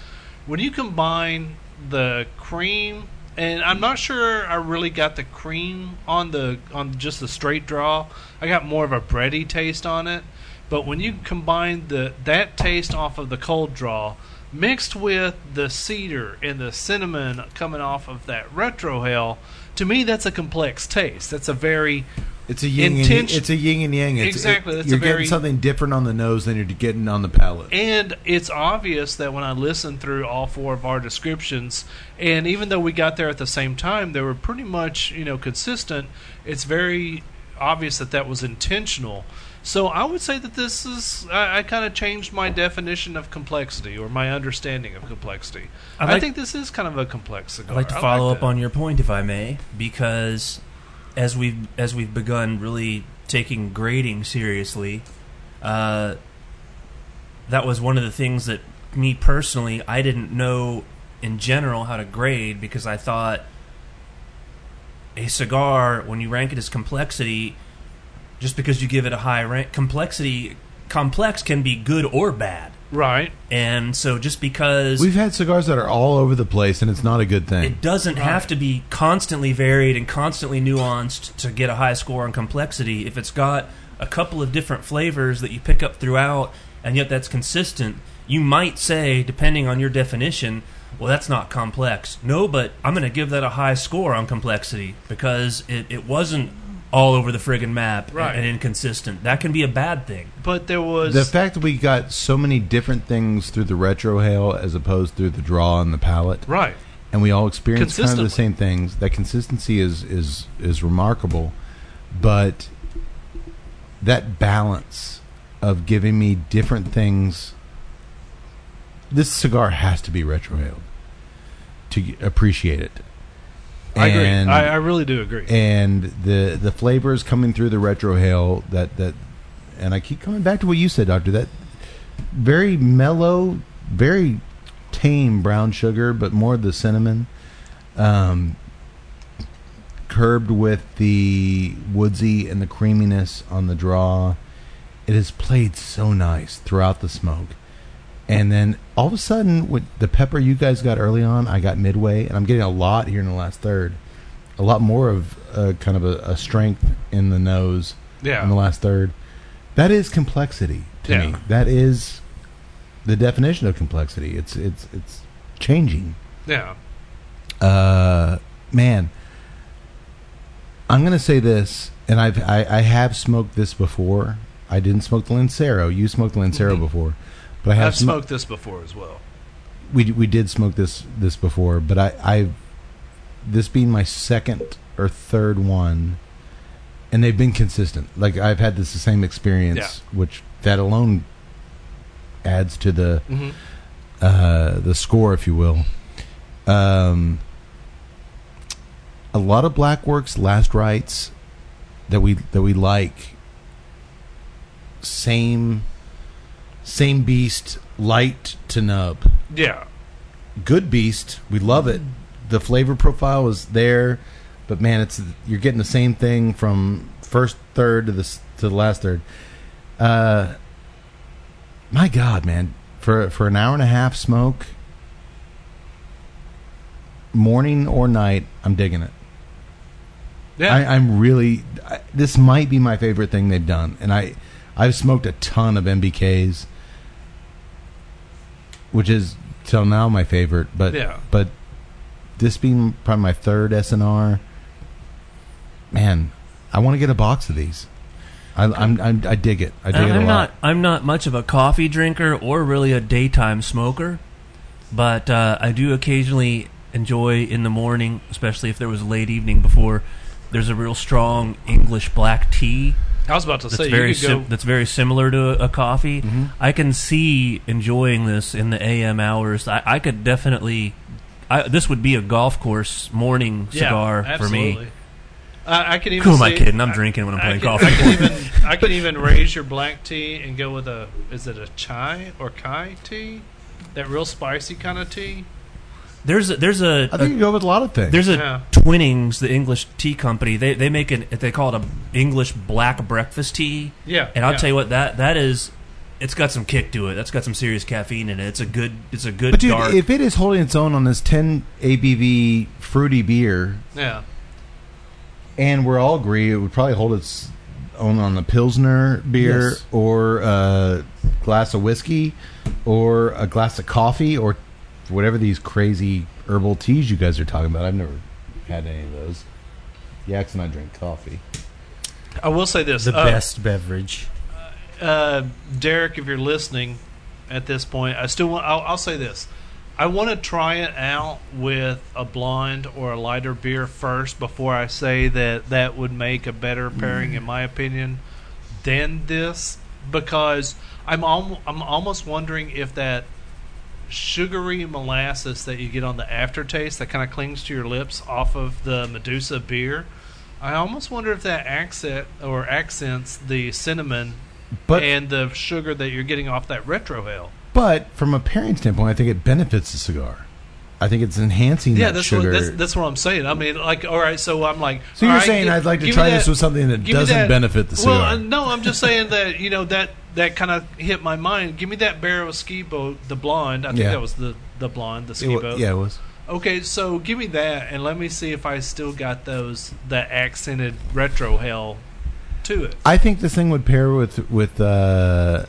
When you combine the cream and I'm not sure I really got the cream on the on just the straight draw. I got more of a bready taste on it. But when you combine the that taste off of the cold draw mixed with the cedar and the cinnamon coming off of that retro hell, to me that's a complex taste. That's a very
It's a yin. And,
Intention-
it's a yin and yang. It's,
Exactly,
it-
that's a
you're
very-
getting something different on the nose than you're getting on the palate.
And it's obvious that when I listened through all four of our descriptions, and even though we got there at the same time, they were pretty much you know consistent. It's very obvious that that was intentional. So I would say that this is I, I kind of changed my definition of complexity or my understanding of complexity.
I'd
I
like-
think this is kind of a complex cigar.
I'd like to
I
follow up
that.
on your point, if I may, because as we've as we've begun really taking grading seriously, uh, that was one of the things that me personally I didn't know in general how to grade because I thought a cigar when you rank it as complexity, just because you give it a high rank, complexity complex can be good or bad,
right.
and so just because
We've had cigars that are all over the place, and it's not a good thing.
it doesn't have to be constantly varied and constantly nuanced to get a high score on complexity. If it's got a couple of different flavors that you pick up throughout, and yet that's consistent, you might say, depending on your definition, well, that's not complex. No, but I'm going to give that a high score on complexity because it, it wasn't all over the friggin' map
Right.
and inconsistent. That can be a bad thing.
But there was
the fact that we got so many different things through the retrohale as opposed through the draw and the palate,
right.
and we all experience kind of the
Consistently.
same things. That consistency is is is remarkable, but that balance of giving me different things. This cigar has to be retrohaled to appreciate it.
I agree.
And-
I, I really do agree.
and the the flavors coming through the retrohale that that and I keep coming back to what you said, Doctor. That very mellow, very tame brown sugar, but more of the cinnamon, um, curbed with the woodsy and the creaminess on the draw. It is played so nice throughout the smoke. And then all of a sudden, with the pepper you guys got early on, I got midway, and I'm getting a lot here in the last third. A lot more of uh, kind of a, a strength in the nose in the
yeah.
last third. That is complexity to
Yeah.
me. That is the definition of complexity. It's it's it's changing.
Yeah.
Uh, man, I'm gonna say this, and I've I, I have smoked this before. I didn't smoke the Lancero. You smoked the Lancero before, but I have
Mm-hmm.
smo-
I've smoked this before as well.
we we did smoke this this before, but I I this being my second or third one, and they've been consistent. Like I've had this the same experience, which that alone adds to the
hmm
uh, the score, if you will. Um, a lot of Black Works last rites that we that we like. Same, same beast, light to nub
Yeah.
good beast. We love it. The flavor profile is there, but man, it's you're getting the same thing from first third to the s- to the last third. Uh, my God, man, for for an hour and a half smoke, morning or night, I'm digging it.
Yeah.
I, I'm really. I, this might be my favorite thing they've done, and I, I've smoked a ton of MBKs, which is till now my favorite. But
Yeah.
but this being probably my third SNR, man, I want to get a box of these. I, I'm, I'm I dig it. I dig it a
I'm
lot.
not I'm not much of a coffee drinker or really a daytime smoker, but uh, I do occasionally enjoy in the morning, especially if there was a late evening before. There's a real strong English black tea
I was about to
that's
say
very
you could go.
sim- that's very similar to a, a coffee.
Mm-hmm.
I can see enjoying this in the AM hours. I, I could definitely. I, this would be a golf course morning
yeah,
cigar for
absolutely.
me.
I, I can even.
Who am I
see-
kidding? I'm drinking when I'm
I
playing
can-
coffee.
I can even I can even raise your black tea and go with a is it a chai or kai tea? That real spicy kind of tea.
There's a, there's a,
I think you
a-
go with a lot of things.
there's a
Yeah.
Twinnings, the English tea company. They they make an they call it a English black breakfast tea.
Yeah,
and I'll
yeah.
tell you what that that is. It's got some kick to it. That's got some serious caffeine in it. It's a good. It's a good
but dude,
dark.
if it is holding its own on this 10 ABV fruity beer,
Yeah.
and we're all agree it would probably hold its own on a pilsner beer
Yes.
or a glass of whiskey or a glass of coffee or whatever these crazy herbal teas you guys are talking about. I've never had any of those. Yaks and I drink coffee.
I will say this.
The
uh,
best beverage.
uh, Derek, if you're listening at this point, I still want. I'll, I'll say this: I want to try it out with a blonde or a lighter beer first before I say that that would make a better pairing, in my opinion, than this, because I'm al- I'm almost wondering if that sugary molasses that you get on the aftertaste that kind of clings to your lips off of the Medusa beer. I almost wonder if that accent or accents the cinnamon
But
and the sugar that you're getting off that retro ale.
but from a pairing standpoint, I think it benefits the cigar. I think it's enhancing
Yeah,
that
that's what,
sugar.
that's, that's what I'm saying. I mean, like, all right, so I'm like,
so you're
all right,
saying
gi-
I'd like to
give me
try
that-
this with something that
give me
doesn't
that-
benefit the cigar.
Well, uh, no, I'm just saying that you know that that kind of hit my mind. Give me that barrel of ski boat, the blonde. I think
Yeah.
that was the the blonde, the
It
ski
wa-
boat.
yeah, it was.
Okay, so give me that, and let me see if I still got those that accented retro hell to it.
I think this thing would pair with with. Uh,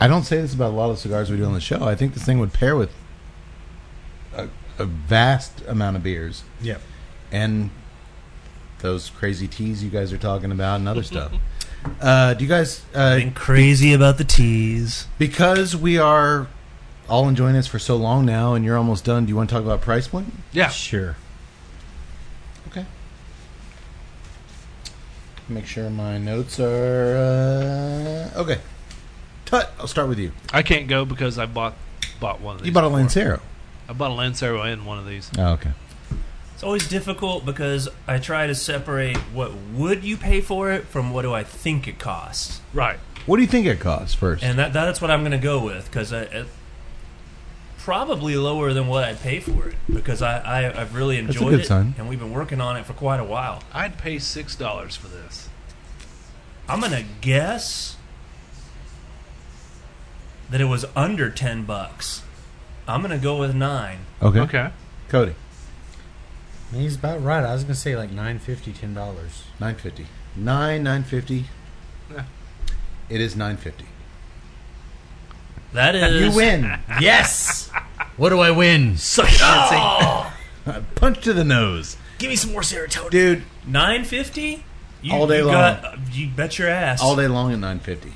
I don't say this about a lot of cigars we do on the show. I think this thing would pair with a, a vast amount of beers
Yeah.
and those crazy teas you guys are talking about and other stuff. Uh, do you guys? Uh,
Been crazy about the teas.
because we are all enjoying this for so long now, and you're almost done. Do you want to talk about price point?
Yeah,
Sure.
Okay. Make sure my notes are uh, okay. Tut, I'll start with you.
I can't go because I bought bought one of these.
You bought a
before.
Lancero.
I bought a Lancero and one of these.
Oh, okay.
it's always difficult because I try to separate what would you pay for it from what do I think it costs,
Right.
What do you think it costs first?
and that that's what I'm going to go with because I. I Probably lower than what I'd pay for it because I, I I've really
That's a
enjoyed
good
it
sign.
and we've been working on it for quite a while.
I'd pay six dollars for this.
I'm gonna guess that it was under ten bucks. I'm gonna go with nine.
okay.
Okay.
Cody,
He's about right. I was gonna say like nine fifty, ten dollars.
nine fifty. Nine nine fifty.
Yeah.
It is nine fifty.
That
You
is
win.
Yes. what do I
(laughs)
win?
Suck it, Nancy.
Punch to the nose,
Give me some more serotonin.
dude.
Nine fifty.
All day
you
long.
Got, uh, you bet your ass.
All day long at nine fifty.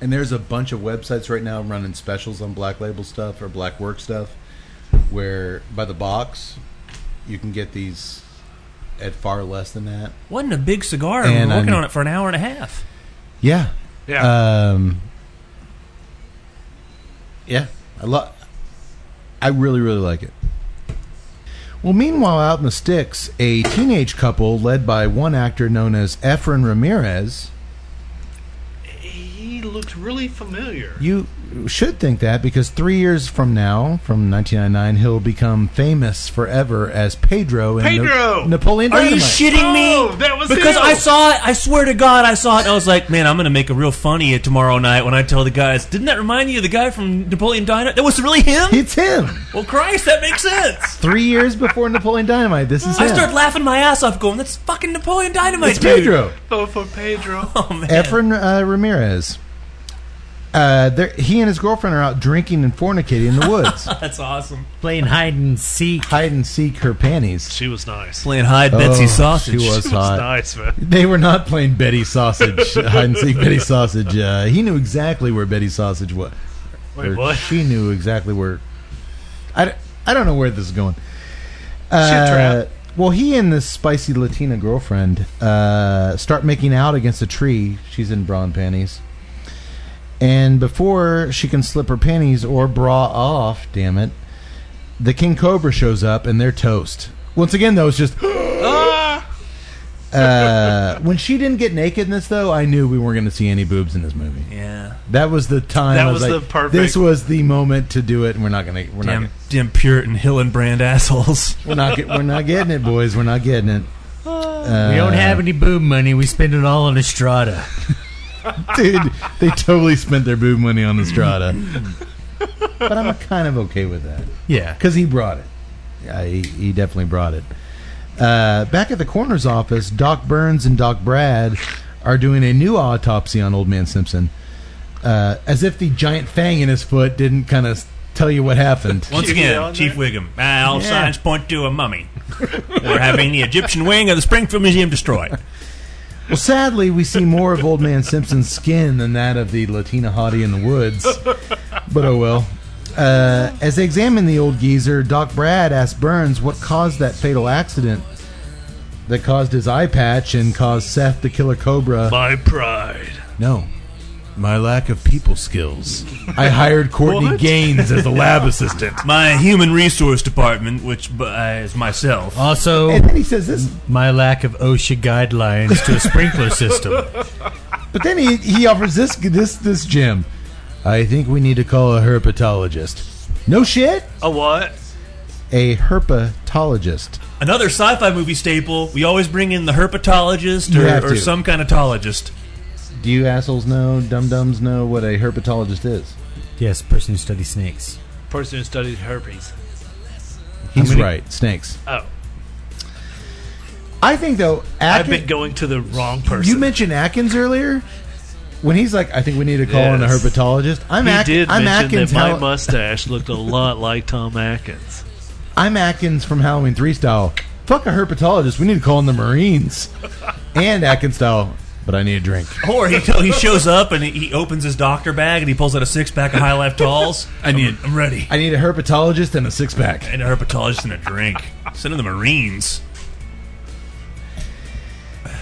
And there's a bunch of websites right now running specials on Black Label stuff or Black Work stuff, where by the box, you can get these at far less than that.
Wasn't a big cigar. we
And
were working
I'm-
on it for an hour and a half.
Yeah,
Yeah.
Uh,
Um, yeah, I love. I really, really like it. Well, meanwhile, out in the sticks, a teenage couple led by one actor known as Efren Ramirez.
He looked really familiar.
You should think that because three years from now, from 1999, he'll become famous forever as Pedro in Na-
Pedro!
Napoleon
Are
Dynamite.
you shitting me?
Oh, that was
because
him.
I saw it. I swear to God, I saw it. And I was like, man, I'm gonna make a real funny it tomorrow night when I tell the guys. Didn't that remind you of the guy from Napoleon Dynamite? That was really him.
It's him.
Well, Christ, that makes sense.
Three years before Napoleon Dynamite, this is
I
him.
started laughing my ass off, going, "That's fucking Napoleon Dynamite,
it's
dude."
Pedro.
Oh, for
(laughs)
Pedro.
Oh man,
Efren uh, Ramirez. Uh, there- he and his girlfriend are out drinking and fornicating in the woods.
that's awesome.
Playing hide and seek.
Hide and seek her panties.
She was nice.
Playing hide Betsy
Oh,
sausage. (laughs)
She was
(laughs) She was
hot.
nice, man.
They were not playing Betty
(laughs)
Sausage. hide and seek Betty Sausage. Uh, he knew exactly where Betty Sausage was.
Wait, what?
She knew exactly where. I, d- I don't know where this is going. Uh,
trap.
Well, he and this spicy Latina girlfriend uh, start making out against a tree. She's in bra and panties. And before she can slip her panties or bra off, damn it, the King Cobra shows up and they're toast. Once again, though, it's just. (gasps) uh, when she didn't get naked in this, though, I knew we weren't going to see any boobs in this movie.
Yeah.
That was the time.
That
I
was
like,
the perfect-
This was the moment to do it, and we're not going to. We're not.
Damn,
Gonna,
damn Puritan Hillenbrand (laughs) assholes.
we're not. Get, we're not getting it, boys. We're not getting it.
we don't have any boob money. We spend it all on Estrada.
(laughs) dude. They totally spent their boob money on Estrada, but I'm kind of okay with that.
Yeah.
because he brought it. Yeah, he, he definitely brought it. Uh, back at the coroner's office, Doc Burns and Doc Brad are doing a new autopsy on Old Man Simpson, uh, as if the giant fang in his foot didn't kind of tell you what happened.
Once
Chief
again,
Wiggum.
Chief Wiggum. All
Yeah.
signs point to a mummy. We're having the Egyptian wing of the Springfield Museum destroyed.
Well, sadly, we see more of Old Man Simpson's skin than that of the Latina hottie in the woods. But oh well. Uh, as they examine the old geezer, Doc Brad asks Burns what caused that fatal accident that caused his eye patch and caused Seth the killer cobra.
My pride.
No. My lack of people skills. I hired Courtney Gaines as a
(laughs)
lab assistant.
My human resource department, which uh, is myself.
Oh.
Also,
And then he says this,
my lack of OSHA guidelines to a
(laughs)
sprinkler system.
but then he, he offers this this this gem. I think we need to call a herpetologist. No shit,
A what?
a herpetologist.
Another sci-fi movie staple. We always bring in the herpetologist
You have
or, or
to.
some kind of tologist.
Do you assholes know, dum dums know what a herpetologist is?
Yes, person who studies snakes.
Person who studies herpes.
He's right, snakes.
Oh,
I think though,
I've
Atkins,
been going to the wrong person.
you mentioned Atkins earlier. When he's like, I think we need to call in a
Yes.
herpetologist. I'm
he
Atkins.
did
I'm
mention
Atkins.
that my
Hall-
mustache looked a lot like Tom Atkins.
I'm Atkins from Halloween 3 style. Fuck a herpetologist. We need to call in the Marines. and Atkins style, but I need a drink.
Or he tell- he shows up and he he opens his doctor bag and he pulls out a six pack of High Life Talls. I need. I'm, I'm ready.
I need a herpetologist and a six
(laughs)
pack.
And a herpetologist and a drink. Send in the Marines.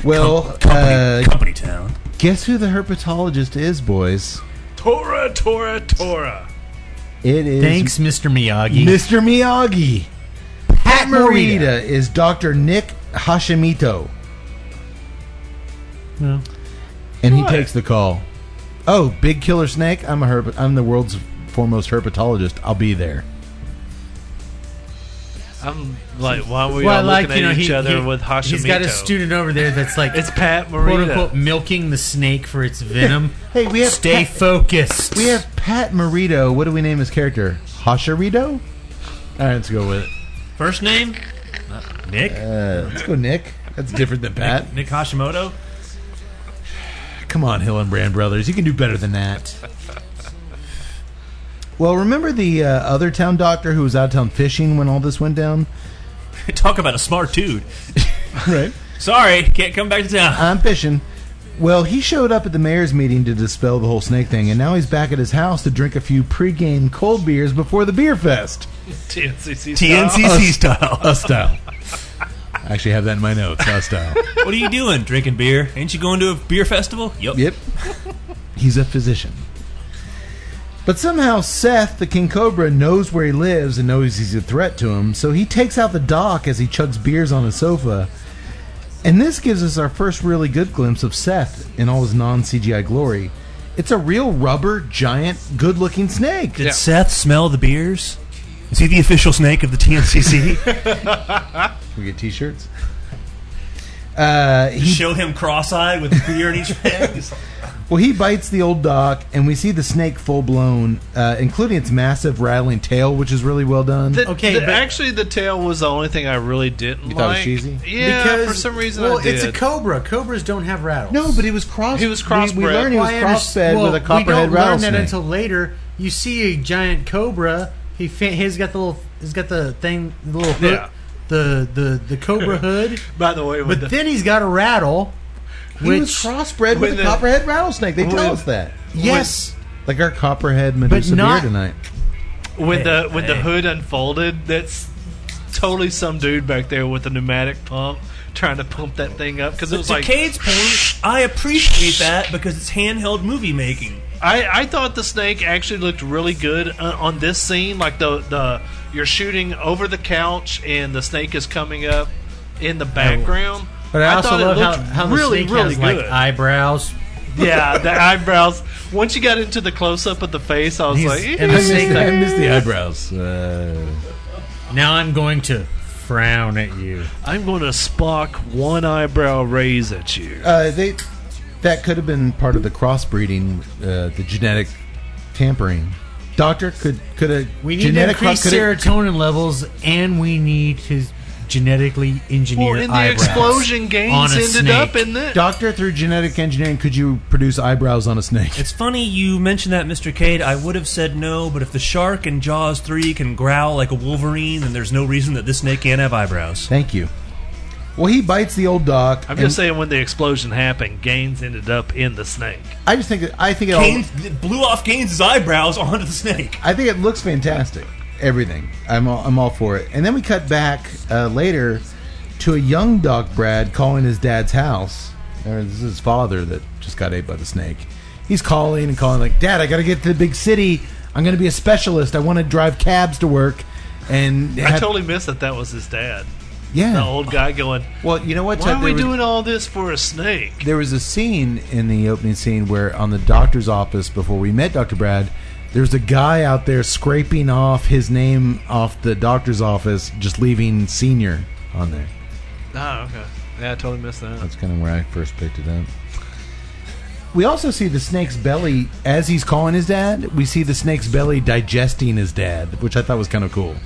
Well,
Company,
uh,
company town.
guess who the herpetologist is, boys?
Tora, Tora, Tora.
It is
Thanks, Mr. Miyagi.
Mr. Miyagi. Pat
Morita.
Morita is Dr. Nick Hashimoto. And he takes the call. Oh, big killer snake! I'm a herp- I'm the world's foremost herpetologist. I'll be there.
I'm like, why were we
Well, I
all
like
looking
you know
at each
he,
other
he-
with Hashimoto?
He's got a student over there that's like
It's Pat
quote
Morita. (laughs)
unquote milking the snake for its venom.
Hey, we have
Stay
Pat-
focused.
We have Pat Morito. What do we name his character? Hashirito? All right, let's go with it.
First name? Uh, Nick.
Uh, let's go, Nick. That's different than Pat.
Nick Hashimoto.
Come on, Hill and Brand brothers. You can do better than that. Well, remember the uh, other town doctor who was out of town fishing when all this went down?
Talk about a smart dude.
Right.
Sorry, can't come back to (laughs) town.
I'm fishing. Well, he showed up at the mayor's meeting to dispel the whole snake thing, and now he's back at his house to drink a few pregame cold beers before the beer fest.
TNCC.
TNCC style.
A style. I actually have that in my notes. A style.
what are you doing? Drinking beer? Ain't you going to a beer festival? Yep.
Yep. He's a physician. But somehow Seth, the King Cobra, knows where he lives and knows he's a threat to him, so he takes out the doc as he chugs beers on his sofa. And this gives us our first really good glimpse of Seth in all his non CGI glory. It's a real rubber, giant, good looking snake.
Did Seth smell the beers? Is he the official snake of the (laughs) TNCC?
We get t shirts. Uh, he
Show him cross-eyed with beer in each hand.
Well, he bites the old doc, and we see the snake full blown, uh, including its massive rattling tail, which is really well done.
The,
Okay,
the-
but-
actually, the tail was the only thing I really
thought
didn't
it was
like.
cheesy?
Yeah,
Because-
for some reason
well,
I did.
it's a cobra. Cobras don't have rattles.
No, but he was cross.
He was
We, we
crossbred.
learned he was
Well, I under-
crossbred
well,
with a copperhead
We don't learn
rattlesnake.
that until later. You see a giant cobra. He fa- he's got the little he's got the thing the little hood,
Yeah.
the the
(laughs)
the cobra hood.
By the way, with
But
the,
then he's got a rattle.
he
which
was crossbred with
when
a
the-
copperhead rattlesnake. They
when-
tell us that.
yes,
Like our copperhead Medusa
not-
beer tonight.
when the when the
Hey.
hood unfolded, that's totally some dude back there with a pneumatic pump trying to pump that thing up because it was
to
like
Cade's point, I appreciate that because it's handheld movie making.
I, I thought the snake actually looked really good uh, on this scene. Like the the you're shooting over the couch and the snake is coming up in the background.
But I, also
thought it
love how,
looked
how the
really
snake
really
has
good.
like eyebrows.
yeah, the eyebrows. Once you got into the close up of the face, I was
He's-
like,
and the
"Eh."
snake
I
like,
miss the eyebrows. Uh,
now I'm going to frown at you.
I'm going to spark one eyebrow raise at you.
Uh, they that could have been part of the crossbreeding, uh, the genetic tampering. Doctor could could have
We need
genetic
to increase
could have-
serotonin levels, and we need to genetically engineer
Well, and the
eyebrows
explosion gains
on a
ended
snake.
up in that.
Doctor through genetic engineering could you produce eyebrows on a snake?
It's funny you mentioned that, Mr. Cade. I would have said no, but if the shark in Jaws 3 can growl like a wolverine, then there's no reason that this snake can't have eyebrows.
Thank you. Well, he bites the old doc.
I'm
and
just saying, when the explosion happened, Gaines ended up in the snake.
I just think that- I think it all,
Gaines it blew off Gaines' eyebrows onto the snake.
I think it looks fantastic. Everything. I'm all, I'm all for it. And then we cut back uh, later to a young Doc Brad calling his dad's house. Or this is his father that just got ate by the snake. He's calling and calling like, "Dad, I got to get to the big city. I'm going to be a specialist. I want to drive cabs to work." And
I
have-
totally missed that that was his dad. The
yeah.
old guy going,
Well, you know what?
Why
Ted,
are
there
we
was-
doing all this for a snake?
there was a scene in the opening scene where on the doctor's office before we met Dr. Brad, there's a guy out there scraping off his name off the doctor's office, just leaving senior on there.
Oh, okay. Yeah, I totally missed that.
That's kind of where I first picked it up. We also see the snake's belly as he's calling his dad. We see the snake's belly digesting his dad, which I thought was kind of cool.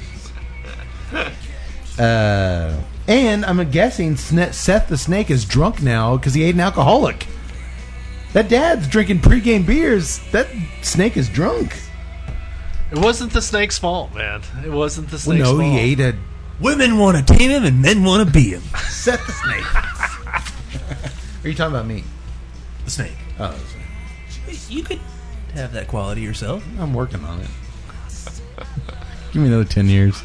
Uh, and I'm guessing Sne- Seth the snake is drunk now because he ate an alcoholic. That dad's drinking pregame beers. That snake is drunk.
It wasn't the snake's fault, man. It wasn't the
Well,
snake's
no,
fault.
he ate a
Women want to tame him, and men want to be him.
Seth the snake. (laughs) Are you talking about me?
The snake.
Oh,
You could have that quality yourself.
I'm working on it. (laughs) Give me another 10 years.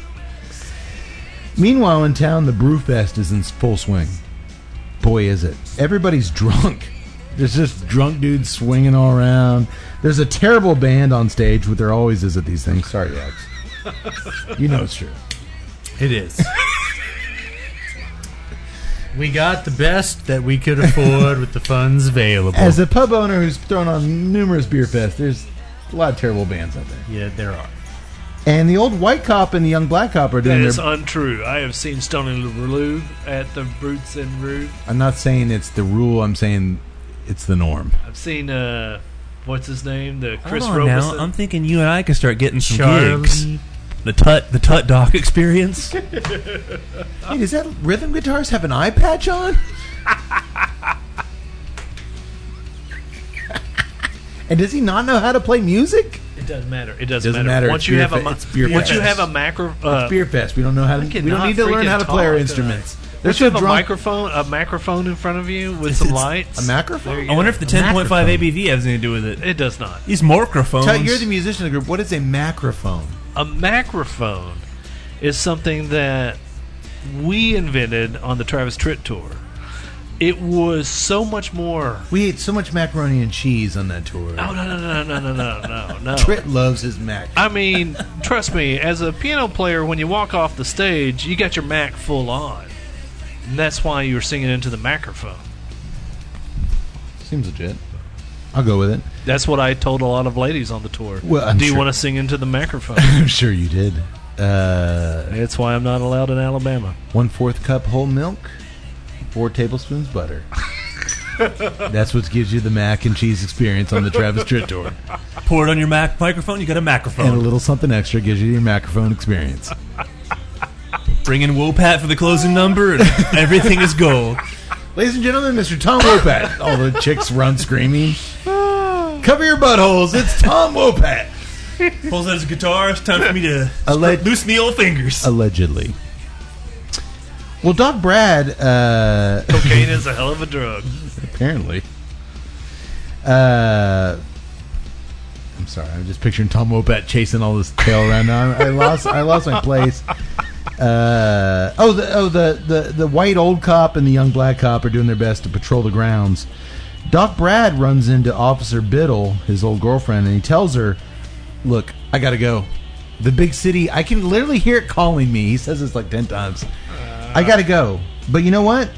Meanwhile, in town, the Brewfest is in full swing. Boy, is it. Everybody's (laughs) drunk. There's just drunk dudes swinging all around. There's a terrible band on stage, but there always is at these things. Sorry, Alex. You know it's true.
It is. we got the best that we could afford with the funds available.
As a pub owner who's thrown on numerous beer fests, there's a lot of terrible bands out there.
yeah, there are.
And the old white cop and the young black cop are
That
doing
is
their.
untrue. I have seen Stone and Rue at the Brutes and Rue.
I'm not saying it's the rule, I'm saying it's the norm.
I've seen, uh, what's his name? The Chris
Hold on
Robinson.
now. I'm thinking you and I could start getting some gigs.
Charlie.
The Tut, the Tut Doc (laughs) experience.
Hey, does that rhythm guitarist have an eye patch on? and does he not know how to play music?
It doesn't matter. It doesn't,
Doesn't matter.
matter.
It's
Once you
beer
have a
fe-
mi-
it's beer
once you
fest.
have a macro uh,
Beer fest. We don't know how to.
I
We don't
cannot
need to learn
freaking
how to play our
talk
instruments.
once
There's
you
a
have a
drunk.
microphone, a microphone in front of you with some lights.
A microphone.
I wonder if the 10.5 ABV has anything to do with it.
it does not.
These microphones.
Tell, Oh, you're the musician of the group. What is a macrophone?
A macrophone is something that we invented on the Travis Tritt tour. It was so much more.
We ate so much macaroni and cheese on that tour.
Oh, No, no, no, no, no, no, no, no, no.
Tritt loves his mac.
I mean, trust me, as a piano player, when you walk off the stage, you got your Mac full on. And that's why you were singing into the microphone.
Seems legit. I'll go with it. (laughs)
That's what I told a lot of ladies on the tour.
Well, I'm
Do you
sure-
want to sing into the microphone? (laughs)
I'm sure you did. Uh,
That's why I'm not allowed in Alabama.
One fourth cup whole milk, four tablespoons butter. That's what gives you the mac and cheese experience on the Travis Tritt tour.
pour it on your Mac microphone. You got a
And a
microphone.
little something extra gives you your microphone experience.
Bring in Wopat for the closing number, and (laughs) everything is gold.
Ladies and gentlemen, Mr. Tom Wopat. All the chicks run screaming. Cover your buttholes. It's Tom Wopat.
Pulls out his guitar. It's time for me to
Alleg-
loosen the old fingers.
Allegedly. Well, Doc Brad, uh,
Cocaine is a hell of a drug.
apparently. Uh, I'm sorry. I'm just picturing Tom Wopat chasing all this tail around. Now I, I lost. I lost my place. Uh, oh, the, oh, the, the the white old cop and the young black cop are doing their best to patrol the grounds. Doc Brad runs into Officer Biddle, his old girlfriend, and he tells her, Look, I gotta go. The big city, I can literally hear it calling me. He says this like 10 times. I gotta go. But you know what?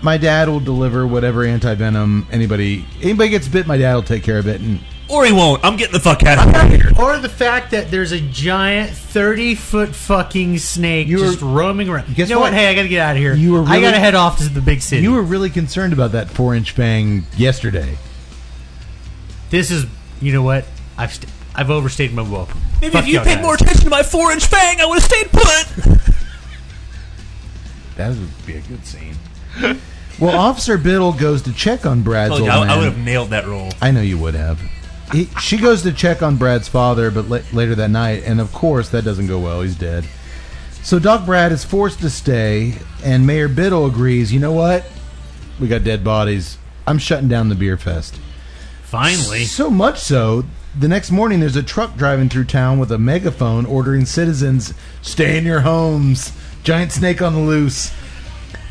My dad will deliver whatever anti venom anybody anybody gets bit, my dad will take care of it. And
Or he won't. I'm getting the fuck out of here.
Or the fact that there's a giant thirty foot fucking snake
You were-
just roaming around.
Guess
you know what?
what?
Hey, I gotta get out of here.
You were
I
really-
gotta head off to the big city.
you were really concerned about that four inch fang yesterday.
this is you know what? I've st- I've overstated my welcome.
Maybe
Fuck
if you
y'all
paid
guys.
more attention to my four-inch fang, I would have stayed put.
That would be a good scene. well, Officer Biddle goes to check on Brad's old man.
nailed that role.
I know you would have. He, she goes to check on Brad's father, but la- later that night, and of course that doesn't go well. He's dead. So Doc Brad is forced to stay, and Mayor Biddle agrees. You know what? We got dead bodies. I'm shutting down the beer fest.
Finally,
So much so, the next morning there's a truck driving through town with a megaphone ordering citizens stay in your homes. Giant snake on the loose.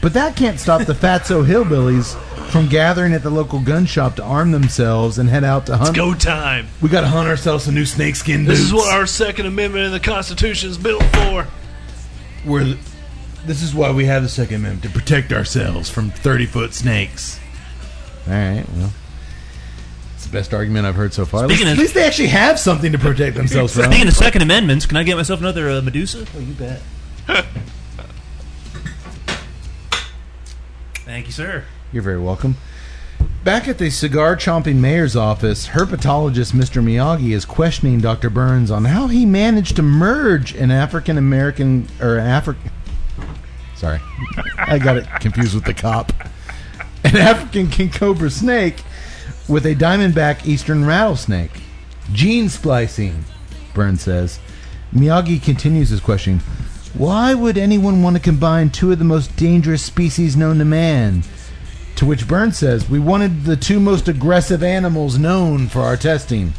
But that can't stop the fatso hillbillies from gathering at the local gun shop to arm themselves and head out to hunt.
Go time.
We gotta hunt ourselves some new snakeskin boots.
This is what our Second Amendment in the Constitution is built for.
We're th- this is why we have the Second Amendment to protect ourselves from thirty foot snakes. All right, well, it's the best argument I've heard so far. At least,
Speaking of-
at least they actually have something to protect themselves from.
Speaking of Second Amendments, can I get myself another uh, Medusa? Oh, you (laughs) bet. Thank you, sir.
You're very welcome. Back at the cigar chomping mayor's office, herpetologist Mr. Miyagi is questioning Dr. Burns on how he managed to merge an African American or African. Sorry, I got it confused with the cop. An African king cobra snake with a diamondback eastern rattlesnake. Gene splicing, Burns says. Miyagi continues his question Why would anyone want to combine two of the most dangerous species known to man? To which Burns says, We wanted the two most aggressive animals known for our testing.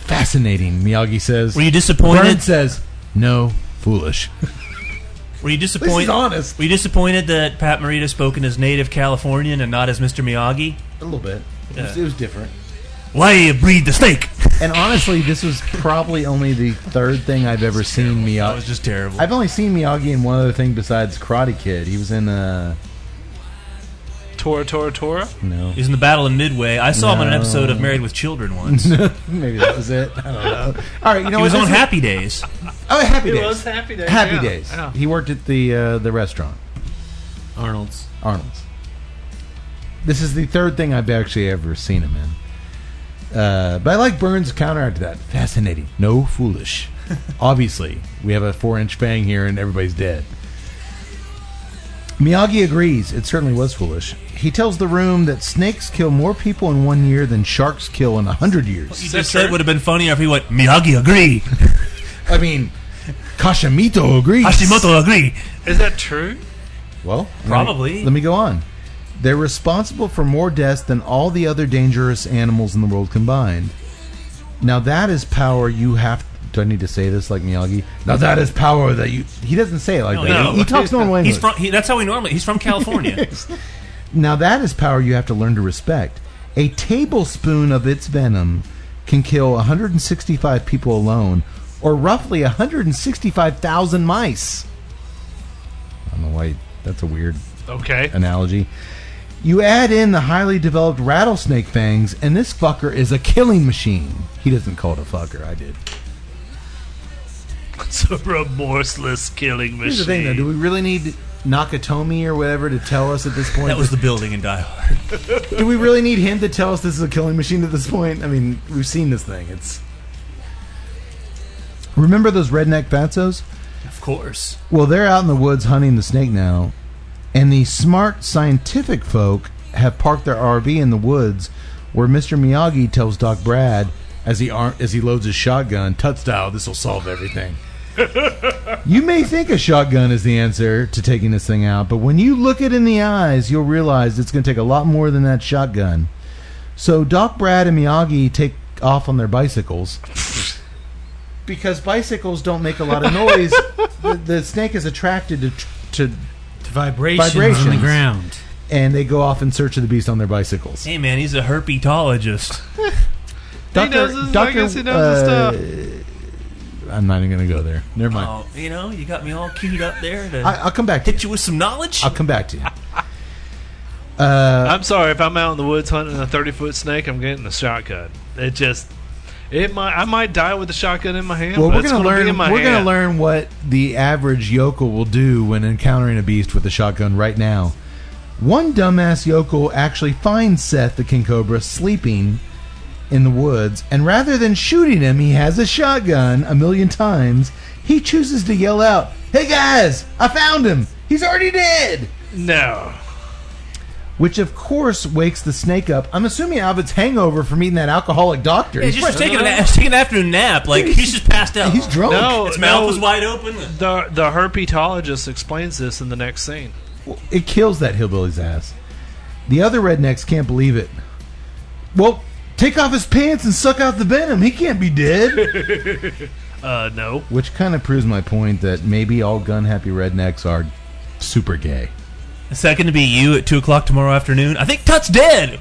Fascinating, Miyagi says.
Were you
Burns
disappointed?
says, No, foolish.
Were you
This is
disappointed?
honest.
Were you disappointed that Pat Morita spoke in his native Californian and not as Mr. Miyagi?
A little bit. It was, it was different.
Why you breed the snake?
And honestly, this was probably only the third thing I've ever seen
That
Miyagi.
was just terrible.
I've only seen Miyagi in one other thing besides Karate Kid. He was in uh
Tora, Tora, Tora.
no,
He's in the battle in Midway. I saw him on an
No.
episode of Married with Children once.
maybe that was it. I don't know. All right, you know
he
what?
was on
This is-
Happy Days.
Oh, Happy Days.
Happy Days.
Happy Days. He worked at the uh, the restaurant
Arnold's.
Arnold's. This is the third thing I've actually ever seen him in. Uh, but I like Burns' counter to that. Fascinating. No foolish. Obviously, we have a four-inch fang here, and everybody's dead. Miyagi agrees. It certainly was foolish. He tells the room that snakes kill more people in one year than sharks kill in a hundred years.
You just said would have been funnier if he went Miyagi agree,
I mean, Kashimito agrees.
Hashimoto agree.
Is that true?
Well, let me-
Probably.
Let me go on. They're responsible for more deaths than all the other dangerous animals in the world combined. Now that is power you have. Do I need to say this like Miyagi? Now that is power that you. He doesn't say it like that.
no.
He talks normal
(laughs)
language.
He's from. He, that's how he normally. He's from California.
Now that is power you have to learn to respect. A tablespoon of its venom can kill 165 people alone, or roughly 165,000 mice. I don't know why. That's a weird
Okay.
analogy. You add in the highly developed rattlesnake fangs, and this fucker is a killing machine. He doesn't call it a fucker. I did.
It's a remorseless killing
Here's the thing, though. Do
machine.
we really need Nakatomi or whatever to tell us at this (laughs) point?
that was the building in Die Hard.
do we really need him to tell us this is a killing machine at this point? I mean, we've seen this thing. It's. Remember those redneck fatsos?
Of course.
Well, they're out in the woods hunting the snake now, and the smart scientific folk have parked their RV in the woods, where Mr. Miyagi tells Doc Brad as he ar- as he loads his shotgun, "Tut style, this will solve everything." you may think a shotgun is the answer to taking this thing out, but when you look it in the eyes, you'll realize it's going to take a lot more than that shotgun. So Doc Brad and Miyagi take off on their bicycles because bicycles don't make a lot of noise. the, the snake is attracted to, to
Vibrations, on the
Vibrations.
ground.
and they go off in search of the beast on their bicycles.
Hey man, he's a herpetologist.
He knows his- I guess he knows his
stuff. uh, I'm not even going to go there. Never mind.
Oh, you know, you got me all queued up there to
I, I'll come back to you.
hit you with some knowledge.
I'll come back to you.
I'm sorry if I'm out in the woods hunting a 30 foot snake. I'm getting a shotgun. It just it might I might die with a shotgun in my hand.
Well,
but
we're
it's
going to
gonna be
learn.
in my
We're going to
hand.
learn what the average yokel will do when encountering a beast with a shotgun. Right now, one dumbass yokel actually finds Seth the king cobra sleeping in the woods, and rather than shooting him, he has a shotgun a million times. He chooses to yell out, "Hey guys, I found him! He's already dead!"
No,
Which of course wakes the snake up. I'm assuming out of its hangover from eating that alcoholic doctor.
He's just taking, an, he's taking an afternoon nap. Like he's just passed out.
He's drunk.
no,
His mouth
no,
was wide open.
The the herpetologist explains this in the next scene.
It kills that hillbilly's ass. The other rednecks can't believe it. Well, take off his pants and suck out the venom. He can't be
(laughs)
dead.
Uh, no,
Which kind of proves my point that maybe all gun happy rednecks are super gay.
Is that going to be you at two o'clock tomorrow afternoon? I think Tut's dead.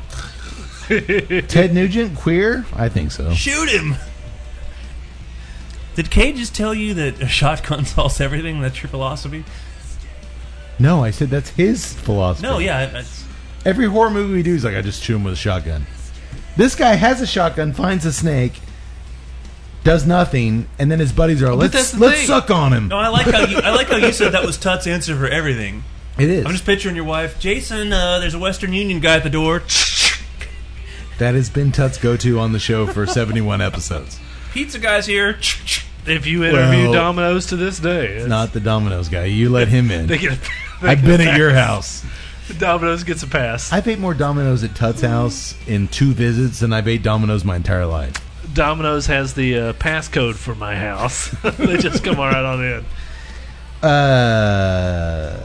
Ted Nugent, queer? I think so.
Shoot him. Did Kay just tell you that a shotgun (laughs) solves everything? That's your philosophy?
No, I said that's his philosophy.
No, yeah. That's,
Every horror movie we do is like, I just shoot him with a shotgun. This guy has a shotgun, finds a snake, does nothing, and then his buddies are,
that's
let's,
the
let's
thing.
suck on him.
no, I like how you, I like how you said that was Tut's answer for everything.
It is.
I'm just picturing your wife, Jason. Uh, there's a Western Union guy at the door.
That has been Tut's go to on the show for 71 episodes.
Pizza guy's here.
if you interview
Well-
Domino's to this day, it's-
Not the Domino's guy. You let him
they
in.
get. They
I've
get
been
a
at your
pass.
house.
(laughs) Domino's gets a pass.
I've ate more Domino's at Tut's house in two visits than I've ate Domino's my entire life.
Domino's has the uh, passcode for my house. (laughs) they just come right on in.
Uh,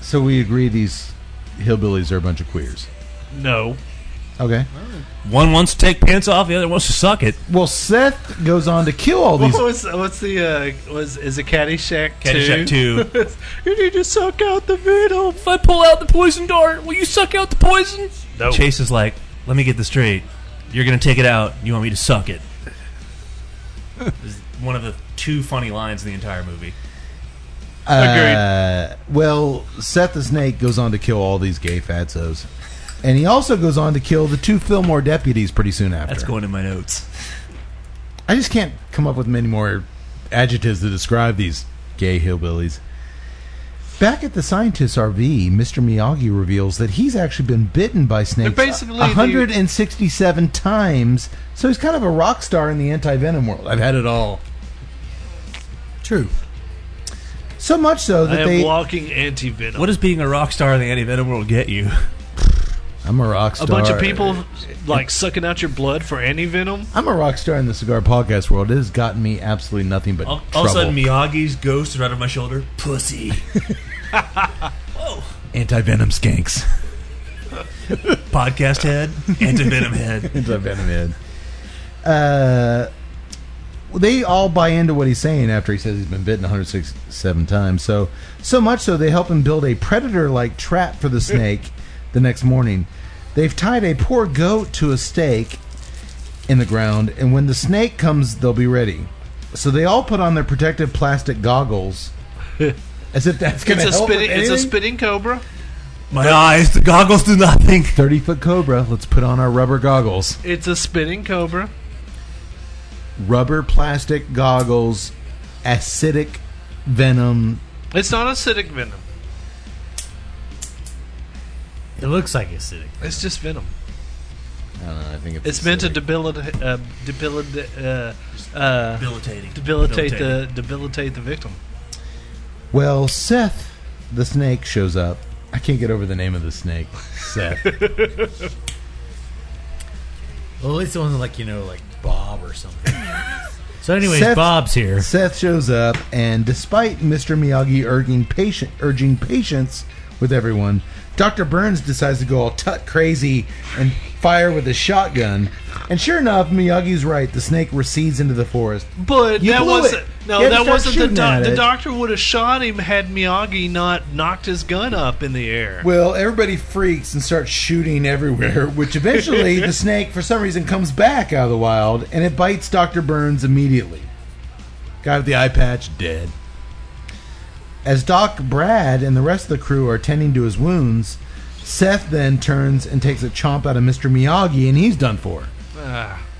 so we agree these hillbillies are a bunch of queers.
No,
Okay.
One wants to take pants off, the other wants to suck it.
Well, Seth goes on to kill all
what
these.
was what's the uh, was is it Caddyshack?
Caddyshack two.
(laughs) you need to suck out the venom.
If I pull out the poison dart, will you suck out the poison?
No.
Chase is like, let me get this straight. You're gonna take it out. You want me to suck
(laughs)
it? It's one of the two funny lines in the entire movie.
Uh, well, Seth the Snake goes on to kill all these gay fatsos. And he also goes on to kill the two Fillmore deputies pretty soon after.
That's going in my notes.
I just can't come up with many more adjectives to describe these gay hillbillies. Back at the scientist's RV, Mr. Miyagi reveals that he's actually been bitten by snakes
They're basically the-
167 times, so he's kind of a rock star in the anti venom world. I've had it all.
True.
So much so
I
that
am
they.
walking anti venom.
What does being a rock star in the anti venom world get you?
I'm a rock
a
star.
bunch of people like sucking out your blood for anti venom?
I'm a rock star in the cigar podcast world. It has gotten me absolutely nothing but
All, all
trouble.
of a sudden, Miyagi's ghost is right on my shoulder. Pussy.
anti venom skanks.
(laughs) Podcast head, anti venom head.
into a venom head. Uh, they all buy into what he's saying after he says he's been bitten 167 times. So so much so they help him build a predator-like trap for the snake. (laughs) the next morning, they've tied a poor goat to a stake in the ground, and when the snake comes, they'll be ready. So they all put on their protective plastic goggles, as if that's going
It's
to
a
help.
spinning. It's a
spin.
spinning cobra.
My eyes, the goggles do nothing.
30 foot cobra. Let's put on our rubber goggles.
It's a spinning cobra.
rubber plastic goggles, acidic venom.
It's not acidic venom.
It looks like acidic.
It's just venom.
I don't know. I think it's,
It's meant to debilitate, uh, debilitate, uh, uh,
Debilitating.
debilitate the debilitate the victim.
Well, Seth, the snake shows up. I can't get over the name of the snake. (laughs) Seth.
Well, at least the ones like you know, like Bob
(laughs)
or something. so, anyways,
Seth-
Bob's here.
Seth shows up, and despite Mr. Miyagi urging patient urging patience with everyone, Dr. Burns decides to go all tut crazy and fire with his shotgun. And sure enough, Miyagi's right. The snake recedes into the forest.
But
You
that
blew
wasn't
it.
No,
You had to
that
start
wasn't the
shooting at
doc. The
it.
doctor would have shot him had Miyagi not knocked his gun up in the air.
Well, everybody freaks and starts shooting everywhere, (laughs) which eventually the snake, for some reason, comes back out of the wild and it bites Dr. Burns immediately. Guy with the eye patch, dead. As Doc Brad and the rest of the crew are tending to his wounds, Seth then turns and takes a chomp out of Mr. Miyagi and he's done for.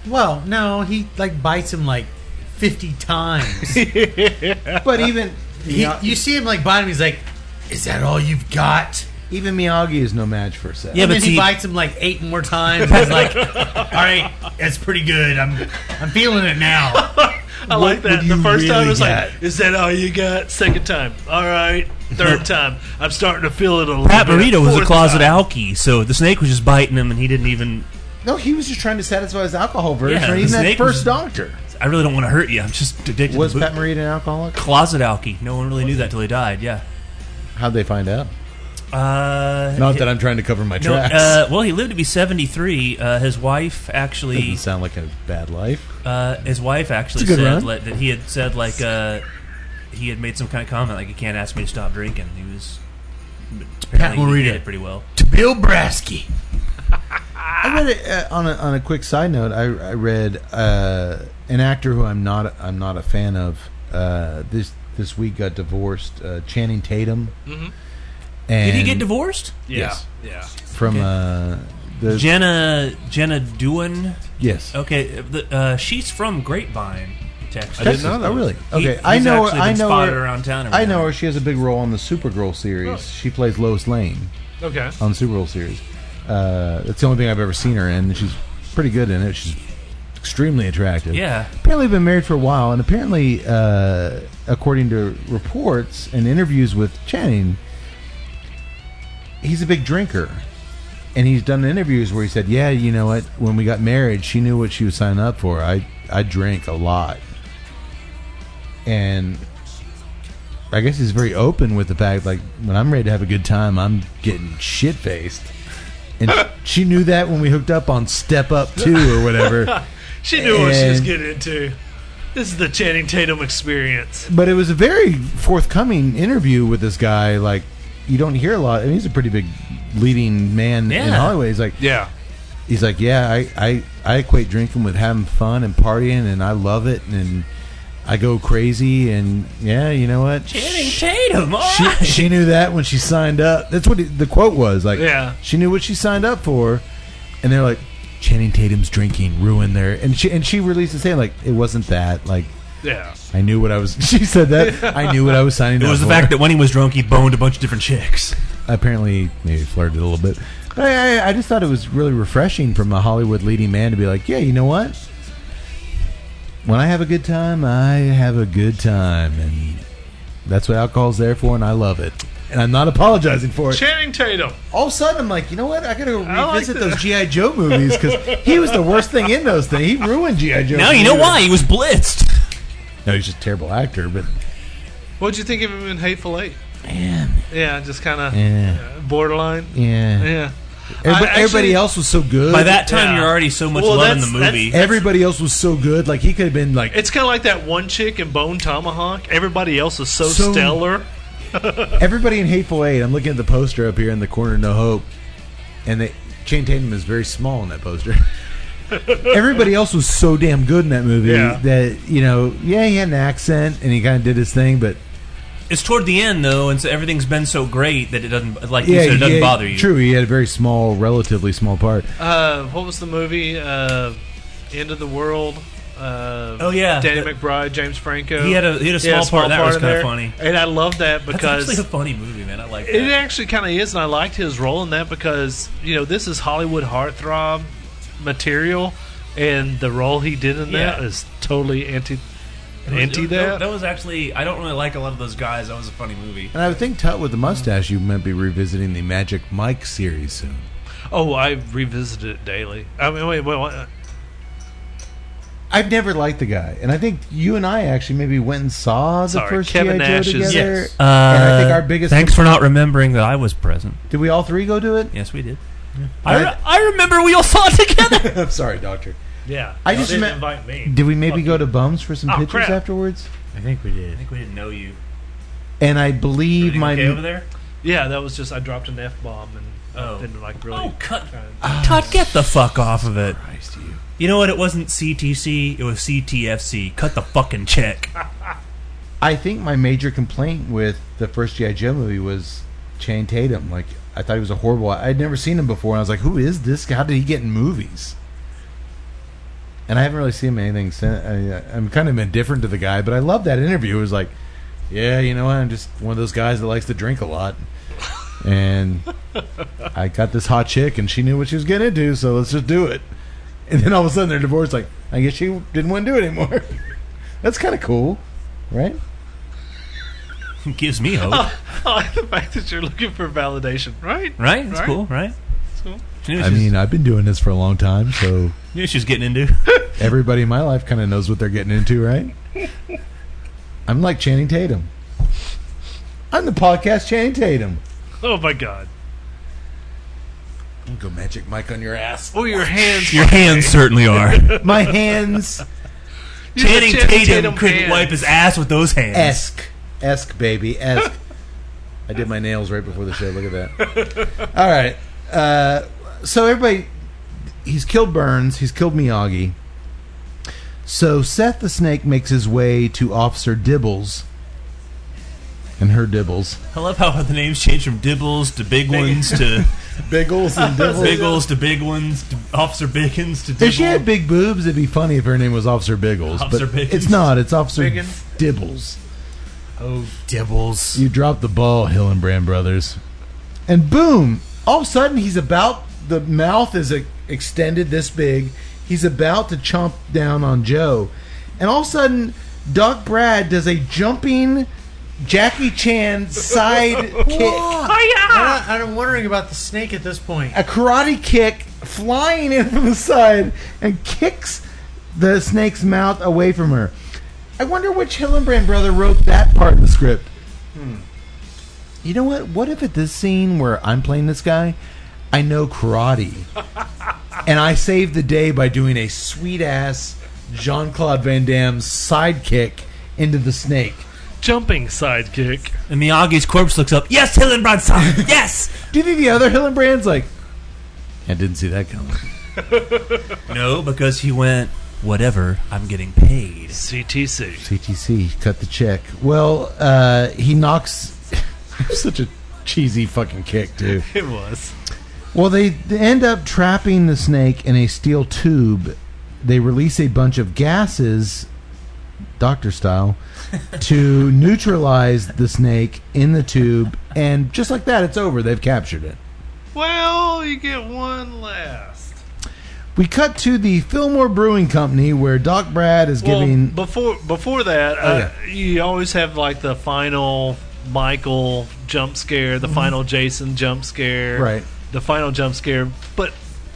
Well, no, he like bites him like fifty
(laughs)
times.
(laughs)
But even
He-
Miya-
you see him like bite him. He's like, "Is that all you've got?"
even Miyagi is no match for Seth.
Yeah, and
but
then he
see-
bites him like eight more times. He's like, (laughs) "All right, that's pretty good. I'm, I'm feeling
(laughs)
it now."
I like that.
would
The
you
first time
really
it was
get?
like, "Is that all you got?" Second time, all right. (laughs) Third time, I'm starting to feel it a little.
Pat
bit.
Burrito was a
Fourth
closet
time,
alkie, so the snake was just biting him, and he didn't even.
No, he was just trying to satisfy his alcohol version.
Yeah,
or
the
even that
snake
first
was-
doctor.
I really don't want to hurt you. I'm just addicted.
Was
to
Pat
Pat
Morita an alcoholic?
closet alkie? No one really knew that till he died. Yeah.
How'd they find out?
Uh,
Not that I'm trying to cover my
no,
tracks.
uh, well, he lived to be 73. Uh, his wife actually,
(laughs) Doesn't sound like a bad life.
uh, his wife actually
It's a good
said
run.
like, that he had said like uh, he had made some kind of comment like, "You can't ask me to stop drinking." He was apparently he
Morita.
did it pretty well.
to Bill Brasky.
I read it uh, on a, on a quick side note. I, I read uh, an actor who I'm not I'm not a fan of. Uh, this this week got divorced. Uh, Channing Tatum. And
Mm-hmm. Did he get divorced?
Yeah,
Yes.
yeah.
from uh, the
Jenna Jenna Dewan.
yes?
Okay, the, uh, she's from Grapevine, Texas.
Texas. Oh, really? Okay,
He-
I
he's
know. her-
actually
I
been
know.
spotted
her-
around town every
I
now
know
and Oh.
her. She has a big role on the Supergirl series. She plays Lois Lane.
Okay.
on the Super Bowl series. Uh, that's the only thing I've ever seen her in. She's pretty good in it. She's extremely attractive.
Yeah.
Apparently, been married for a while, and apparently, uh, according to reports and interviews with Channing, he's a big drinker. And he's done interviews where he said, "Yeah, you know what? When we got married, she knew what she was signing up for. I I drank a lot, and I guess he's very open with the fact, like when I'm ready to have a good time, I'm getting shit faced. And she knew that when we hooked up on Step Up Two or whatever.
She knew what she was
And-
getting into. This is the Channing Tatum experience.
but it was a very forthcoming interview with this guy. Like you don't hear a lot. I mean, he's a pretty big leading man in
Yeah.
Hollywood. He's like,
Yeah.
he's like, yeah, I, I, I equate drinking with having fun and partying, and I love it, and I go crazy, and yeah, you know what?
Channing Tatum. All
she,
right.
she knew that when she signed up. That's what it- the quote was. Like,
Yeah.
she knew what she signed up for, and they're like, Channing Tatum's drinking ruined their. And she and she released a statement like, it wasn't that. Like,
Yeah.
I knew what I was. (laughs) She said that I knew what I was signing
It
up.
was the
for.
fact that when he was drunk, he boned a bunch of different chicks.
apparently maybe flirted a little bit. But I, I, I just thought it was really refreshing from a Hollywood leading man to be like, yeah, you know what? When I have a good time, I have a good time, and that's what alcohol's there for, and I love it. And I'm not apologizing for it.
Channing Tatum.
all of a sudden, I'm like, you know what? I gotta go
I like
revisit
that.
those GI Joe movies because he was the worst thing in those things. He ruined GI Joe.
Now you know
movies.
why he was blitzed.
No, he's just a terrible actor, but
What'd you think of him in Hateful Eight? Yeah, just kind of
yeah,
borderline.
eh, yeah.
Yeah.
Everybody,
actually-
everybody else was so good.
By that time,
Yeah.
you're already so much
Well,
love in the
that's- that's-
movie.
everybody else was so good. Like he could have been like
It's kind of like that one chick in Bone Tomahawk. Everybody else is so,
So-
stellar.
Everybody in Hateful Eight. I'm looking at the poster up here in the corner. No hope, and they, Chain Tatum is very small in
(laughs)
that poster. Everybody else was so damn good in that movie
Yeah.
that you know, yeah, he had an accent and he kind of did his thing, but
It's toward the end though, and so everything's been so great that it doesn't like
yeah,
you said, it doesn't
yeah,
bother you.
True, he had a very small, relatively small part.
Uh, what was the movie? Uh, End of the World. Uh,
Oh, yeah.
Danny
The-
McBride, James Franco.
He had a- he had a small part. That was
in
kinda
there.
funny.
and I love that
That's
because
actually a funny movie, man. I like that.
It actually kind of is, and I liked his role in that because you know this is Hollywood heartthrob material, and the role he did in that
Yeah.
is totally anti
It was-
anti
it- that.
that.
That was actually I don't really like a lot of those guys. That was a funny movie.
And I would think Tut with the mustache, you might be revisiting the Magic Mike series soon.
Oh, I revisit it daily. I mean, wait, wait, what?
I've never liked the guy, and I think you and I actually maybe went and saw the
Sorry,
first
Kevin
G.I. Joe
Nash is-
together.
Yes.
and
Uh,
I think our biggest
Uh, Thanks for not remembering that I was present.
did
(laughs)
we all three go to it?
Yes, we did.
I-
I, re- I remember we all (laughs) saw it together.
I'm sorry, Doctor.
Yeah.
I
Y'all
just
didn't
meant-
invite me.
Did we maybe
Fuck
go to Bums for some
Oh,
pictures
crap.
afterwards?
I think we did.
I think we didn't know you.
And I believe
Everything
my
okay over there?
Yeah, that was just I dropped an F bomb and
Oh.
I've been like really.
Oh, cut.
(laughs) trying-
Todd, get the fuck off of it.
Christ, you.
You know what? It wasn't CTC. It was CTFC. Cut the fucking (laughs) check.
I think my major complaint with the first GI Joe movie was Channing Tatum. Like I thought he was a horrible. I'd never seen him before, and I was like, "Who is this? guy? How did he get in movies?" And I haven't really seen him in anything since. I, I'm kind of indifferent to the guy, but I love that interview. It was like, "Yeah, you know what? I'm just one of those guys that likes to drink a lot." And I got this hot chick, and she knew what she was getting into, so let's just do it. And then all of a sudden, they're divorced. Like, I guess she didn't want to do it anymore. (laughs) That's kind of cool, right?
Gives me hope,
I like the fact that you're looking for validation, right?
(laughs) right? It's
Right.
cool, right? It's
cool.
She knew
I
she's-
mean, I've been doing this for a long time, so
knew she was getting (laughs) into.
everybody in my life kind of knows what they're getting into, right? I'm like Channing Tatum. I'm the podcast Channing Tatum.
Oh my god.
Go Magic Mike on your ass.
Oh, your hands.
Your hands certainly (laughs) are.
My hands
You have
Channing
Channing
Tatum couldn't
hands.
wipe his ass with those hands.
esque esque baby esque. (laughs) I did my nails right before the show. Look at that. All right. Uh, so everybody, he's killed Burns. He's killed Miyagi. So Seth the Snake makes his way to Officer Dibbles and her Dibbles,
I love how the names change from Dibbles to Big Ones to
Biggles (laughs) and (laughs) Dibbles.
Biggles to Big Ones to Officer Biggins to
If she
Dibble.
had big boobs, it'd be funny if her name was Officer Biggles.
Officer
but
Biggins.
it's not. It's Officer
Biggins.
Dibbles.
Dibbles.
You dropped the ball, Hillenbrand brothers. And boom! All of a sudden, he's about the mouth is uh, extended this big. He's about to chomp down on Joe, and all of a sudden, Doc Brad does a jumping Jackie Chan side kick,
Oh,
I, I'm wondering about the snake at this point.
a karate kick, flying in from the side and kicks the snake's mouth away from her. I wonder which Hillenbrand brother wrote that part of the script. Hmm. You know what? What if at this scene where I'm playing this guy, I know (laughs) karate, and I save the day by doing a sweet ass Jean Claude Van Damme sidekick into the snake.
jumping sidekick.
and Miyagi's corpse looks up. Yes,
(laughs)
Hillenbrand-san. Yes.
Do you think the other Hillenbrand's like? I didn't see that coming.
no, because he went. Whatever. I'm getting paid.
CTC.
CTC cut the check. Well, uh, he knocks. (laughs) such a cheesy fucking kick, too.
It was.
Well, they, they end up trapping the snake in a steel tube. They release a bunch of gases, doctor style, to neutralize the snake in the tube. And just like that, it's over. They've captured it.
Well, you get one last.
We cut to the Fillmore Brewing Company where Doc Brad is
Well,
giving. Oh,
before before that, uh, you always have like the final Michael jump scare, the final Jason jump scare,
Mm-hmm. Right.
The final jump scare, but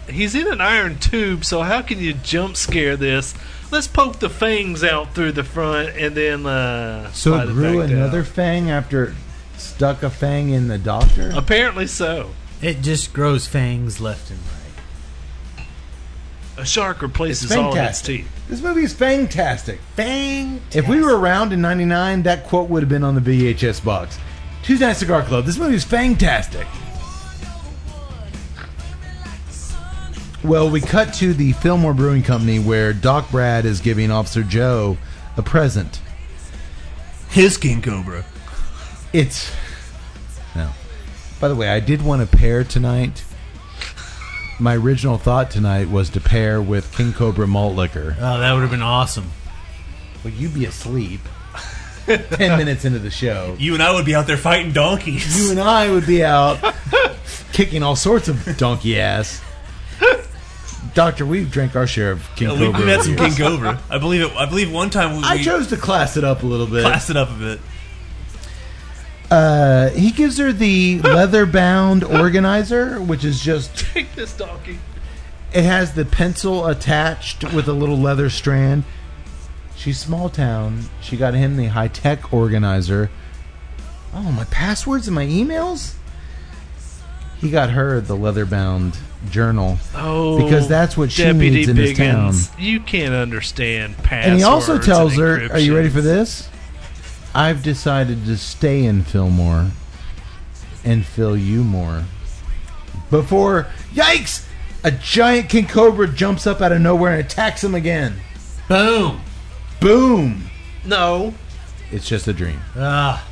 he's in an iron tube, so how can you jump scare this? Let's poke the fangs out through the front, and then uh,
so
slide
it grew
back
another
Down.
fang after it stuck a fang in the doctor?
Apparently so.
It just grows fangs left and right.
A shark replaces
It's
all its
fantastic.
teeth.
This movie is fantastic.
Bang!
If we were around in '99, that quote would have been on the VHS box. Tuesday Night Cigar Club. This movie is fantastic. Well, we cut to the Fillmore Brewing Company where Doc Brad is giving Officer Joe a present.
His King Cobra.
It's no. By the way, I did want to pair tonight. My original thought tonight was to pair with King Cobra malt liquor.
Oh, that would have been awesome.
Well, you'd be asleep ten (laughs) minutes into the show.
You and I would be out there fighting donkeys.
you and I would be out kicking all sorts of donkey ass. Doctor, we've drank our share of King
Uh, (laughs) we,
Cobra.
we've had some
over
King
the years. (laughs)
Cobra. I believe it. I believe one time we,
I
we
chose to class it up a little bit.
classed it up a bit.
Uh, he gives her the leather bound
(laughs)
organizer, which is just,
Take this donkey.
it has the pencil attached with a little leather strand. She's small town. She got him the high tech organizer. Oh, my passwords and my emails? he got her the leather bound journal.
Oh,
Because that's what she
Deputy
needs in this town.
Biggins, You can't understand passwords.
and he also tells her,
encryption.
"Are you ready for this? I've decided to stay in Fillmore and fill you more." Before, yikes! A giant king cobra jumps up out of nowhere and attacks him again.
Boom.
Boom!
No.
It's just a dream.
Ah,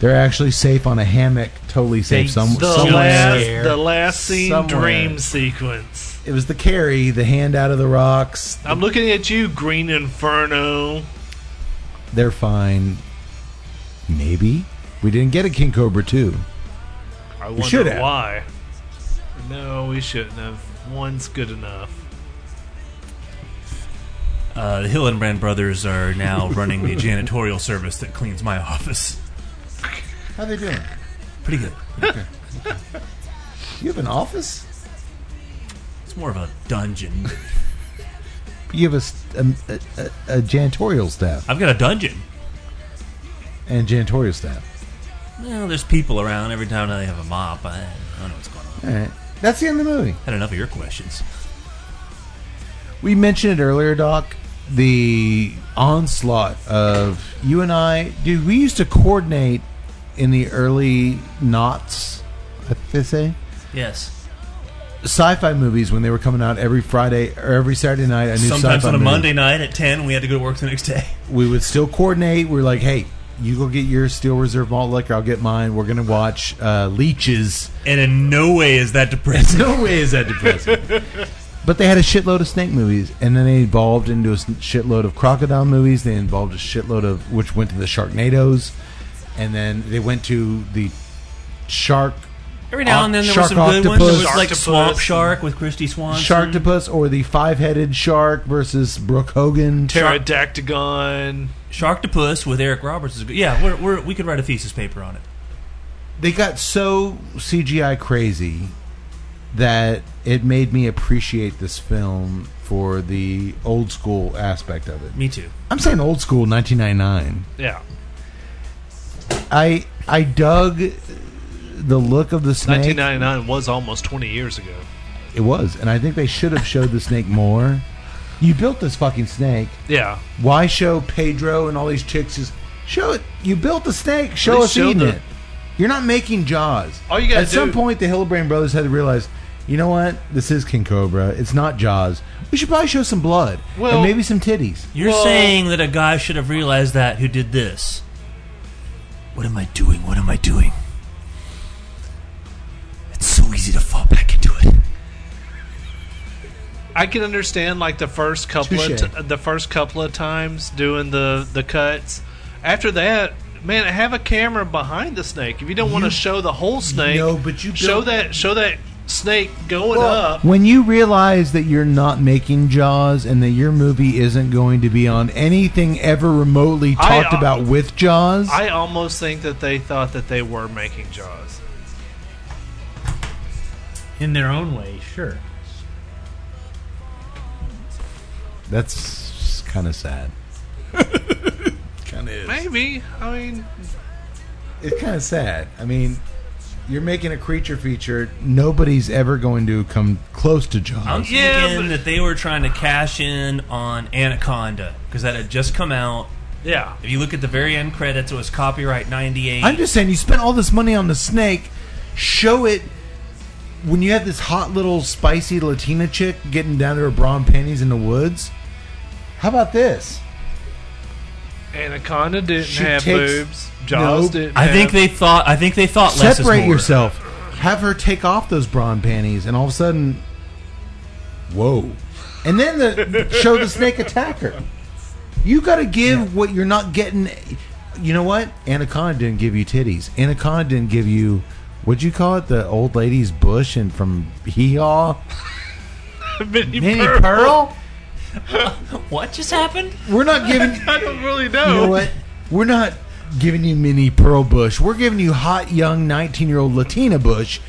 They're actually safe on a hammock, totally safe.
They-
Some,
The
somewhere.
last, the last scene
Somewhere.
dream sequence.
It was the carry, the hand out of the rocks.
I'm looking at you, Green Inferno.
They're fine. Maybe we didn't get a king cobra too.
I wonder
should have.
why. No, we shouldn't have. One's good enough.
Uh, the Hillenbrand brothers are now running the janitorial service that cleans my office.
How they doing?
Pretty good.
You have an office?
It's more of a dungeon.
You have a s- a, a, a, a janitorial staff
I've got a dungeon.
and janitorial staff.
Well, there's people around every time they have a mop. I, I don't know what's going on.
All right, that's the end of the movie.
had enough of your questions.
We mentioned it earlier, Doc. The onslaught of you and I, dude. We used to coordinate in the early knots. I think they say
Yes.
sci-fi movies when they were coming out every Friday or every Saturday night. A new
Sometimes
sci-fi
on a
movie.
Monday night at 10, we had to go to work the next day. (laughs)
we would still coordinate. We are like, hey, you go get your Steel Reserve malt liquor. I'll get mine. We're gonna watch uh, Leeches.
And in no way is that depressing.
(laughs) No way is that depressing. but they had a shitload of snake movies, and then they evolved into a s- shitload of crocodile movies. They involved a shitload of which went to the Sharknadoes, and then they went to the shark
Every now and then there were
Shark
some good ones. There was
octopus.
like
Sharktopus.
Swamp Shark with Christy Swanson.
sharktopus or the five-headed shark versus Brooke Hogan.
Pterodactygon.
Sharktopus with Eric Roberts is good. Yeah, we're, we're, we could write a thesis paper on it.
they got so CGI crazy that it made me appreciate this film for the old school aspect of it.
Me too.
I'm saying old school 1999.
Yeah.
I I dug the look of the snake.
1999 was almost 20 years ago.
It was, and I think they should have showed the snake more. You built this fucking snake.
Yeah.
Why show Pedro and all these chicks? Just show it. You built the snake.
At
Show
least
us
show
eating
the-
it. You're not making Jaws.
All you gotta
at some
do-
point, the Hillebrand brothers had to realize, you know what? This is King Cobra. It's not Jaws. We should probably show some blood
Well-
and maybe some titties.
You're
Well-
saying that a guy should have realized that who did this. What am I doing? What am I doing? It's so easy to fall back into it.
I can understand like the first couple of
Touche.
t- the first couple of times doing the the cuts. After that, man, have a camera behind the snake. If you don't want to show the whole snake,
No, but you
show
built-
that show that snake going up.
When you realize that you're not making Jaws and that your movie isn't going to be on anything ever remotely
I-
talked
I-
about with Jaws,
I almost think that they thought that they were making Jaws.
in their own way, sure.
that's kind of sad. (laughs) kind of is.
Maybe. I mean,
it's kind of sad. I mean, you're making a creature feature. Nobody's ever going to come close to
I'm
Jaws.
Yeah,
thinking
but-
that they were trying to cash in on Anaconda because that had just come out.
yeah.
If you look at the very end credits, it was copyright 98.
I'm just saying, you spent all this money on the snake. Show it when you have this hot little spicy Latina chick getting down to her bra and panties in the woods. How about this?
Anaconda didn't
She
have
takes-
boobs. Jaws
No.
didn't.
I think
have-
they thought. I think they thought less is
Separate
more.
yourself. Have her take off those bra and panties, and all of a sudden, whoa! And then the show the snake attacker. You got to give what you're not getting. You know what? Anaconda didn't give you titties. Anaconda didn't give you. What'd you call it? The old lady's bush and from
(laughs)
Hee Haw?
Minnie
Minnie
Pearl.
Pearl?
What just happened?
We're not giving.
(laughs) I don't really
You
know.
know what? We're not giving you mini Pearl Bush. We're giving you hot, young, 19 year old Latina Bush,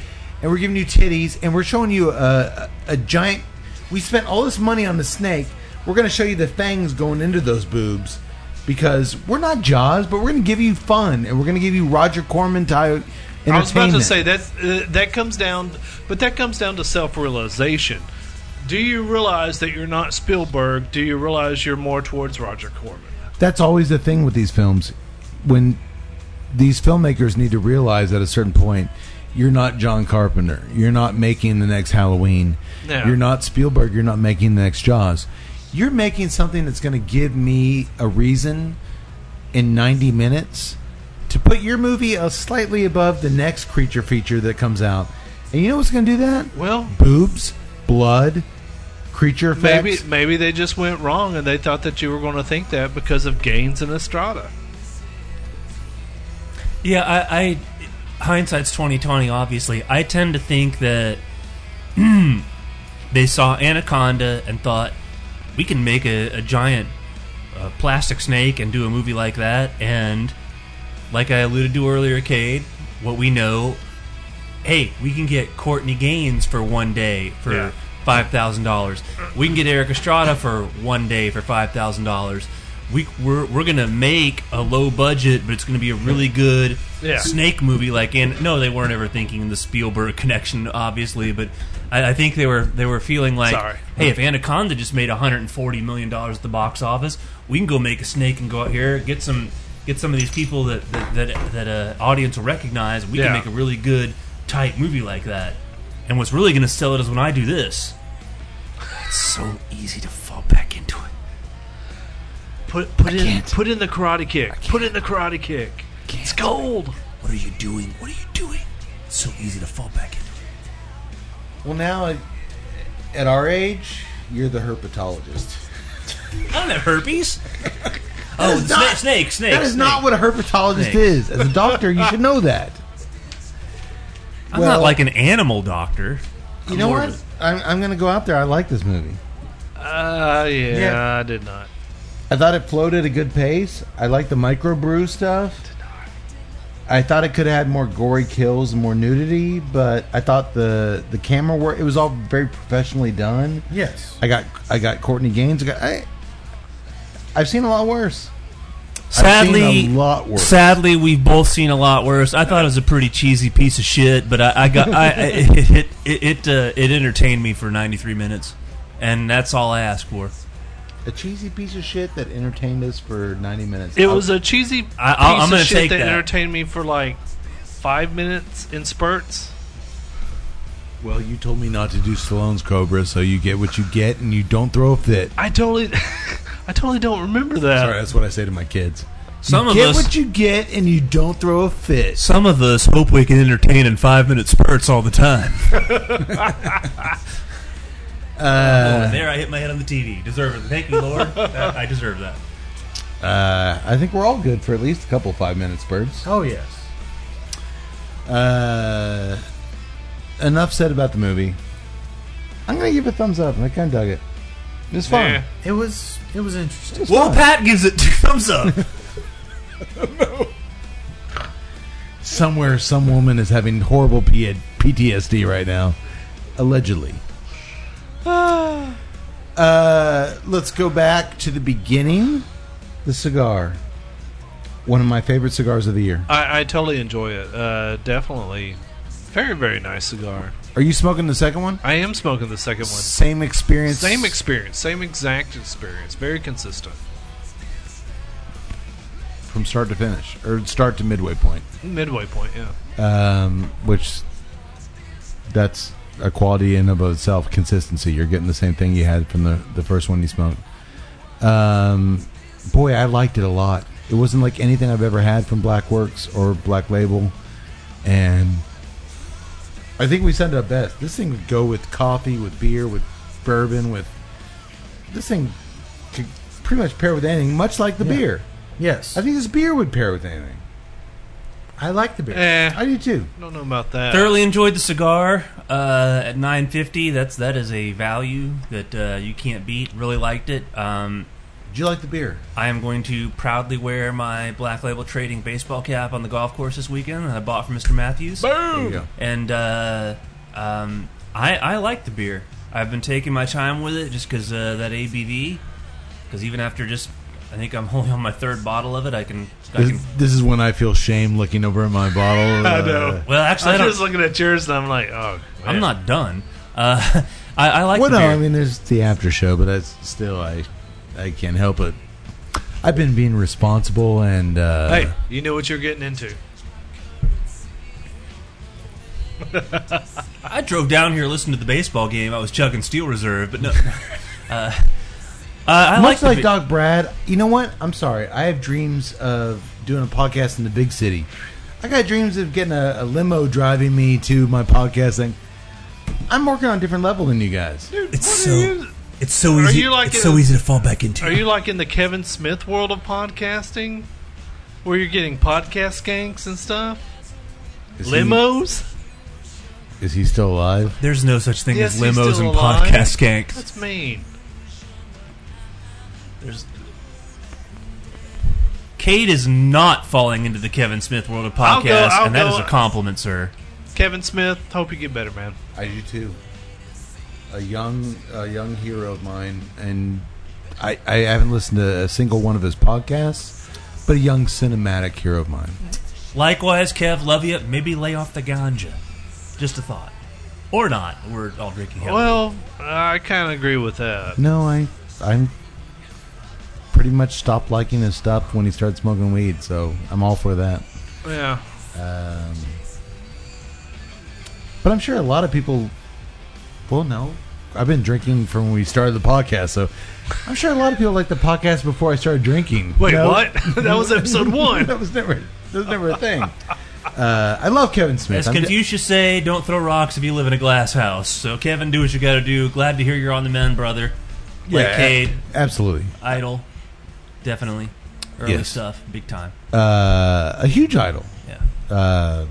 and we're giving you titties, and we're showing you a, a, a giant. We spent all this money on the snake. We're going to show you the fangs going into those boobs because we're not Jaws, but we're going to give you fun, and we're going to give you Roger Corman type
I was about to
entertainment.
say that's uh, that comes down, but that comes down to self-realization. Do you realize that you're not Spielberg? Do you realize you're more towards Roger Corman?
That's always the thing with these films. When these filmmakers need to realize at a certain point, you're not John Carpenter. You're not making the next Halloween.
Yeah.
You're not Spielberg. You're not making the next Jaws. You're making something that's going to give me a reason in 90 minutes to put your movie a slightly above the next creature feature that comes out. And you know what's going to do that?
Well,
Boobs, blood, creature effects.
maybe maybe they just went wrong and they thought that you were going to think that because of Gaines and Estrada.
Yeah, I, I hindsight's twenty twenty. Obviously, I tend to think that (clears throat) they saw Anaconda and thought we can make a, a giant uh, plastic snake and do a movie like that. And like I alluded to earlier, Cade, what we know, hey, we can get Courtney Gaines for one day for
Yeah.
five thousand dollars. We can get Eric Estrada for one day for five thousand dollars. We, we're, we're gonna make a low budget, but it's gonna be a really good
Yeah.
snake movie. Like in no, they weren't ever thinking the Spielberg (laughs) connection, obviously, but I, I think they were they were feeling like,
Sorry.
hey, if Anaconda just made 140 million dollars at the box office, we can go make a snake and go out here get some get some of these people that that that, that uh, audience will recognize. We
Yeah.
can make a really good tight movie like that. And what's really going to sell it is when I do this. (sighs) It's so easy to fall back into it.
Put put in put in the karate kick. Put in the karate kick. It's cold.
What are you doing? What are you doing? It's so easy to fall back into. it.
Well, now at, at our age, you're the herpetologist.
I don't have (laughs) herpes. oh,
is
sna-
not-
snake, snake.
That is
snake.
not what a herpetologist
Snake.
is. As a doctor, you should know that.
(laughs)
I'm
well-
not like an animal doctor.
You know
Morbid.
what? I'm, I'm going to go out there. I like this movie.
Uh, yeah,
Yeah.
I did not.
I thought it flowed at a good pace. I like the microbrew stuff. I thought it could have had more gory kills and more nudity, but I thought the the camera work it was all very professionally done.
Yes.
I got I got Courtney Gaines. I got I, I've seen a lot worse. I've
Sadly,
seen a lot worse.
sadly, we've both seen a lot worse. I thought it was a pretty cheesy piece of shit, but I, I got I, I it it it, uh, it entertained me for ninety three minutes, and that's all I ask for.
a cheesy piece of shit that entertained us for 90 minutes.
It
I-
was a cheesy
I- I'll- I'm
piece of
gonna
shit
take
that,
that.
entertained me for like five minutes in spurts.
well, you told me not to do Stallone's Cobra, so you get what you get and you don't throw a fit.
I totally, (laughs) I totally don't remember that.
Sorry, that's what I say to my kids.
Some
you
of
get
us-
what you get and you don't throw a fit.
Some of us hope we can entertain in five minute spurts all the time. (laughs) Oh, there, I hit my head on the TV. Deserve it. Thank you, (laughs) Lord. That- I deserve that.
Uh, I think we're all good for at least a couple five minute spurts.
Oh yes.
Uh, enough said about the movie. I'm gonna give it a thumbs up. I kind of dug it. It was fun.
Yeah.
It was it was interesting.
It was
Well,
fun.
Pat gives it (laughs) two thumbs up.
somewhere some woman is having horrible P- PTSD right now, allegedly. (sighs) uh, let's go back to the beginning. The cigar, one of my favorite cigars of the year.
I, I totally enjoy it. Uh, definitely, very very nice cigar.
Are you smoking the second one?
I am smoking the second one.
Same experience.
Same experience, same exact experience. Very consistent.
from start to finish, or start to midway point.
Midway point, yeah.
um, which that's a quality in of itself consistency you're getting the same thing you had from the, the first one you smoked um, boy i liked it a lot it wasn't like anything i've ever had from black works or black label and i think we said it up best this thing would go with coffee with beer with bourbon with this thing could pretty much pair with anything much like the
Yeah.
beer
Yes.
i think this beer would pair with anything
I like the beer.
Eh,
i do too
I don't know about that.
Thoroughly enjoyed the cigar uh, at 950. That's that is a value that uh, you can't beat. Really liked it. Um,
do you like the beer
I am going to proudly wear my Black Label Trading baseball cap on the golf course this weekend that I bought from Mr. Matthews.
there you go
And uh, um, I I like the beer. I've been taking my time with it just because uh, that ABV. Because even after just I think I'm (laughs) only on my third bottle of it. I can. I can
This, this is when I feel shame looking over at my bottle. Uh,
I know.
well, actually, I
I'm
don't,
just looking at yours and I'm like, oh,
I'm
man.
not done. Uh, (laughs) I, I like
well,
the
no,
beer.
I mean, there's the after show, but that's still I, I can't help it. I've been being responsible and uh,
Hey, you knew what you're getting into.
I drove down here listening to the baseball game. I was chugging Steel Reserve,
(laughs)
but no. uh, uh, I like
much
the
like
be-
Doc Brad, you know what? I'm sorry. I have dreams of doing a podcast in the big city. I got dreams of getting a, a limo driving me to my podcast thing. I'm working on a different level than you guys.
It's
What are
so
you-
it's so
Are
easy.
you like
it's
in
so
a-
easy to fall back into.
Are you like in the Kevin Smith world of podcasting? Where you're getting podcast ganks and stuff?
Is he-
Limos?
is he still alive?
There's no such thing
Yes,
as
he's
limos
still
and
alive.
podcast skanks.
That's mean. There's
Kate is not falling into the Kevin Smith world of podcast,
I'll go- I'll
and that is
go-
a compliment, sir.
Kevin Smith. Hope you get better, man.
I do too. A young, a young hero of mine, and I, I haven't listened to a single one of his podcasts, but a young cinematic hero of mine.
Likewise, Kev, love you. Maybe lay off the ganja. Just a thought, or not. We're all drinking. heavily.
Well, I kind of agree with that.
No, I, I'm pretty much stopped liking his stuff when he started smoking weed, so I'm all for that.
Yeah.
Um, but I'm sure a lot of people. Well, no, I've been drinking from when we started the podcast, so I'm sure a lot of people liked the podcast before I started drinking.
Wait,
you know?
what? (laughs) that
(laughs)
(laughs)
was episode one.
that was never that was never a thing. Uh, I love Kevin Smith.
As
I'm ju-
Confucius say, don't throw rocks if you live in a glass house. So, Kevin, do what you got to do. Glad to hear you're on the mend, brother. Like
Yeah.
Cade,
absolutely
Idol, definitely. Early
Yes.
stuff, big time.
uh, a huge idol.
Yeah.
Uh,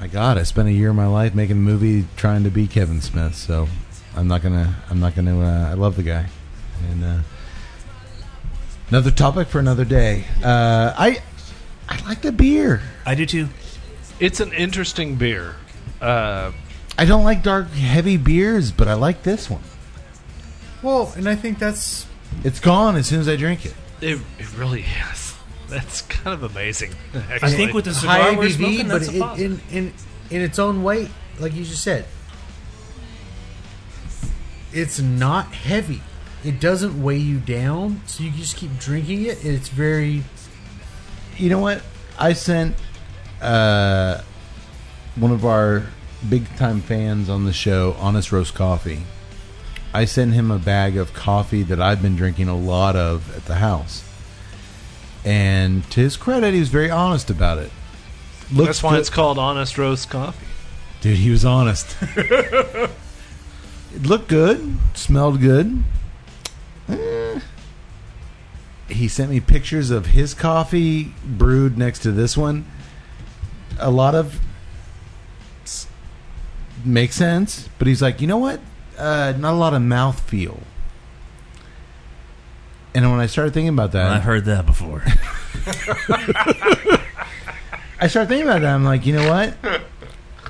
my God, I spent a year of my life making a movie trying to be Kevin Smith. So I'm not gonna. I'm not gonna. Uh, I love the guy. And uh, another topic for another day. Uh, I I like the beer.
I do too.
It's an interesting beer. Uh,
I don't like dark, heavy beers, but I like this one.
Well, and I think that's
It's gone as soon as I drink it.
it, it really is. (laughs) That's kind of amazing.
I
Actually.
think with the
high
cigar we're smoking,
ABV, but
that's a
it,
positive.
in in in its own way, like you just said, it's not heavy. It doesn't weigh you down, so you just keep drinking it. and It's very
you know what? I sent uh, one of our big time fans on the show, Honest Roast Coffee. I sent him a bag of coffee that I've been drinking a lot of at the house. And to his credit, he was very honest about it. Looks
That's why
good-
it's called Honest Roast Coffee.
Dude, he was honest. it looked good, smelled good. Eh. He sent me pictures of his coffee brewed next to this one. A lot of s- makes sense, but he's like, you know what? Uh, not a lot of mouth feel. And when I started thinking about that,
I've heard that before.
I started thinking about that. I'm like, you know what?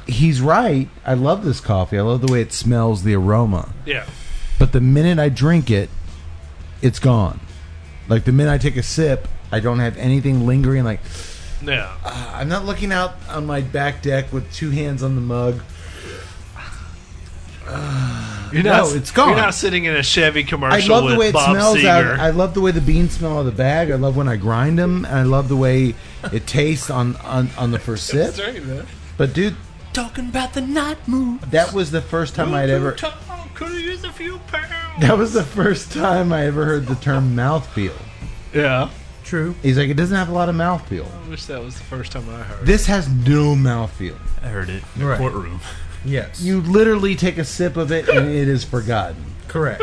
He's right. I love this coffee. I love the way it smells, the aroma.
Yeah.
But the minute I drink it, it's gone. Like the minute I take a sip, I don't have anything lingering. Like
Yeah.
ah, I'm not looking out on my back deck with two hands on the mug.
You're
No, it's gone.
You're not sitting in a Chevy
I
commercial
love
with
the way it
Bob
smells.
Seger.
Out, I love the way the beans smell out of the bag. I love when I grind them, and I love the way it tastes on on, on the first sip. But dude,
Talking about the night moon.
that was the first time I'd ever.
Could have used a few pounds.
That was the first time I ever heard the term mouthfeel.
(laughs) Yeah.
true.
He's like, it doesn't have a lot of mouthfeel.
I wish that was the first time I heard.
This has no mouthfeel.
I heard it in the
Right.
courtroom.
Yes,
You literally take a sip of it and it is
(laughs)
forgotten.
correct.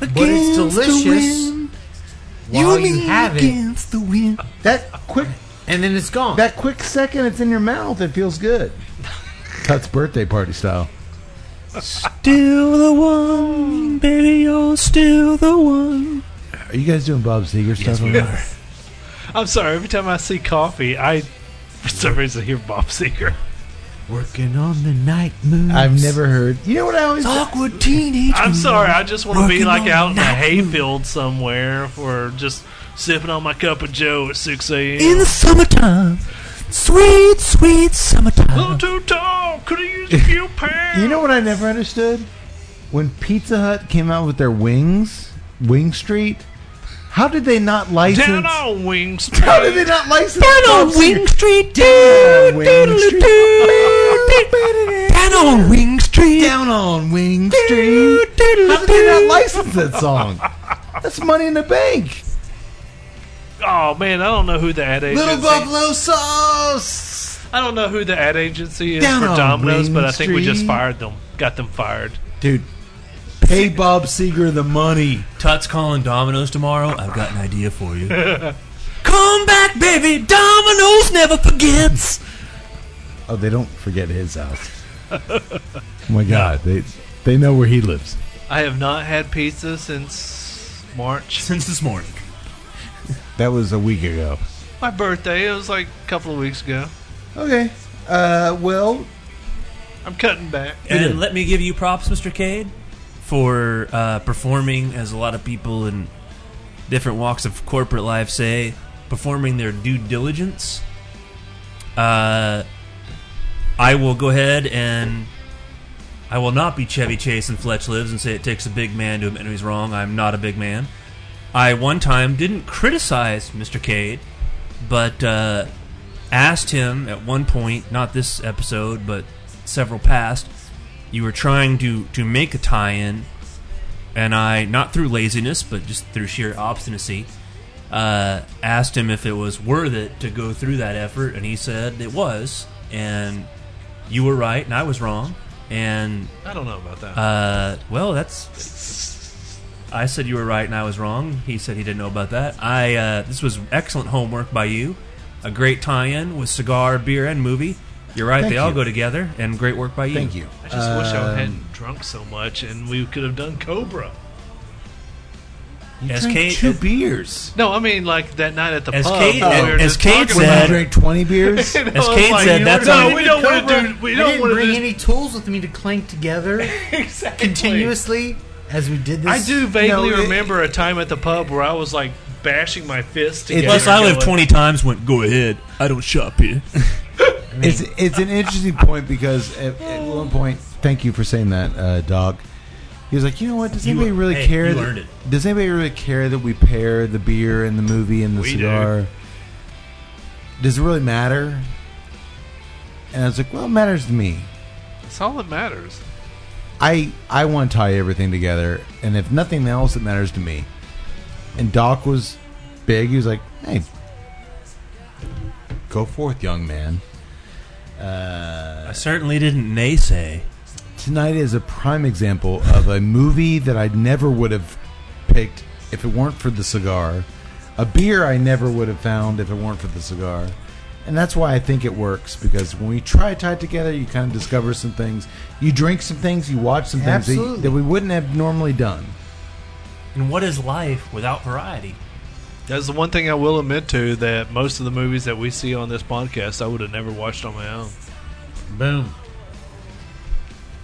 but it's delicious while you, have it,
the wind. That quick,
and then it's gone.
that quick second, it's in your mouth. It feels good. That's birthday party style.
Still the one, baby, you're still the one.
Are you guys doing Bob Seger stuff? over there?
I'm sorry. Every time I see coffee, I for some reason hear Bob Seger.
Working on the night moon.
I've never heard. You know what I always
awkward teenage.
I'm sorry. I just want to be
Working
like
all
out in a
night.
hayfield somewhere or just sipping on my cup of Joe at 6 a.m.
in the summertime. Sweet, sweet
A little
summertime.
too tall. Could have used a few
(laughs)
pounds.
You know what I never understood? When Pizza Hut came out with their wings, Wing Street, how did they not license?
Down on wings.
How did they not license?
Down on
Bob's-
Wing Street,
Down
dude.
on Wing
(laughs)
Street. (laughs)
Down on Wing Street.
Down on Wing
Doo,
Street.
doo,
How did they
doo.
not license that song? That's money in the bank.
Oh man, I don't know who the ad agency.
Little Buffalo Sauce.
I don't know who the ad agency is
Down
for
on
Domino's, but I
Wing
think we just
Street.
fired them. Got them fired.
Dude, pay Bob Seger the money.
Tut's calling Domino's tomorrow. I've got an idea for (laughs) you.
Come back, baby. Domino's never forgets.
Oh, they don't forget his (laughs) house. oh my God, they they know where he lives.
I have not had pizza since March.
Since (laughs) this morning.
That was a week ago.
My birthday. It was like a couple of weeks ago.
Okay. Uh, well,
I'm cutting back.
And let me give you props, Mr. Cade, for uh, performing, as a lot of people in different walks of corporate life say, performing their due diligence. Uh, I will go ahead and I will not be Chevy Chase and Fletch Lives and say it takes a big man to admit when he's wrong. I'm not a big man. I one time didn't criticize Mr. Cade, but uh, asked him at one point, not this episode, but several past, you were trying to, to make a tie in, and I, not through laziness, but just through sheer obstinacy, uh, asked him if it was worth it to go through that effort, and he said it was, and you were right, and I was wrong, and
I don't know about that.
uh, well, that's. I said you were right and I was wrong. He said he didn't know about that. I uh, this was excellent homework by you. A great tie-in with cigar, beer, and movie. You're right;
Thank
they all
you.
go together. And great work by you.
thank you. Uh,
I just wish I hadn't drunk so much and we could have done Cobra.
You
As
drank
Kate-
two beers.
No, I mean like that night at the
As
pub.
Kate-
when we were
as
just
Kate
talking Oh,
said-
about
I
it.
drank twenty (laughs) beers.
And
As
I was
Kate said, that's
no,
all-
we don't want to do. We
I
don't
didn't
want to
bring
do
any tools with me to clank together
(laughs) exactly.
continuously as we did this.
I do vaguely
No, it-
remember a time at the pub where I was like bashing my fist together.
Plus, I live
going,
20 times. Went go ahead. I don't shop here.
It's it's an interesting point because at, at one point, thank you for saying that, uh, Doc. He was like, you know what? Does
You-
anybody really
hey,
care?
you
that,
earned it.
Does anybody really care that we pair the beer and the movie and the
We do.
cigar? Does it really matter? And I was like, well, it matters to me.
That's all that matters.
I I want to tie everything together, and if nothing else, it matters to me. And Doc was big. He was like, "Hey, go forth, young man.
(laughs) I certainly didn't naysay.
Tonight is a prime example of a movie that I never would have picked if it weren't for the cigar, a beer I never would have found if it weren't for the cigar." And that's why I think it works because when we try to tie it together, you kind of discover some things. You drink some things, you watch some things that, you-
Absolutely.
that we wouldn't have normally done.
And what is life without variety?
That's the one thing I will admit to that most of the movies that we see on this podcast I would have never watched on my own.
Boom.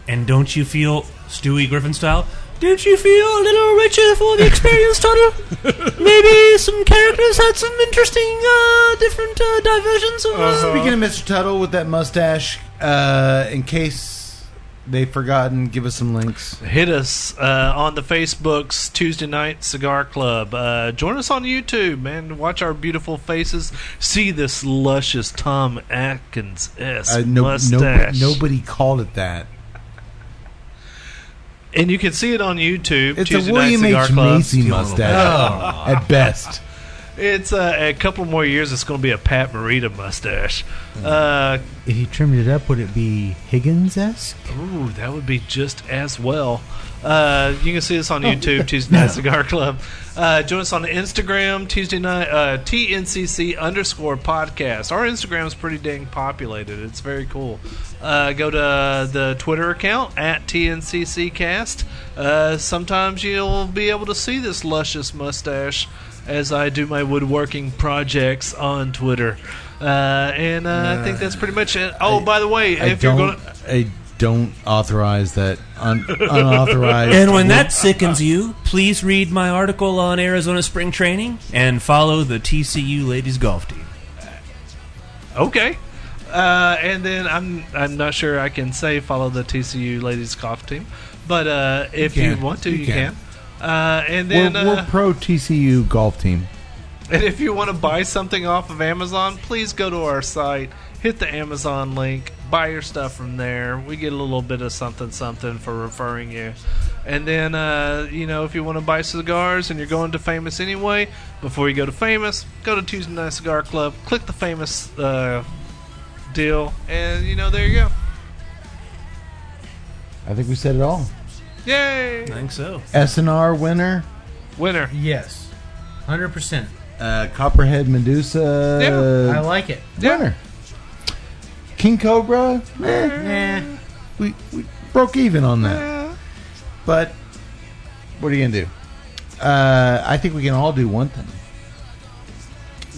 And don't you feel Stewie Griffin style? Don't you feel a little richer for the experience, Tuttle?
(laughs)
Maybe some characters had some interesting, uh, different uh, diversions. Of, uh,
Speaking of Mr. Tuttle with that mustache, uh, in case they've forgotten, give us some links.
Hit us uh, on the Facebooks Tuesday Night Cigar Club. Uh, join us on YouTube, man. Watch our beautiful faces. See this luscious Tom Atkins s
Uh, no-
mustache.
no- nobody called it that.
and you can see it on YouTube.
It's
Tuesday
a
Night
William
Cigar
H.
Club.
Macy mustache
Oh.
at best.
It's uh, a couple more years. It's going to be a Pat Morita mustache.
Hmm.
Uh,
If you trimmed it up, would it be Higgins esque?
Ooh, that would be just as well. Uh, you can see us on
Oh. (laughs)
YouTube, Tuesday Night Cigar Club. Uh, join us on Instagram, Tuesday Night uh, TNCC underscore podcast. Our Instagram is pretty dang populated. It's very cool. Uh, go to the Twitter account at TNCCcast. Uh, sometimes you'll be able to see this luscious mustache as I do my woodworking projects on Twitter. Uh, and uh, I think that's pretty much it. Oh, by the way,
I
if you're
don't,
going to.
I don't authorize that
(laughs)
un- unauthorized.
And when that sickens you, uh, please read my article on Arizona spring training and follow the TCU ladies golf team.
Okay. Uh, and then I'm I'm not sure I can say follow the TCU ladies golf team, but uh, if you,
can.
want to,
You
you,
can.
can. Uh, and
we're,
then
we're
uh,
pro TCU golf team.
and if you want to buy something off of Amazon, please go to our site, hit the Amazon link, buy your stuff from there. We get a little bit of something something for referring you. And then uh, you know if you want to buy cigars and you're going to Famous anyway, before you go to Famous, go to Tuesday Night Cigar Club, click the Famous uh, deal, and you know there you go.
I think we said it all.
Yay!
I think so.
SNR winner,
Winner.
Yes, hundred percent.
uh, Copperhead Medusa
Yeah.
I like it.
winner. King Cobra, eh,
Mm.
Nah.
we, we broke even on that. But what are you gonna do? Uh, I think we can all do one thing.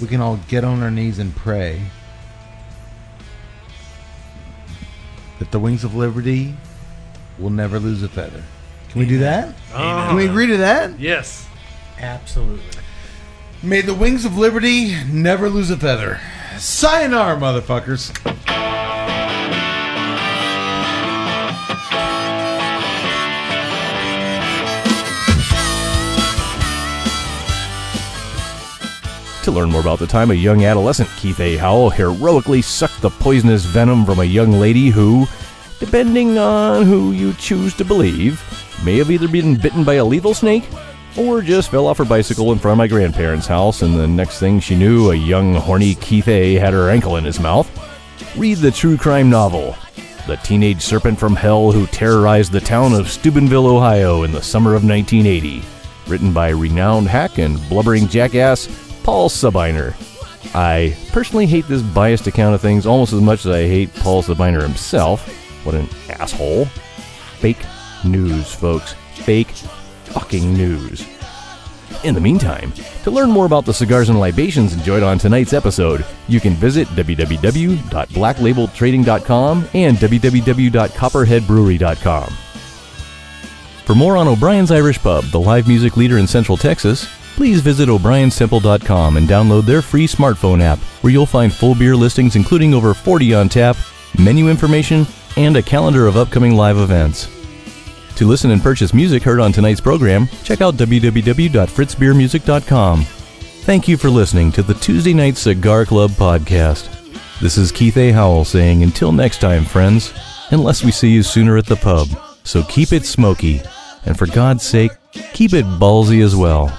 We can all get on our knees and pray that the wings of liberty will never lose a feather. Can we do that?
Amen.
Can we agree to that?
Yes.
Absolutely.
May the wings of liberty never lose a feather. Sayonara, motherfuckers.
To learn more about the time a young adolescent Keith A. Howell heroically sucked the poisonous venom from a young lady who, depending on who you choose to believe, may have either been bitten by a lethal snake or just fell off her bicycle in front of my grandparents' house, and the next thing she knew, a young, horny Keith A. had her ankle in his mouth. Read the true crime novel, The Teenage Serpent from Hell Who Terrorized the Town of Steubenville, Ohio in the summer of 1980. Written by renowned hack and blubbering jackass Paul Subiner. I personally hate this biased account of things almost as much as I hate Paul Subiner himself. What an asshole. Fake news, folks. Fake fucking news. In the meantime, to learn more about the cigars and libations enjoyed on tonight's episode, you can visit www.blacklabeltrading.com and www.copperheadbrewery.com. For more on O'Brien's Irish Pub, the live music leader in Central Texas, please visit o'brienstemple.com and download their free smartphone app, where you'll find full beer listings including over 40 on tap, menu information, and a calendar of upcoming live events. To listen and purchase music heard on tonight's program, check out www.fritzbeermusic.com. Thank you for listening to the Tuesday Night Cigar Club podcast. This is Keith A. Howell saying until next time, friends, unless we see you sooner at the pub. So keep it smoky, and for God's sake, keep it ballsy as well.